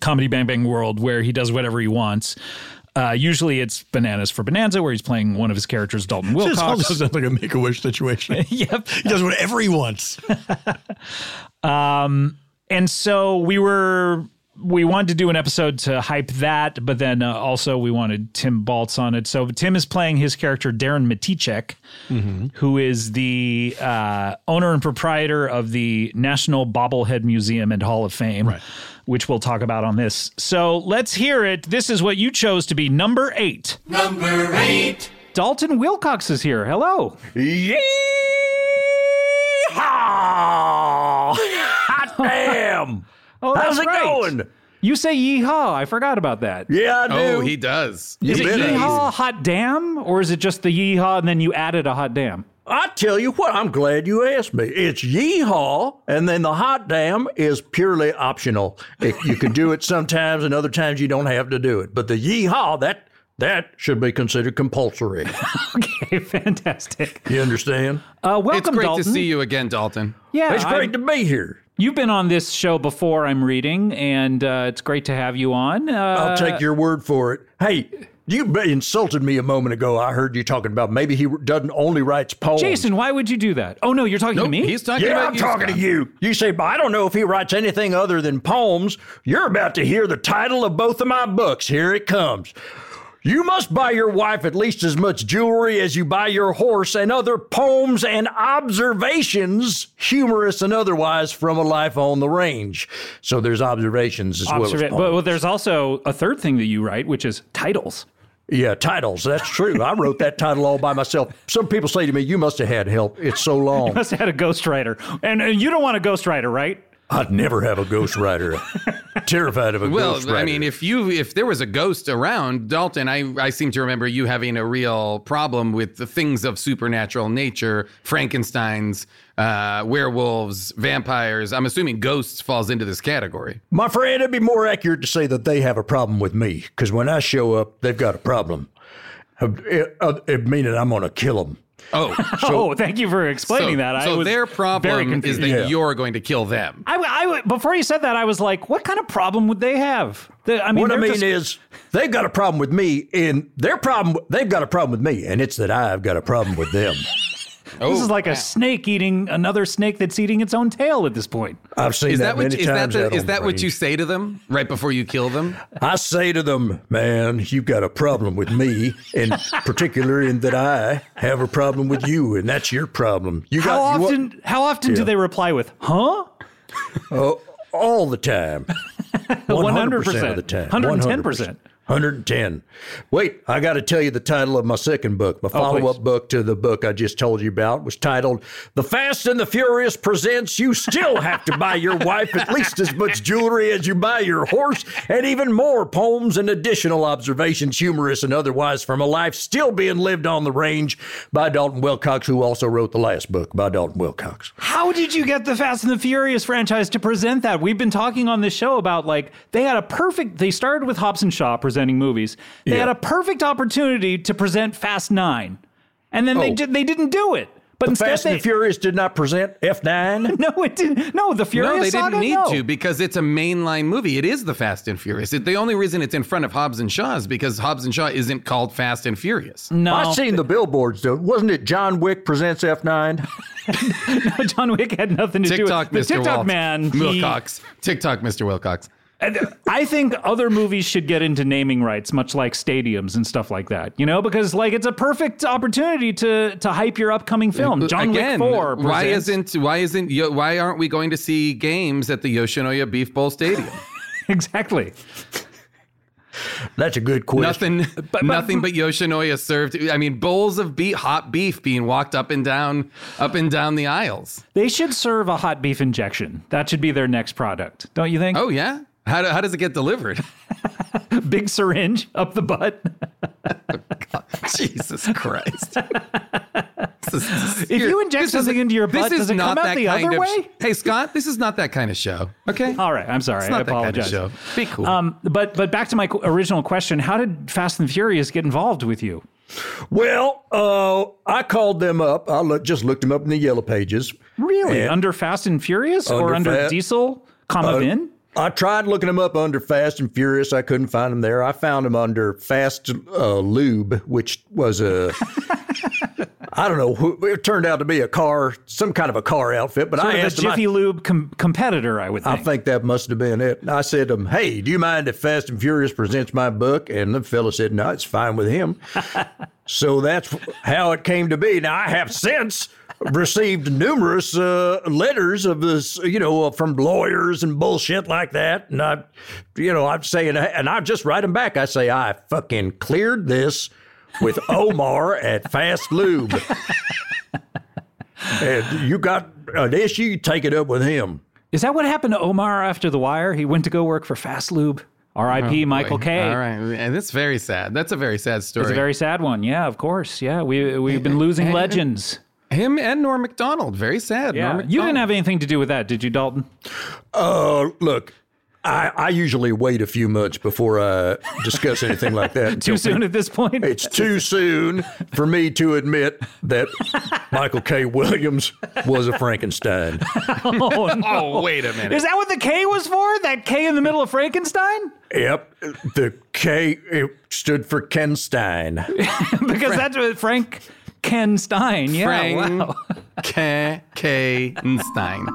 Comedy Bang Bang World where he does whatever he wants. Uh, usually it's Bananas for Bonanza, where he's playing one of his characters, Dalton *laughs* This all Wilcox. sounds like a make a wish situation. *laughs* yep. He does whatever he wants. Um, and so we were we wanted to do an episode to hype that, but then uh, also we wanted Tim Baltz on it. So Tim is playing his character Darren Matichek, who is the uh, owner and proprietor of the National Bobblehead Museum and Hall of Fame, which we'll talk about on this. So let's hear it. This is what you chose to be number eight. Number eight. Dalton Wilcox is here. Hello. Yeehaw! Hot damn! *laughs* Oh, How's that's it right. going? You say yeehaw. I forgot about that. Yeah, I do. Oh, he does. Is it yeehaw hot damn, or is it just the yeehaw and then you added a hot damn? *laughs* I tell you what, I'm glad you asked me. It's yeehaw, and then the hot damn is purely optional. If you can do it sometimes, and other times you don't have to do it. But the yeehaw that that should be considered compulsory. okay, fantastic. You understand? Uh, it's welcome, great Dalton. to see you again, Dalton. Yeah, it's great to be here. You've been on this show before. I'm reading, and uh, it's great to have you on. Uh, I'll take your word for it. Hey, you b- insulted me a moment ago. I heard you talking about maybe he doesn't only writes poems. Jason, why would you do that? Oh no, you're talking to me. yeah, I'm talking to you. You say, but I don't know if he writes anything other than poems. You're about to hear the title of both of my books. Here it comes. You must buy your wife at least as much jewelry as you buy your horse and other poems and observations, humorous and otherwise, from a life on the range. So there's observations as well as Observa- poems. well, well, there's also a third thing that you write, which is titles. Yeah, titles. That's true. I wrote that title all by myself. Some people say to me, "You must have had help. *laughs* It's so long." Must have had a ghostwriter, and, and you don't want a ghostwriter, right? I'd never have *laughs* a ghostwriter. Terrified of a Well, ghostwriter. I mean, if you if there was a ghost around, Dalton, I I seem to remember you having a real problem with the things of supernatural nature, Frankenstein's, uh, werewolves, vampires. I'm assuming ghosts falls into this category. my friend, it'd be more accurate to say that they have a problem with me because when I show up, they've got a problem. It, it, it meaning I'm going to kill them. *laughs* Oh, *laughs* oh, thank you for explaining so, that. I so was their very problem is confused. that you're going to kill them. I, w- I w- before you said that, I was like, what kind of problem would they have? The- I mean, what I they're mean just- is, they've got a problem with me, and their problem, they've got a problem with me, and it's that I've got a problem with them. this Oh, is like a snake eating another snake that's eating its own tail at this point. I've seen Is that that, what many is that times. the, out is on that the what range. you say to them *laughs* right before you kill them? I say to them, man, you've got a problem with me, in particular, in that I have a problem with you, and that's your problem. You How got you want- often? how often do Yeah. they reply with "Huh"? Oh, all the time. 100% of the time. 110%. 110. Wait, I got to tell you the title of my second book. My follow up book to the book I just told you about was titled The Fast and the Furious Presents You Still Have to Buy Your Wife at Least as Much Jewelry as You Buy Your Horse, and even more poems and additional observations, humorous and otherwise, from a life still being lived on the range by Dalton Wilcox, who also wrote the last book by Dalton Wilcox. How did you get the Fast and the Furious franchise to present that? We've been talking on this show about like they had a perfect. They started with Hobbs and Shaw presenting movies. They had a perfect opportunity to present Fast Nine, and then they Oh. did. They didn't do it. But the instead, Fast they, and the Furious did not present *laughs* F9. No, it didn't. No, the Furious. no, they saga? didn't need No. to because it's a mainline movie. It is the Fast and Furious. It, the only reason it's in front of Hobbs and Shaw is because Hobbs and Shaw isn't called Fast and Furious. I've seen the billboards though. Wasn't it John Wick *laughs* presents F9? no, John Wick had nothing to TikTok, do Mr. with the TikTok Walt- man. he- Wilcox. TikTok, Mr. Wilcox. And I think other movies should get into naming rights, much like stadiums and stuff like that. You know, because like it's a perfect opportunity to to hype your upcoming film. John Uh, Again, Wick Four. why presents- isn't why isn't yo- why aren't we going to see games at the Yoshinoya Beef Bowl Stadium? *laughs* exactly. That's a good question. Nothing, nothing but Yoshinoya served. I mean, bowls of beef, hot beef being walked up and down, up and down the aisles. They should serve a hot beef injection. That should be their next product, don't you think? Oh yeah. How, do- how does it get delivered? *laughs* Big *laughs* syringe up the butt. Jesus Christ. this is, *laughs* If you inject something into your butt, does it come out the other kind of, way? Hey, Scott, this is not that kind of show. Okay. All right. I'm sorry. It's not I that kind of apologize. show. Be cool. Um, but but back to my qu- original question: How did Fast and Furious get involved with you? Well, uh, I called them up. I look, just looked them up in the yellow pages. Really? And- under Fast and Furious or Under under Fa- Diesel, comma Uh, Vin? I tried looking them up under Fast and Furious. I couldn't find them there. I found them under Fast uh, Lube, which was a. *laughs* I don't know. who- It turned out to be a car, some kind of a car outfit. But Sort I of a asked them, I- Jiffy Lube com- competitor, I would I think. think that must have been it. And I said to him, Hey, do you mind if Fast and Furious presents my book? And the fella said, No, it's fine with him. so that's how it came to be. Now, I have since received numerous uh, letters of this, you know, uh, from lawyers and bullshit like that. And I, you know, I'm saying, and I just write them back. I say, I fucking cleared this with Omar at Fast Lube. and you got an issue, you take it up with him. Is that what happened to Omar after The Wire? He went to go work for Fast Lube. R.I.P. Oh, Michael boy. K. All right. And it's very sad. That's a very sad story. It's a very sad one. Yeah, of course. Yeah, we we've been losing and- legends. Him and Norm Macdonald. Very sad. Yeah. Norm you didn't have anything to do with that, did you, Dalton? Uh, look, I, I usually wait a few months before I discuss anything *laughs* like that. Too until soon peop- at this *laughs* point. It's *laughs* too soon for me to admit that Michael K. Williams was a Frankenstein. *laughs* oh, no. *laughs* Oh, wait a minute. Is that what the K was for? That K in the middle of Frankenstein? Yep, the K it stood for Kenstein. *laughs* because that's what Frank Ken Stein. Yeah. Frank Wow. K. K. Stein.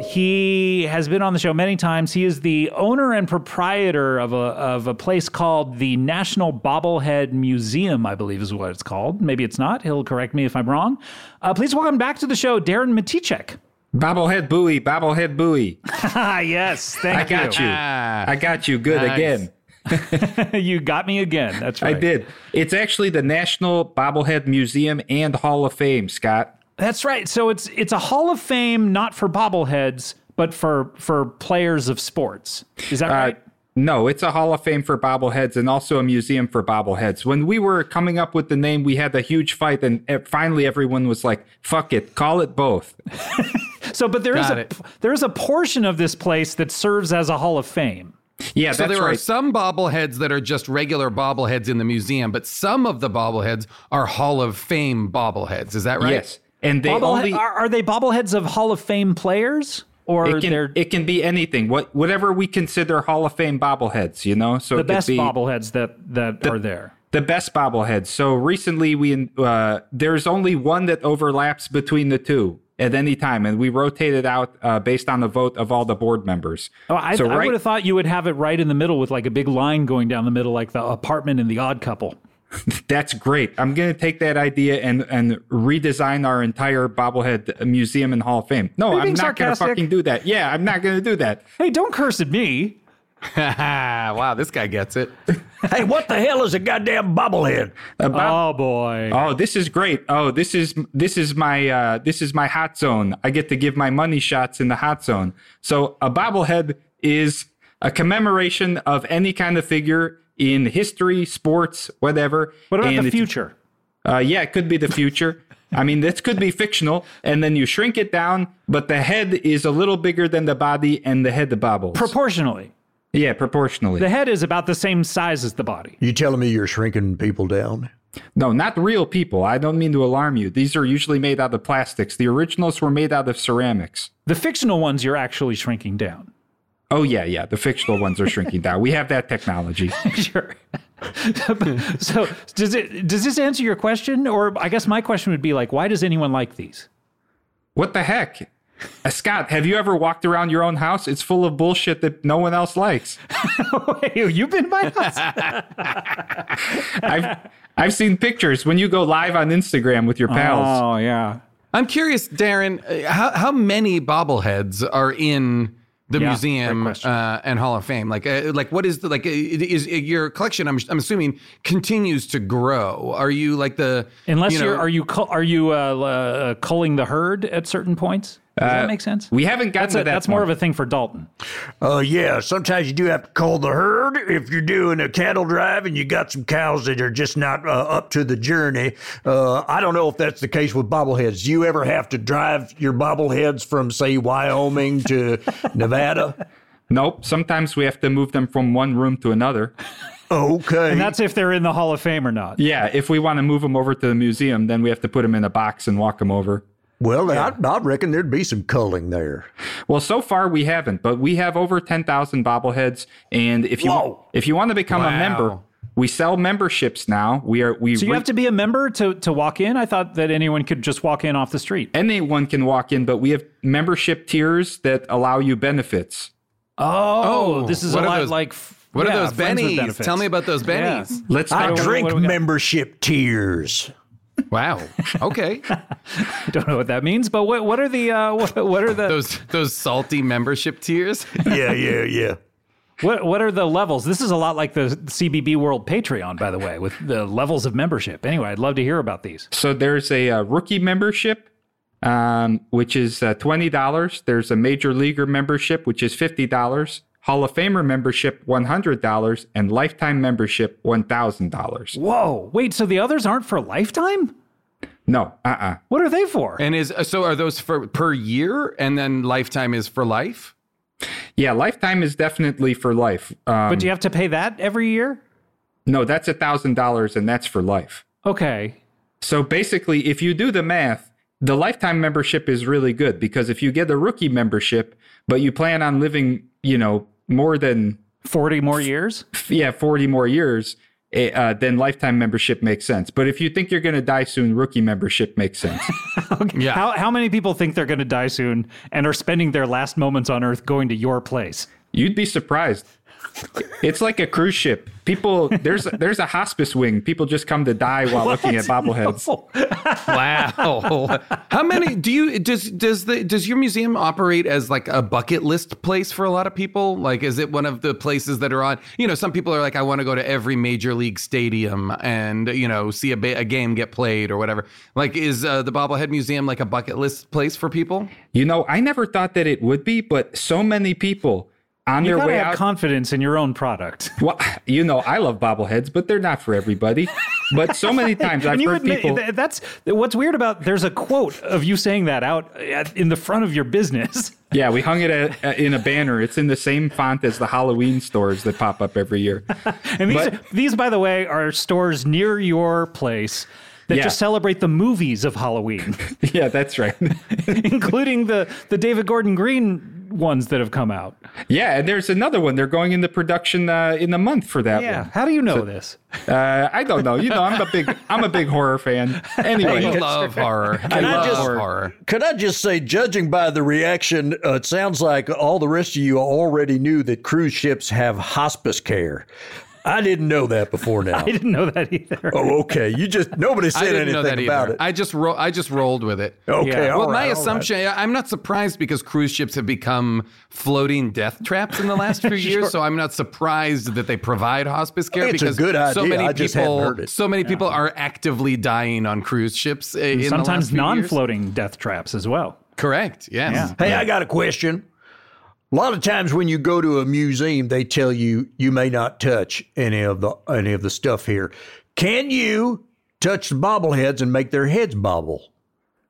He has been on the show many times. He is the owner and proprietor of a of a place called the National Bobblehead Museum, I believe is what it's called. Maybe it's not. He'll correct me if I'm wrong. Uh, please welcome back to the show, Darren Matichek. Bobblehead buoy, bobblehead buoy. *laughs* yes, thank I got you. you. I got you. Good Nice. again. *laughs* you got me again. That's right. I did. It's actually the National Bobblehead Museum and Hall of Fame, Scott. That's right. So it's it's a Hall of Fame not for bobbleheads, but for for players of sports. Is that right? Uh, No, it's a Hall of Fame for bobbleheads and also a museum for bobbleheads. When we were coming up with the name, we had a huge fight, and eh, finally everyone was like, fuck it, call it both. So, but there is Got a it. there is a portion of this place that serves as a Hall of Fame. Yeah, so there are some bobbleheads that are just regular bobbleheads in the museum, but some of the bobbleheads are Hall of Fame bobbleheads. Is that right? Yes. And they Bobblehead- only. are, are they bobbleheads of Hall of Fame players, or it they're can, it can be anything. What whatever we consider Hall of Fame bobbleheads, you know. So the it could best be, bobbleheads that that are there? the best bobbleheads. So recently, we uh, there's only one that overlaps between the two at any time, and we rotate it out uh, based on the vote of all the board members. Oh, I, so I right, would have thought you would have it right in the middle with like a big line going down the middle, like the apartment in The Odd Couple. *laughs* that's great. I'm gonna take that idea and and redesign our entire bobblehead museum and Hall of Fame. Are No, you I'm being not sarcastic? gonna fucking do that. Yeah, I'm not gonna do that. *laughs* Hey, don't curse at me. *laughs* wow, this guy gets *laughs* it. hey, what the hell is a goddamn bobblehead? A bob- oh boy. Oh, this is great. Oh, this is this is my uh, this is my hot zone. I get to give my money shots in the hot zone. So a bobblehead is a commemoration of any kind of figure in history, sports, whatever. What about And the it's- future? Uh, yeah, it could be the future. I mean, this could be fictional, and then you shrink it down, but the head is a little bigger than the body, and the head bobbles. Proportionally, yeah, proportionally. the head is about the same size as the body. You telling me you're shrinking people down? No, not real people. I don't mean to alarm you. These are usually made out of plastics. The originals were made out of ceramics. The fictional ones you're actually shrinking down. Oh yeah, yeah. The fictional ones are shrinking down. We have that technology. *laughs* sure. *laughs* so does it does this answer your question? Or I guess my question would be like, why does anyone like these? What the heck? Uh, Scott, have you ever walked around your own house? It's full of bullshit that no one else likes. *laughs* Wait, you've been in my house? I've I've seen pictures when you go live on Instagram with your pals. Oh yeah. I'm curious, Darren, uh, how, how many bobbleheads are in the Yeah, museum uh, and Hall of Fame? Like, uh, like what is the like? Uh, is, is your collection? I'm, I'm assuming continues to grow. Are you like the Unless you you know, are are you cull- are you uh, uh, culling the herd at certain points? Does that make sense? We haven't gotten that's to a- that That's more point. of a thing for Dalton. Uh, yeah, sometimes you do have to call the herd if you're doing a cattle drive and you got some cows that are just not uh, up to the journey. Uh, I don't know if that's the case with bobbleheads. Do you ever have to drive your bobbleheads from, say, *laughs* Wyoming to Nevada? Nope. Sometimes we have to move them from one room to another. Okay. And that's if they're in the Hall of Fame or not. Yeah, if we want to move them over to the museum, then we have to put them in a box and walk them over. Well, I, I reckon there'd be some culling there. Well, so far we haven't, but we have over 10,000 bobbleheads and if you if you want to become a Wow. member, we sell memberships now. We are we So you re- have to be a member to, to walk in? I thought that anyone *laughs* could just walk in off the street. anyone can walk in, but we have membership tiers that allow you benefits. Oh, Oh, this is a what are lot those- like. f- what are yeah, those friends with bennies? benefits. Tell me about those Yeah. bennies. Let's I talk- drink what do we got? membership tears. Wow. Okay. *laughs* I don't know what that means, but what what are the uh, *laughs* what, what are the those those salty membership tiers? yeah, yeah, yeah. What what are the levels? This is a lot like the CBB World Patreon, by the way, with the levels of membership. Anyway, I'd love to hear about these. So there's a, uh rookie membership, um, which is uh, twenty dollars. There's a major leaguer membership, which is fifty dollars. Hall of Famer membership, one hundred dollars, and lifetime membership, one thousand dollars. Whoa! Wait, so the others aren't for lifetime? No, uh-uh. What are they for? And is uh, so are those for per year and then lifetime is for life? Yeah, lifetime is definitely for life. Um, but do you have to pay that every year? no, that's a thousand dollars, and that's for life. Okay. So basically, if you do the math, the lifetime membership is really good because if you get a rookie membership, but you plan on living, you know, more than 40 more years? f- yeah, 40 more years, eh, uh, then lifetime membership makes sense. But if you think you're going to die soon, rookie membership makes sense. *laughs* Yeah. How how many people think they're going to die soon and are spending their last moments on Earth going to your place? You'd be surprised. *laughs* It's like a cruise ship. People, there's there's a hospice wing. People just come to die while looking at *laughs* bobbleheads. *laughs* Wow. Oh. How many do you does does the does your museum operate as like a bucket list place for a lot of people? Like is it one of the places that are on, you know, some people are like I want to go to every major league stadium and, you know, see a, ba- a game get played or whatever. Like is uh, the Bobblehead Museum like a bucket list place for people? You know, I never thought that it would be, but so many people on You their gotta way have out. confidence in your own product. *laughs* well, you know, I love bobbleheads, but they're not for everybody. But *laughs* so many times I've And you heard admit- people. th- that's what's weird about there's a quote of you saying that out at, in the front of your business. *laughs* Yeah, we hung it a, a, in a banner. It's in the same font as the Halloween stores that pop up *laughs* every year. And these, these, by the way, are stores near your place that Yeah. just celebrate the movies of Halloween, *laughs* yeah, that's right. *laughs* including the the David Gordon Green ones that have come out. Yeah, and there's another one. They're going into production uh, in a month for that Yeah. one. How do you know this? Uh, I don't know. You know, I'm a big I'm *laughs* a big horror fan. Anyway, I *laughs* love horror. I, I love just- horror. Could I just say, judging by the reaction, uh, it sounds like all the rest of you already knew that cruise ships have hospice care. I didn't know that *laughs* before now. I didn't know that either. oh, okay. You just nobody I said didn't know that anything about either. it. I just ro- I just rolled with it. Okay, Yeah. all Well, my right, all assumption. I'm not surprised because cruise ships have become floating death traps in the last *laughs* few years. So I'm not surprised that they provide hospice care. It's a because good So idea, many I people. just hadn't heard it. So many people are actively dying on cruise ships. uh, In And the last sometimes few years. non-floating death traps as well. Correct. Yes. Hey, I got a question. A lot of times when you go to a museum, they tell you you may not touch any of the any of the stuff here. Can you touch the bobbleheads and make their heads bobble?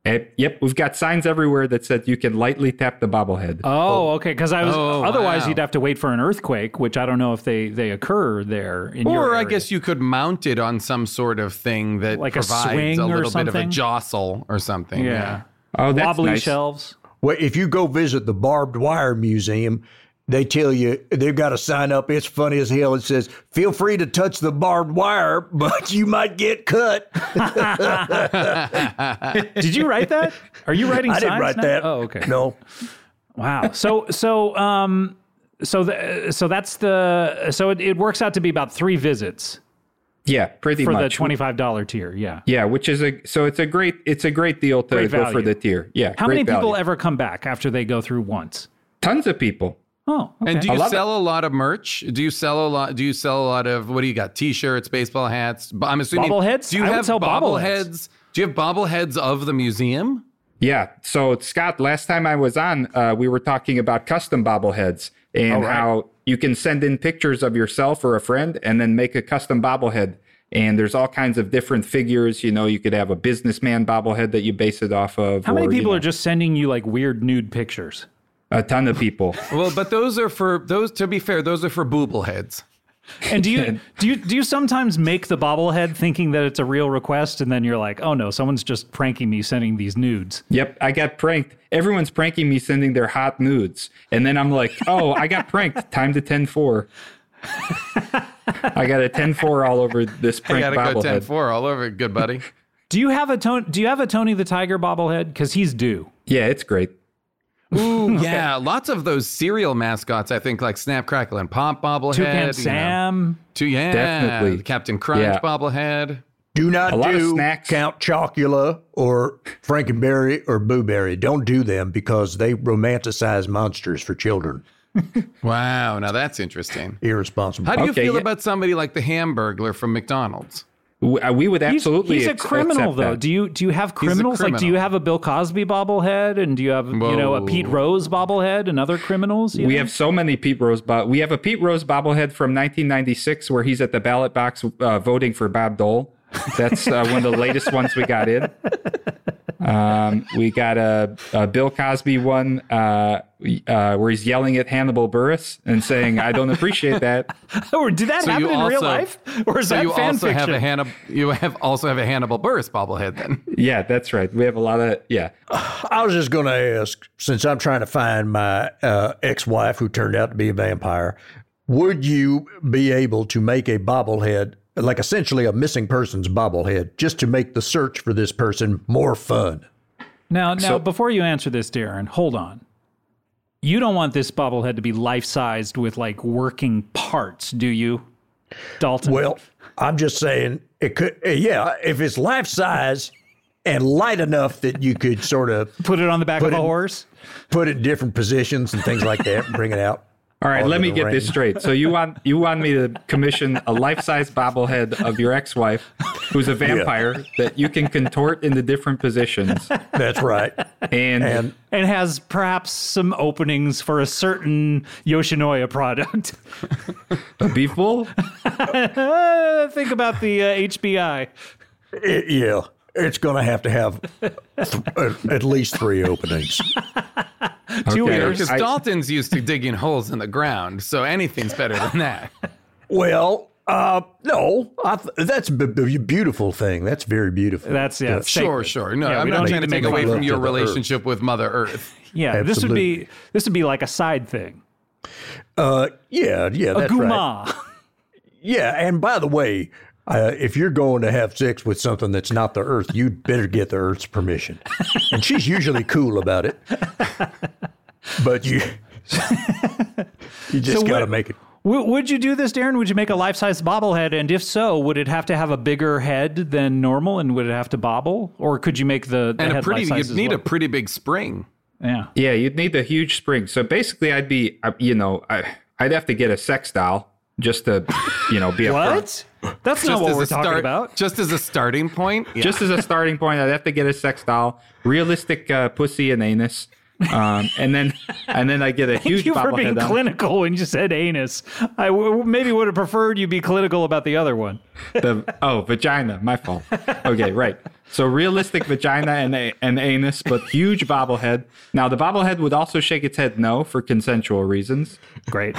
Eh, yep, we've got signs everywhere that said you can lightly tap the bobblehead. Oh, okay. Because I was Oh, otherwise wow. you'd have to wait for an earthquake, which I don't know if they they occur there. In your Or I area. guess you could mount it on some sort of thing that Like a provides swing or little bit of a something? jostle or something. yeah. Oh, that's wobbly nice. shelves. Well, if you go visit the barbed wire museum, they tell you they've got a sign up. It's funny as hell. It says, "Feel free to touch the barbed wire, *laughs* but you might *laughs* get cut." *laughs* *laughs* Did you write that? Are you writing? I didn't signs write now? that. Oh, okay. No, Wow. So so um so the, so that's the so it, it works out to be about three visits Yeah, pretty for much. the twenty five dollar tier. Yeah. Yeah, which is a so it's a great it's a great deal to Great go for value. the tier. Yeah, How great many people value. ever come back after they go through once? Tons of people. Oh, okay. And do I you love sell a lot of merch? Do you sell a lot? Do you sell a lot of what do you got? T-shirts, baseball hats. Bo- I'm assuming Bobbleheads? Do you I would have sell bobbleheads? bobbleheads. Do you have bobbleheads of the museum? Yeah. So Scott, last time I was on, uh, we were talking about custom bobbleheads and right. how you can send in pictures of yourself or a friend and then make a custom bobblehead. And there's all kinds of different figures. You know, you could have a businessman bobblehead that you base it off of. How many or, you people know, are just sending you like weird nude pictures? A ton of people. Well, but those are for those. To be fair, those are for boobleheads. And do *laughs* you do you do you sometimes make the bobblehead thinking that it's a real request, and then you're like, oh no, someone's just pranking me sending these nudes. Yep, I got pranked. Everyone's pranking me sending their hot nudes. And then *laughs* I'm like, oh, I got pranked. Time to 10 4. *laughs* I got a 10 4 all over this I prank gotta go 10 bobblehead. 4 all over it, good buddy. Do you have a Tony? Do you have a Tony the Tiger bobblehead? Because he's due. Yeah, it's great. *laughs* Ooh, yeah. Lots of those cereal mascots, I think, like Snap, Crackle, and Pop bobblehead. Toucan you know. Sam. Two, yeah. Definitely. Captain Crunch Yeah. bobblehead. Do not A lot of do snacks. Count Chocula or Frankenberry or Booberry. Don't do them because they romanticize monsters for children. Wow, now that's interesting. Irresponsible. How do you Okay, feel yeah. about somebody like the Hamburglar from McDonald's? We, would He's- He's, a criminal though. Do you do you have He's a criminals? Like, do criminal. you have a Bill Cosby bobblehead, and do you have you know a Whoa. Pete Rose bobblehead, and other criminals? you We know? have so many Pete Rose, but we have a Pete Rose bobblehead from 1996 where he's at the ballot box uh, voting for Bob Dole. That's uh, one of the *laughs* latest ones we got in. Um, we got a, a Bill Cosby one uh, uh, where he's yelling at Hannibal Burris and saying, "I don't appreciate that." *laughs* or did that So happen you in real also- life, or is so that you fan also fiction? have a Hannibal? You have also have a Hannibal Burris bobblehead then. Yeah, that's right. We have a lot of yeah. I was just going to ask, since I'm trying to find my uh, ex-wife who turned out to be a vampire, would you be able to make a bobblehead, like essentially a missing person's bobblehead, just to make the search for this person more fun? Now, now, So- before you answer this, Darren, hold on. You don't want this bobblehead to be life sized with like working parts, do you, Dalton? Well, I'm just saying it could. uh, Yeah, if it's life size and light enough that you could sort of put it on the back of a horse, put it in different positions and things like that, and bring *laughs* it out. All right, onto let me the get this ring. straight. So you want you want me to commission a life-size bobblehead of your ex-wife, who's a vampire that you can contort into different positions. That's right. And, and has perhaps some openings for a certain Yoshinoya product. *laughs* a beef bowl? Think about the uh, HBI. It- yeah, it's going to have to have th- at- at least three openings. *laughs* Two ears. Because Dalton's used to digging holes in the ground, so anything's better than that. Well, uh, no, I th- that's a b- b- beautiful thing. That's very *laughs* beautiful. That's yeah. sure, sacred. sure. No, Yeah, I'm we not don't trying need to to take make away love from to your the relationship with Mother Earth. Yeah, this would be this would be like a side thing. Uh, yeah, yeah, a that's right. guma. Yeah, and by the way, uh, if you're going to have sex with something that's not the Earth, you'd better get the Earth's permission. And she's usually cool about it. But you, *laughs* you just So got to what- make it. W- would you do this, Darren? Would you make a life size bobblehead? And if so, would it have to have a bigger head than normal, and would it have to bobble, or could you make the, the And a head pretty, life-size you'd as need a well? pretty big spring. Yeah. Yeah, you'd need a huge spring. So basically, I'd be, uh, you know, I, I'd have to get a sex doll just to, you know, be a What? That's Just not what as we're a talking start- about. Just as a starting point. Yeah. Just as a starting point, I'd have to get a sex doll, realistic uh, pussy and anus, um, and then and then I get a huge Thank *laughs* you for bobblehead being on. clinical when you said anus. I w- maybe would have preferred you be clinical about the other one. the oh vagina my fault okay right so realistic vagina and a, and anus but huge bobblehead now the bobblehead would also shake its head no for consensual reasons great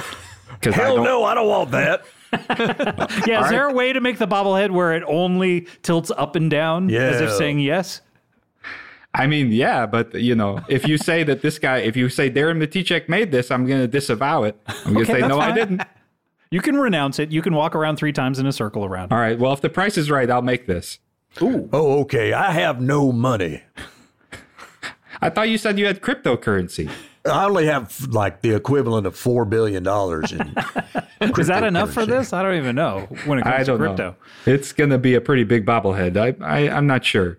because Hell no, I don't want *laughs* that. *laughs* Yeah, All is right. there a way to make the bobblehead where it only tilts up and down as if Yeah. saying yes? i mean yeah but you know if you say that this guy if you say darren matichek made this i'm gonna disavow it i'm gonna Okay, say that's no i fine. *laughs* didn't You can renounce it. You can walk around three times in a circle around. all right well if the price is right i'll make this Ooh. Oh, okay. I have no money. I thought you said you had cryptocurrency. I only have like the equivalent of four billion dollars in. *laughs* Is that enough for this? I don't even know oh, when it comes i don't to crypto. know it's gonna be a pretty big bobblehead i, I i'm not sure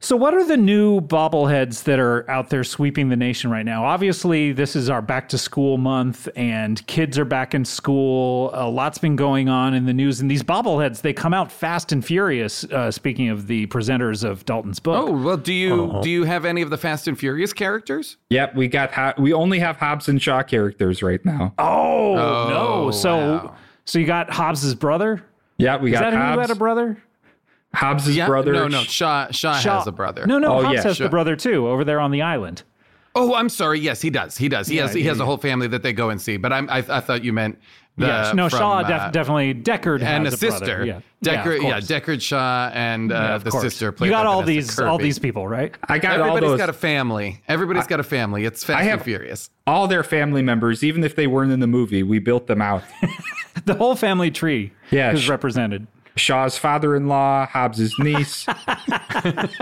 So, what are the new bobbleheads that are out there sweeping the nation right now? Obviously, this is our back to school month, and kids are back in school. A lot's been going on in the news, and these bobbleheads they come out fast and furious. Uh, speaking of the presenters of Dalton's book, oh well, do you Uh-huh. Uh-huh. do you have any of the Fast and Furious characters? Yep, we got ha- we only have Hobbs and Shaw characters right now. Oh, no! So, so you got Hobbs's brother. Yeah, we is got that who Hobbs. you had a brother? Hobbs's Yeah, brother. Oh, No, no, Shaw, Shaw Shaw- has a brother. No, no, Hobbs has Shaw- the brother too over there on the island. Oh, I'm sorry. Yes, he does. He does. He Yeah, has he yeah, has yeah. a whole family that they go and see. But I'm, I I thought you meant the yes, no, from, Shaw uh, def- definitely Deckard and a has sister. brother. Yeah, Deckard, yeah, yeah, of course. Deckard Shaw and uh, Yeah, of the course. sister. You Played got by all Vanessa these all Kirby. these people, right? I got all Everybody's those. got a family. Everybody's got a family. It's Fast I have and Furious. all their family members, even if they weren't in the movie. We built them out. *laughs* the whole family tree. Yeah, is sh- represented. Shaw's father-in-law, Hobbs's niece. *laughs*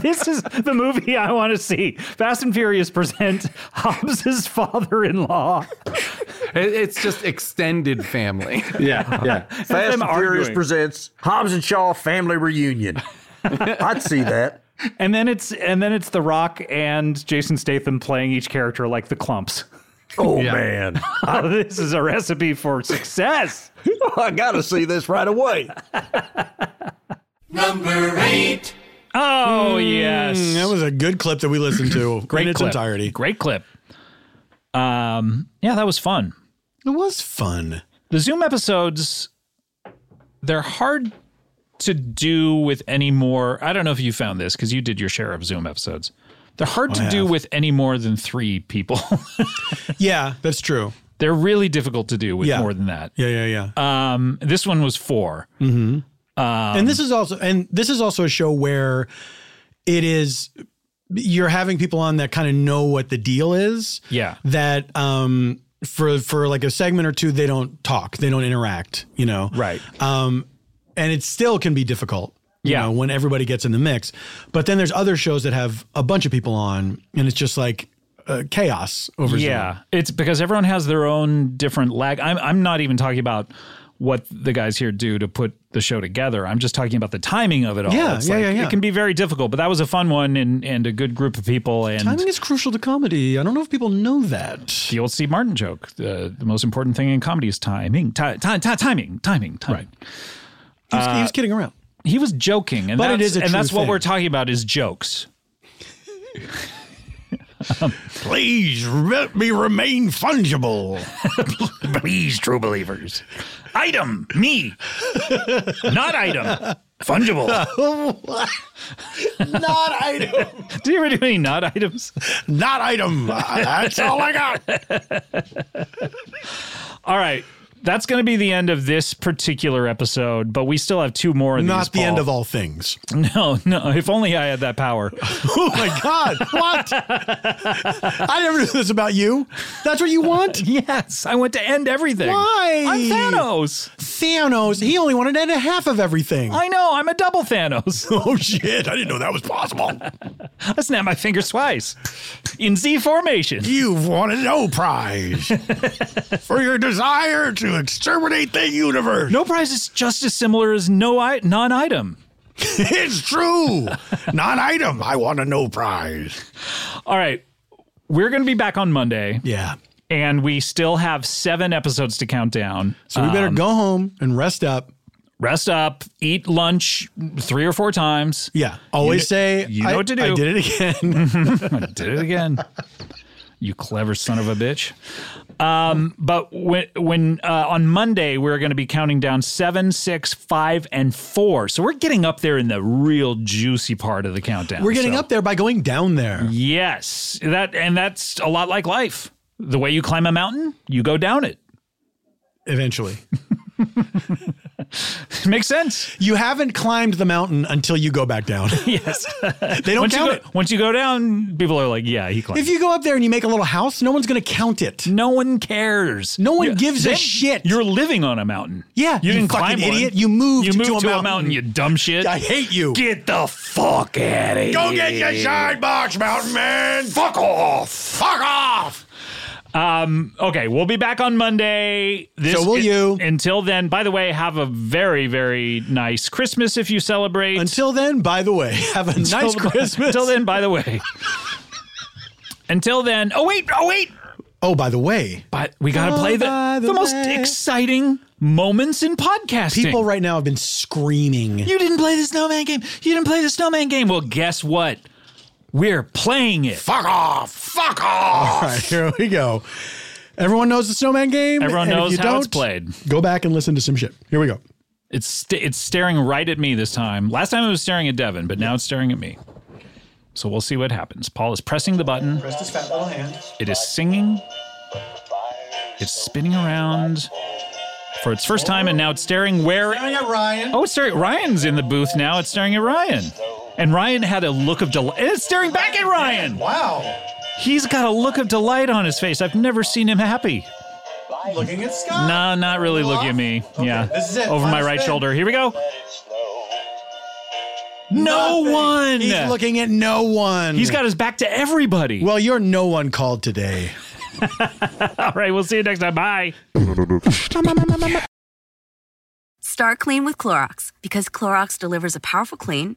this is the movie I want to see. Fast and Furious present *laughs* Hobbs's father-in-law. It- It's just extended *laughs* family. yeah, yeah. Fast and Furious arguing. presents Hobbs and Shaw Family Reunion. *laughs* I'd see that. And then it's and then it's The Rock and Jason Statham playing each character like the clumps. Oh *laughs* man, this is a recipe for success. *laughs* I gotta see this right away. Number eight. Oh yes, Hmm, that was a good clip that we listened *laughs* to Great in its clip. entirety. Great clip. Um, yeah, that was fun. It was fun. The Zoom episodes, they're hard to do with any more. I don't know if you found this because you did your share of Zoom episodes. They're hard to Oh, I do have. with any more than three people. *laughs* Yeah, that's true. they're really difficult to do with Yeah. more than that. Yeah, yeah, yeah. Um, this one was four. Mm-hmm. Um, and this is also and this is also a show where it is you're having people on that kind of know what the deal is. yeah. that um for for like a segment or two they don't talk they don't interact you know right um and it still can be difficult you Yeah. know when everybody gets in the mix but then there's other shows that have a bunch of people on and it's just like uh, chaos over yeah, Zoom. it's because everyone has their own different lag. I'm I'm not even talking about what the guys here do to put the show together. I'm just talking about the timing of it all. Yeah, It's yeah, like, yeah, yeah. It can be very difficult, but that was a fun one and and a good group of people and timing is crucial to comedy i don't know if people know that the old Steve Martin joke. *laughs* uh, The, the most important thing in comedy is timing. Ti- ti- ti- timing, timing, timing. he was, he Uh, was kidding around He was joking, and But it that's, is a and true that's what thing. we're talking about is jokes. please let me remain fungible *laughs* Please, true believers. Item, me. Not item. Fungible. *laughs* not item *laughs* Do you ever do any not items? not item that's all i got *laughs* All right. That's going to be the end of this particular episode, but we still have two more of these. not the end Paul. of all things *laughs* No, no. If only I had that *laughs* power. Oh my God! What? I never knew this about you. That's what you *laughs* want? yes, I want to end everything. Why? I'm Thanos. Thanos. He only wanted to end a half of everything. I know. I'm a double Thanos. *laughs* oh *laughs* shit! I didn't know that was possible. *laughs* I snap my fingers twice in Z formation. You've won a no *laughs* prize for your desire to exterminate the universe. No prize is just as similar as no I- non-item. *laughs* It's true. Non-item. I want a no prize. All right, we're going to be back on Monday, Yeah. and we still have seven episodes to count down. So we better Um, go home and rest up. rest up, eat lunch three or four times. Yeah. Always say you know I, what to do. I did it again. *laughs* I did it again. You clever son of a bitch. Um, but when when uh, on Monday we're going to be counting down seven, six, five, and four. So we're getting up there in the real juicy part of the countdown. We're getting So- up there by going down there. Yes, that and that's a lot like life. The way you climb a mountain, you go down it. *laughs* Eventually. Makes sense. You haven't climbed the mountain until you go *laughs* back down. Yes. They don't once count you go, it. Once you go down, people are like, "Yeah, he climbed." If you go up there and you make a little house, no one's going to count it. no one cares. No one You- gives a then shit. You're living on a mountain. Yeah, you, you didn't fucking climb one. idiot. You moved you to moved a to, a, mountain. mountain. You dumb shit. I hate you. Get the fuck out of here. Go get your shine box, mountain man. Fuck off. Fuck off. Um, okay, we'll be back on Monday. So will i- you. Until then, by the way, have a very, very nice Christmas if you celebrate. Until then, by the way, have a Until- *laughs* nice Christmas. Until then, by the way. until then, oh wait, oh wait. Oh, by the way, but we gotta Oh, play by the, the the most way. exciting moments in podcasting. people right now have been screaming. You didn't play the snowman game. You didn't play the snowman game. Well, guess what? We're playing it. Fuck off! Fuck off! All right, here we go. Everyone knows the snowman game. Everyone and if knows you how don't, it's played. Go back and listen to some shit. Here we go. It's st- it's staring right at me this time. Last time it was staring at Devin, but now it's staring at me. So we'll see what happens. Paul is pressing the button. Press this fat little hand. It is singing. It's spinning around for its first time, and now it's staring where? Staring at Ryan. Oh, it's staring. Ryan's in the booth now. It's staring at Ryan, and Ryan had a look of delight. It's staring back at Ryan. Wow. He's got a look of delight on his face. I've never seen him happy. Looking at Scott. No, not really. Look at me. Yeah. this is it. Over my Final right spin. shoulder. Here we go. No one. He's looking at no one. He's got his back to everybody. Well, you're no one called today. *laughs* All right. We'll see you next time. Bye. Start clean with Clorox because Clorox delivers a powerful clean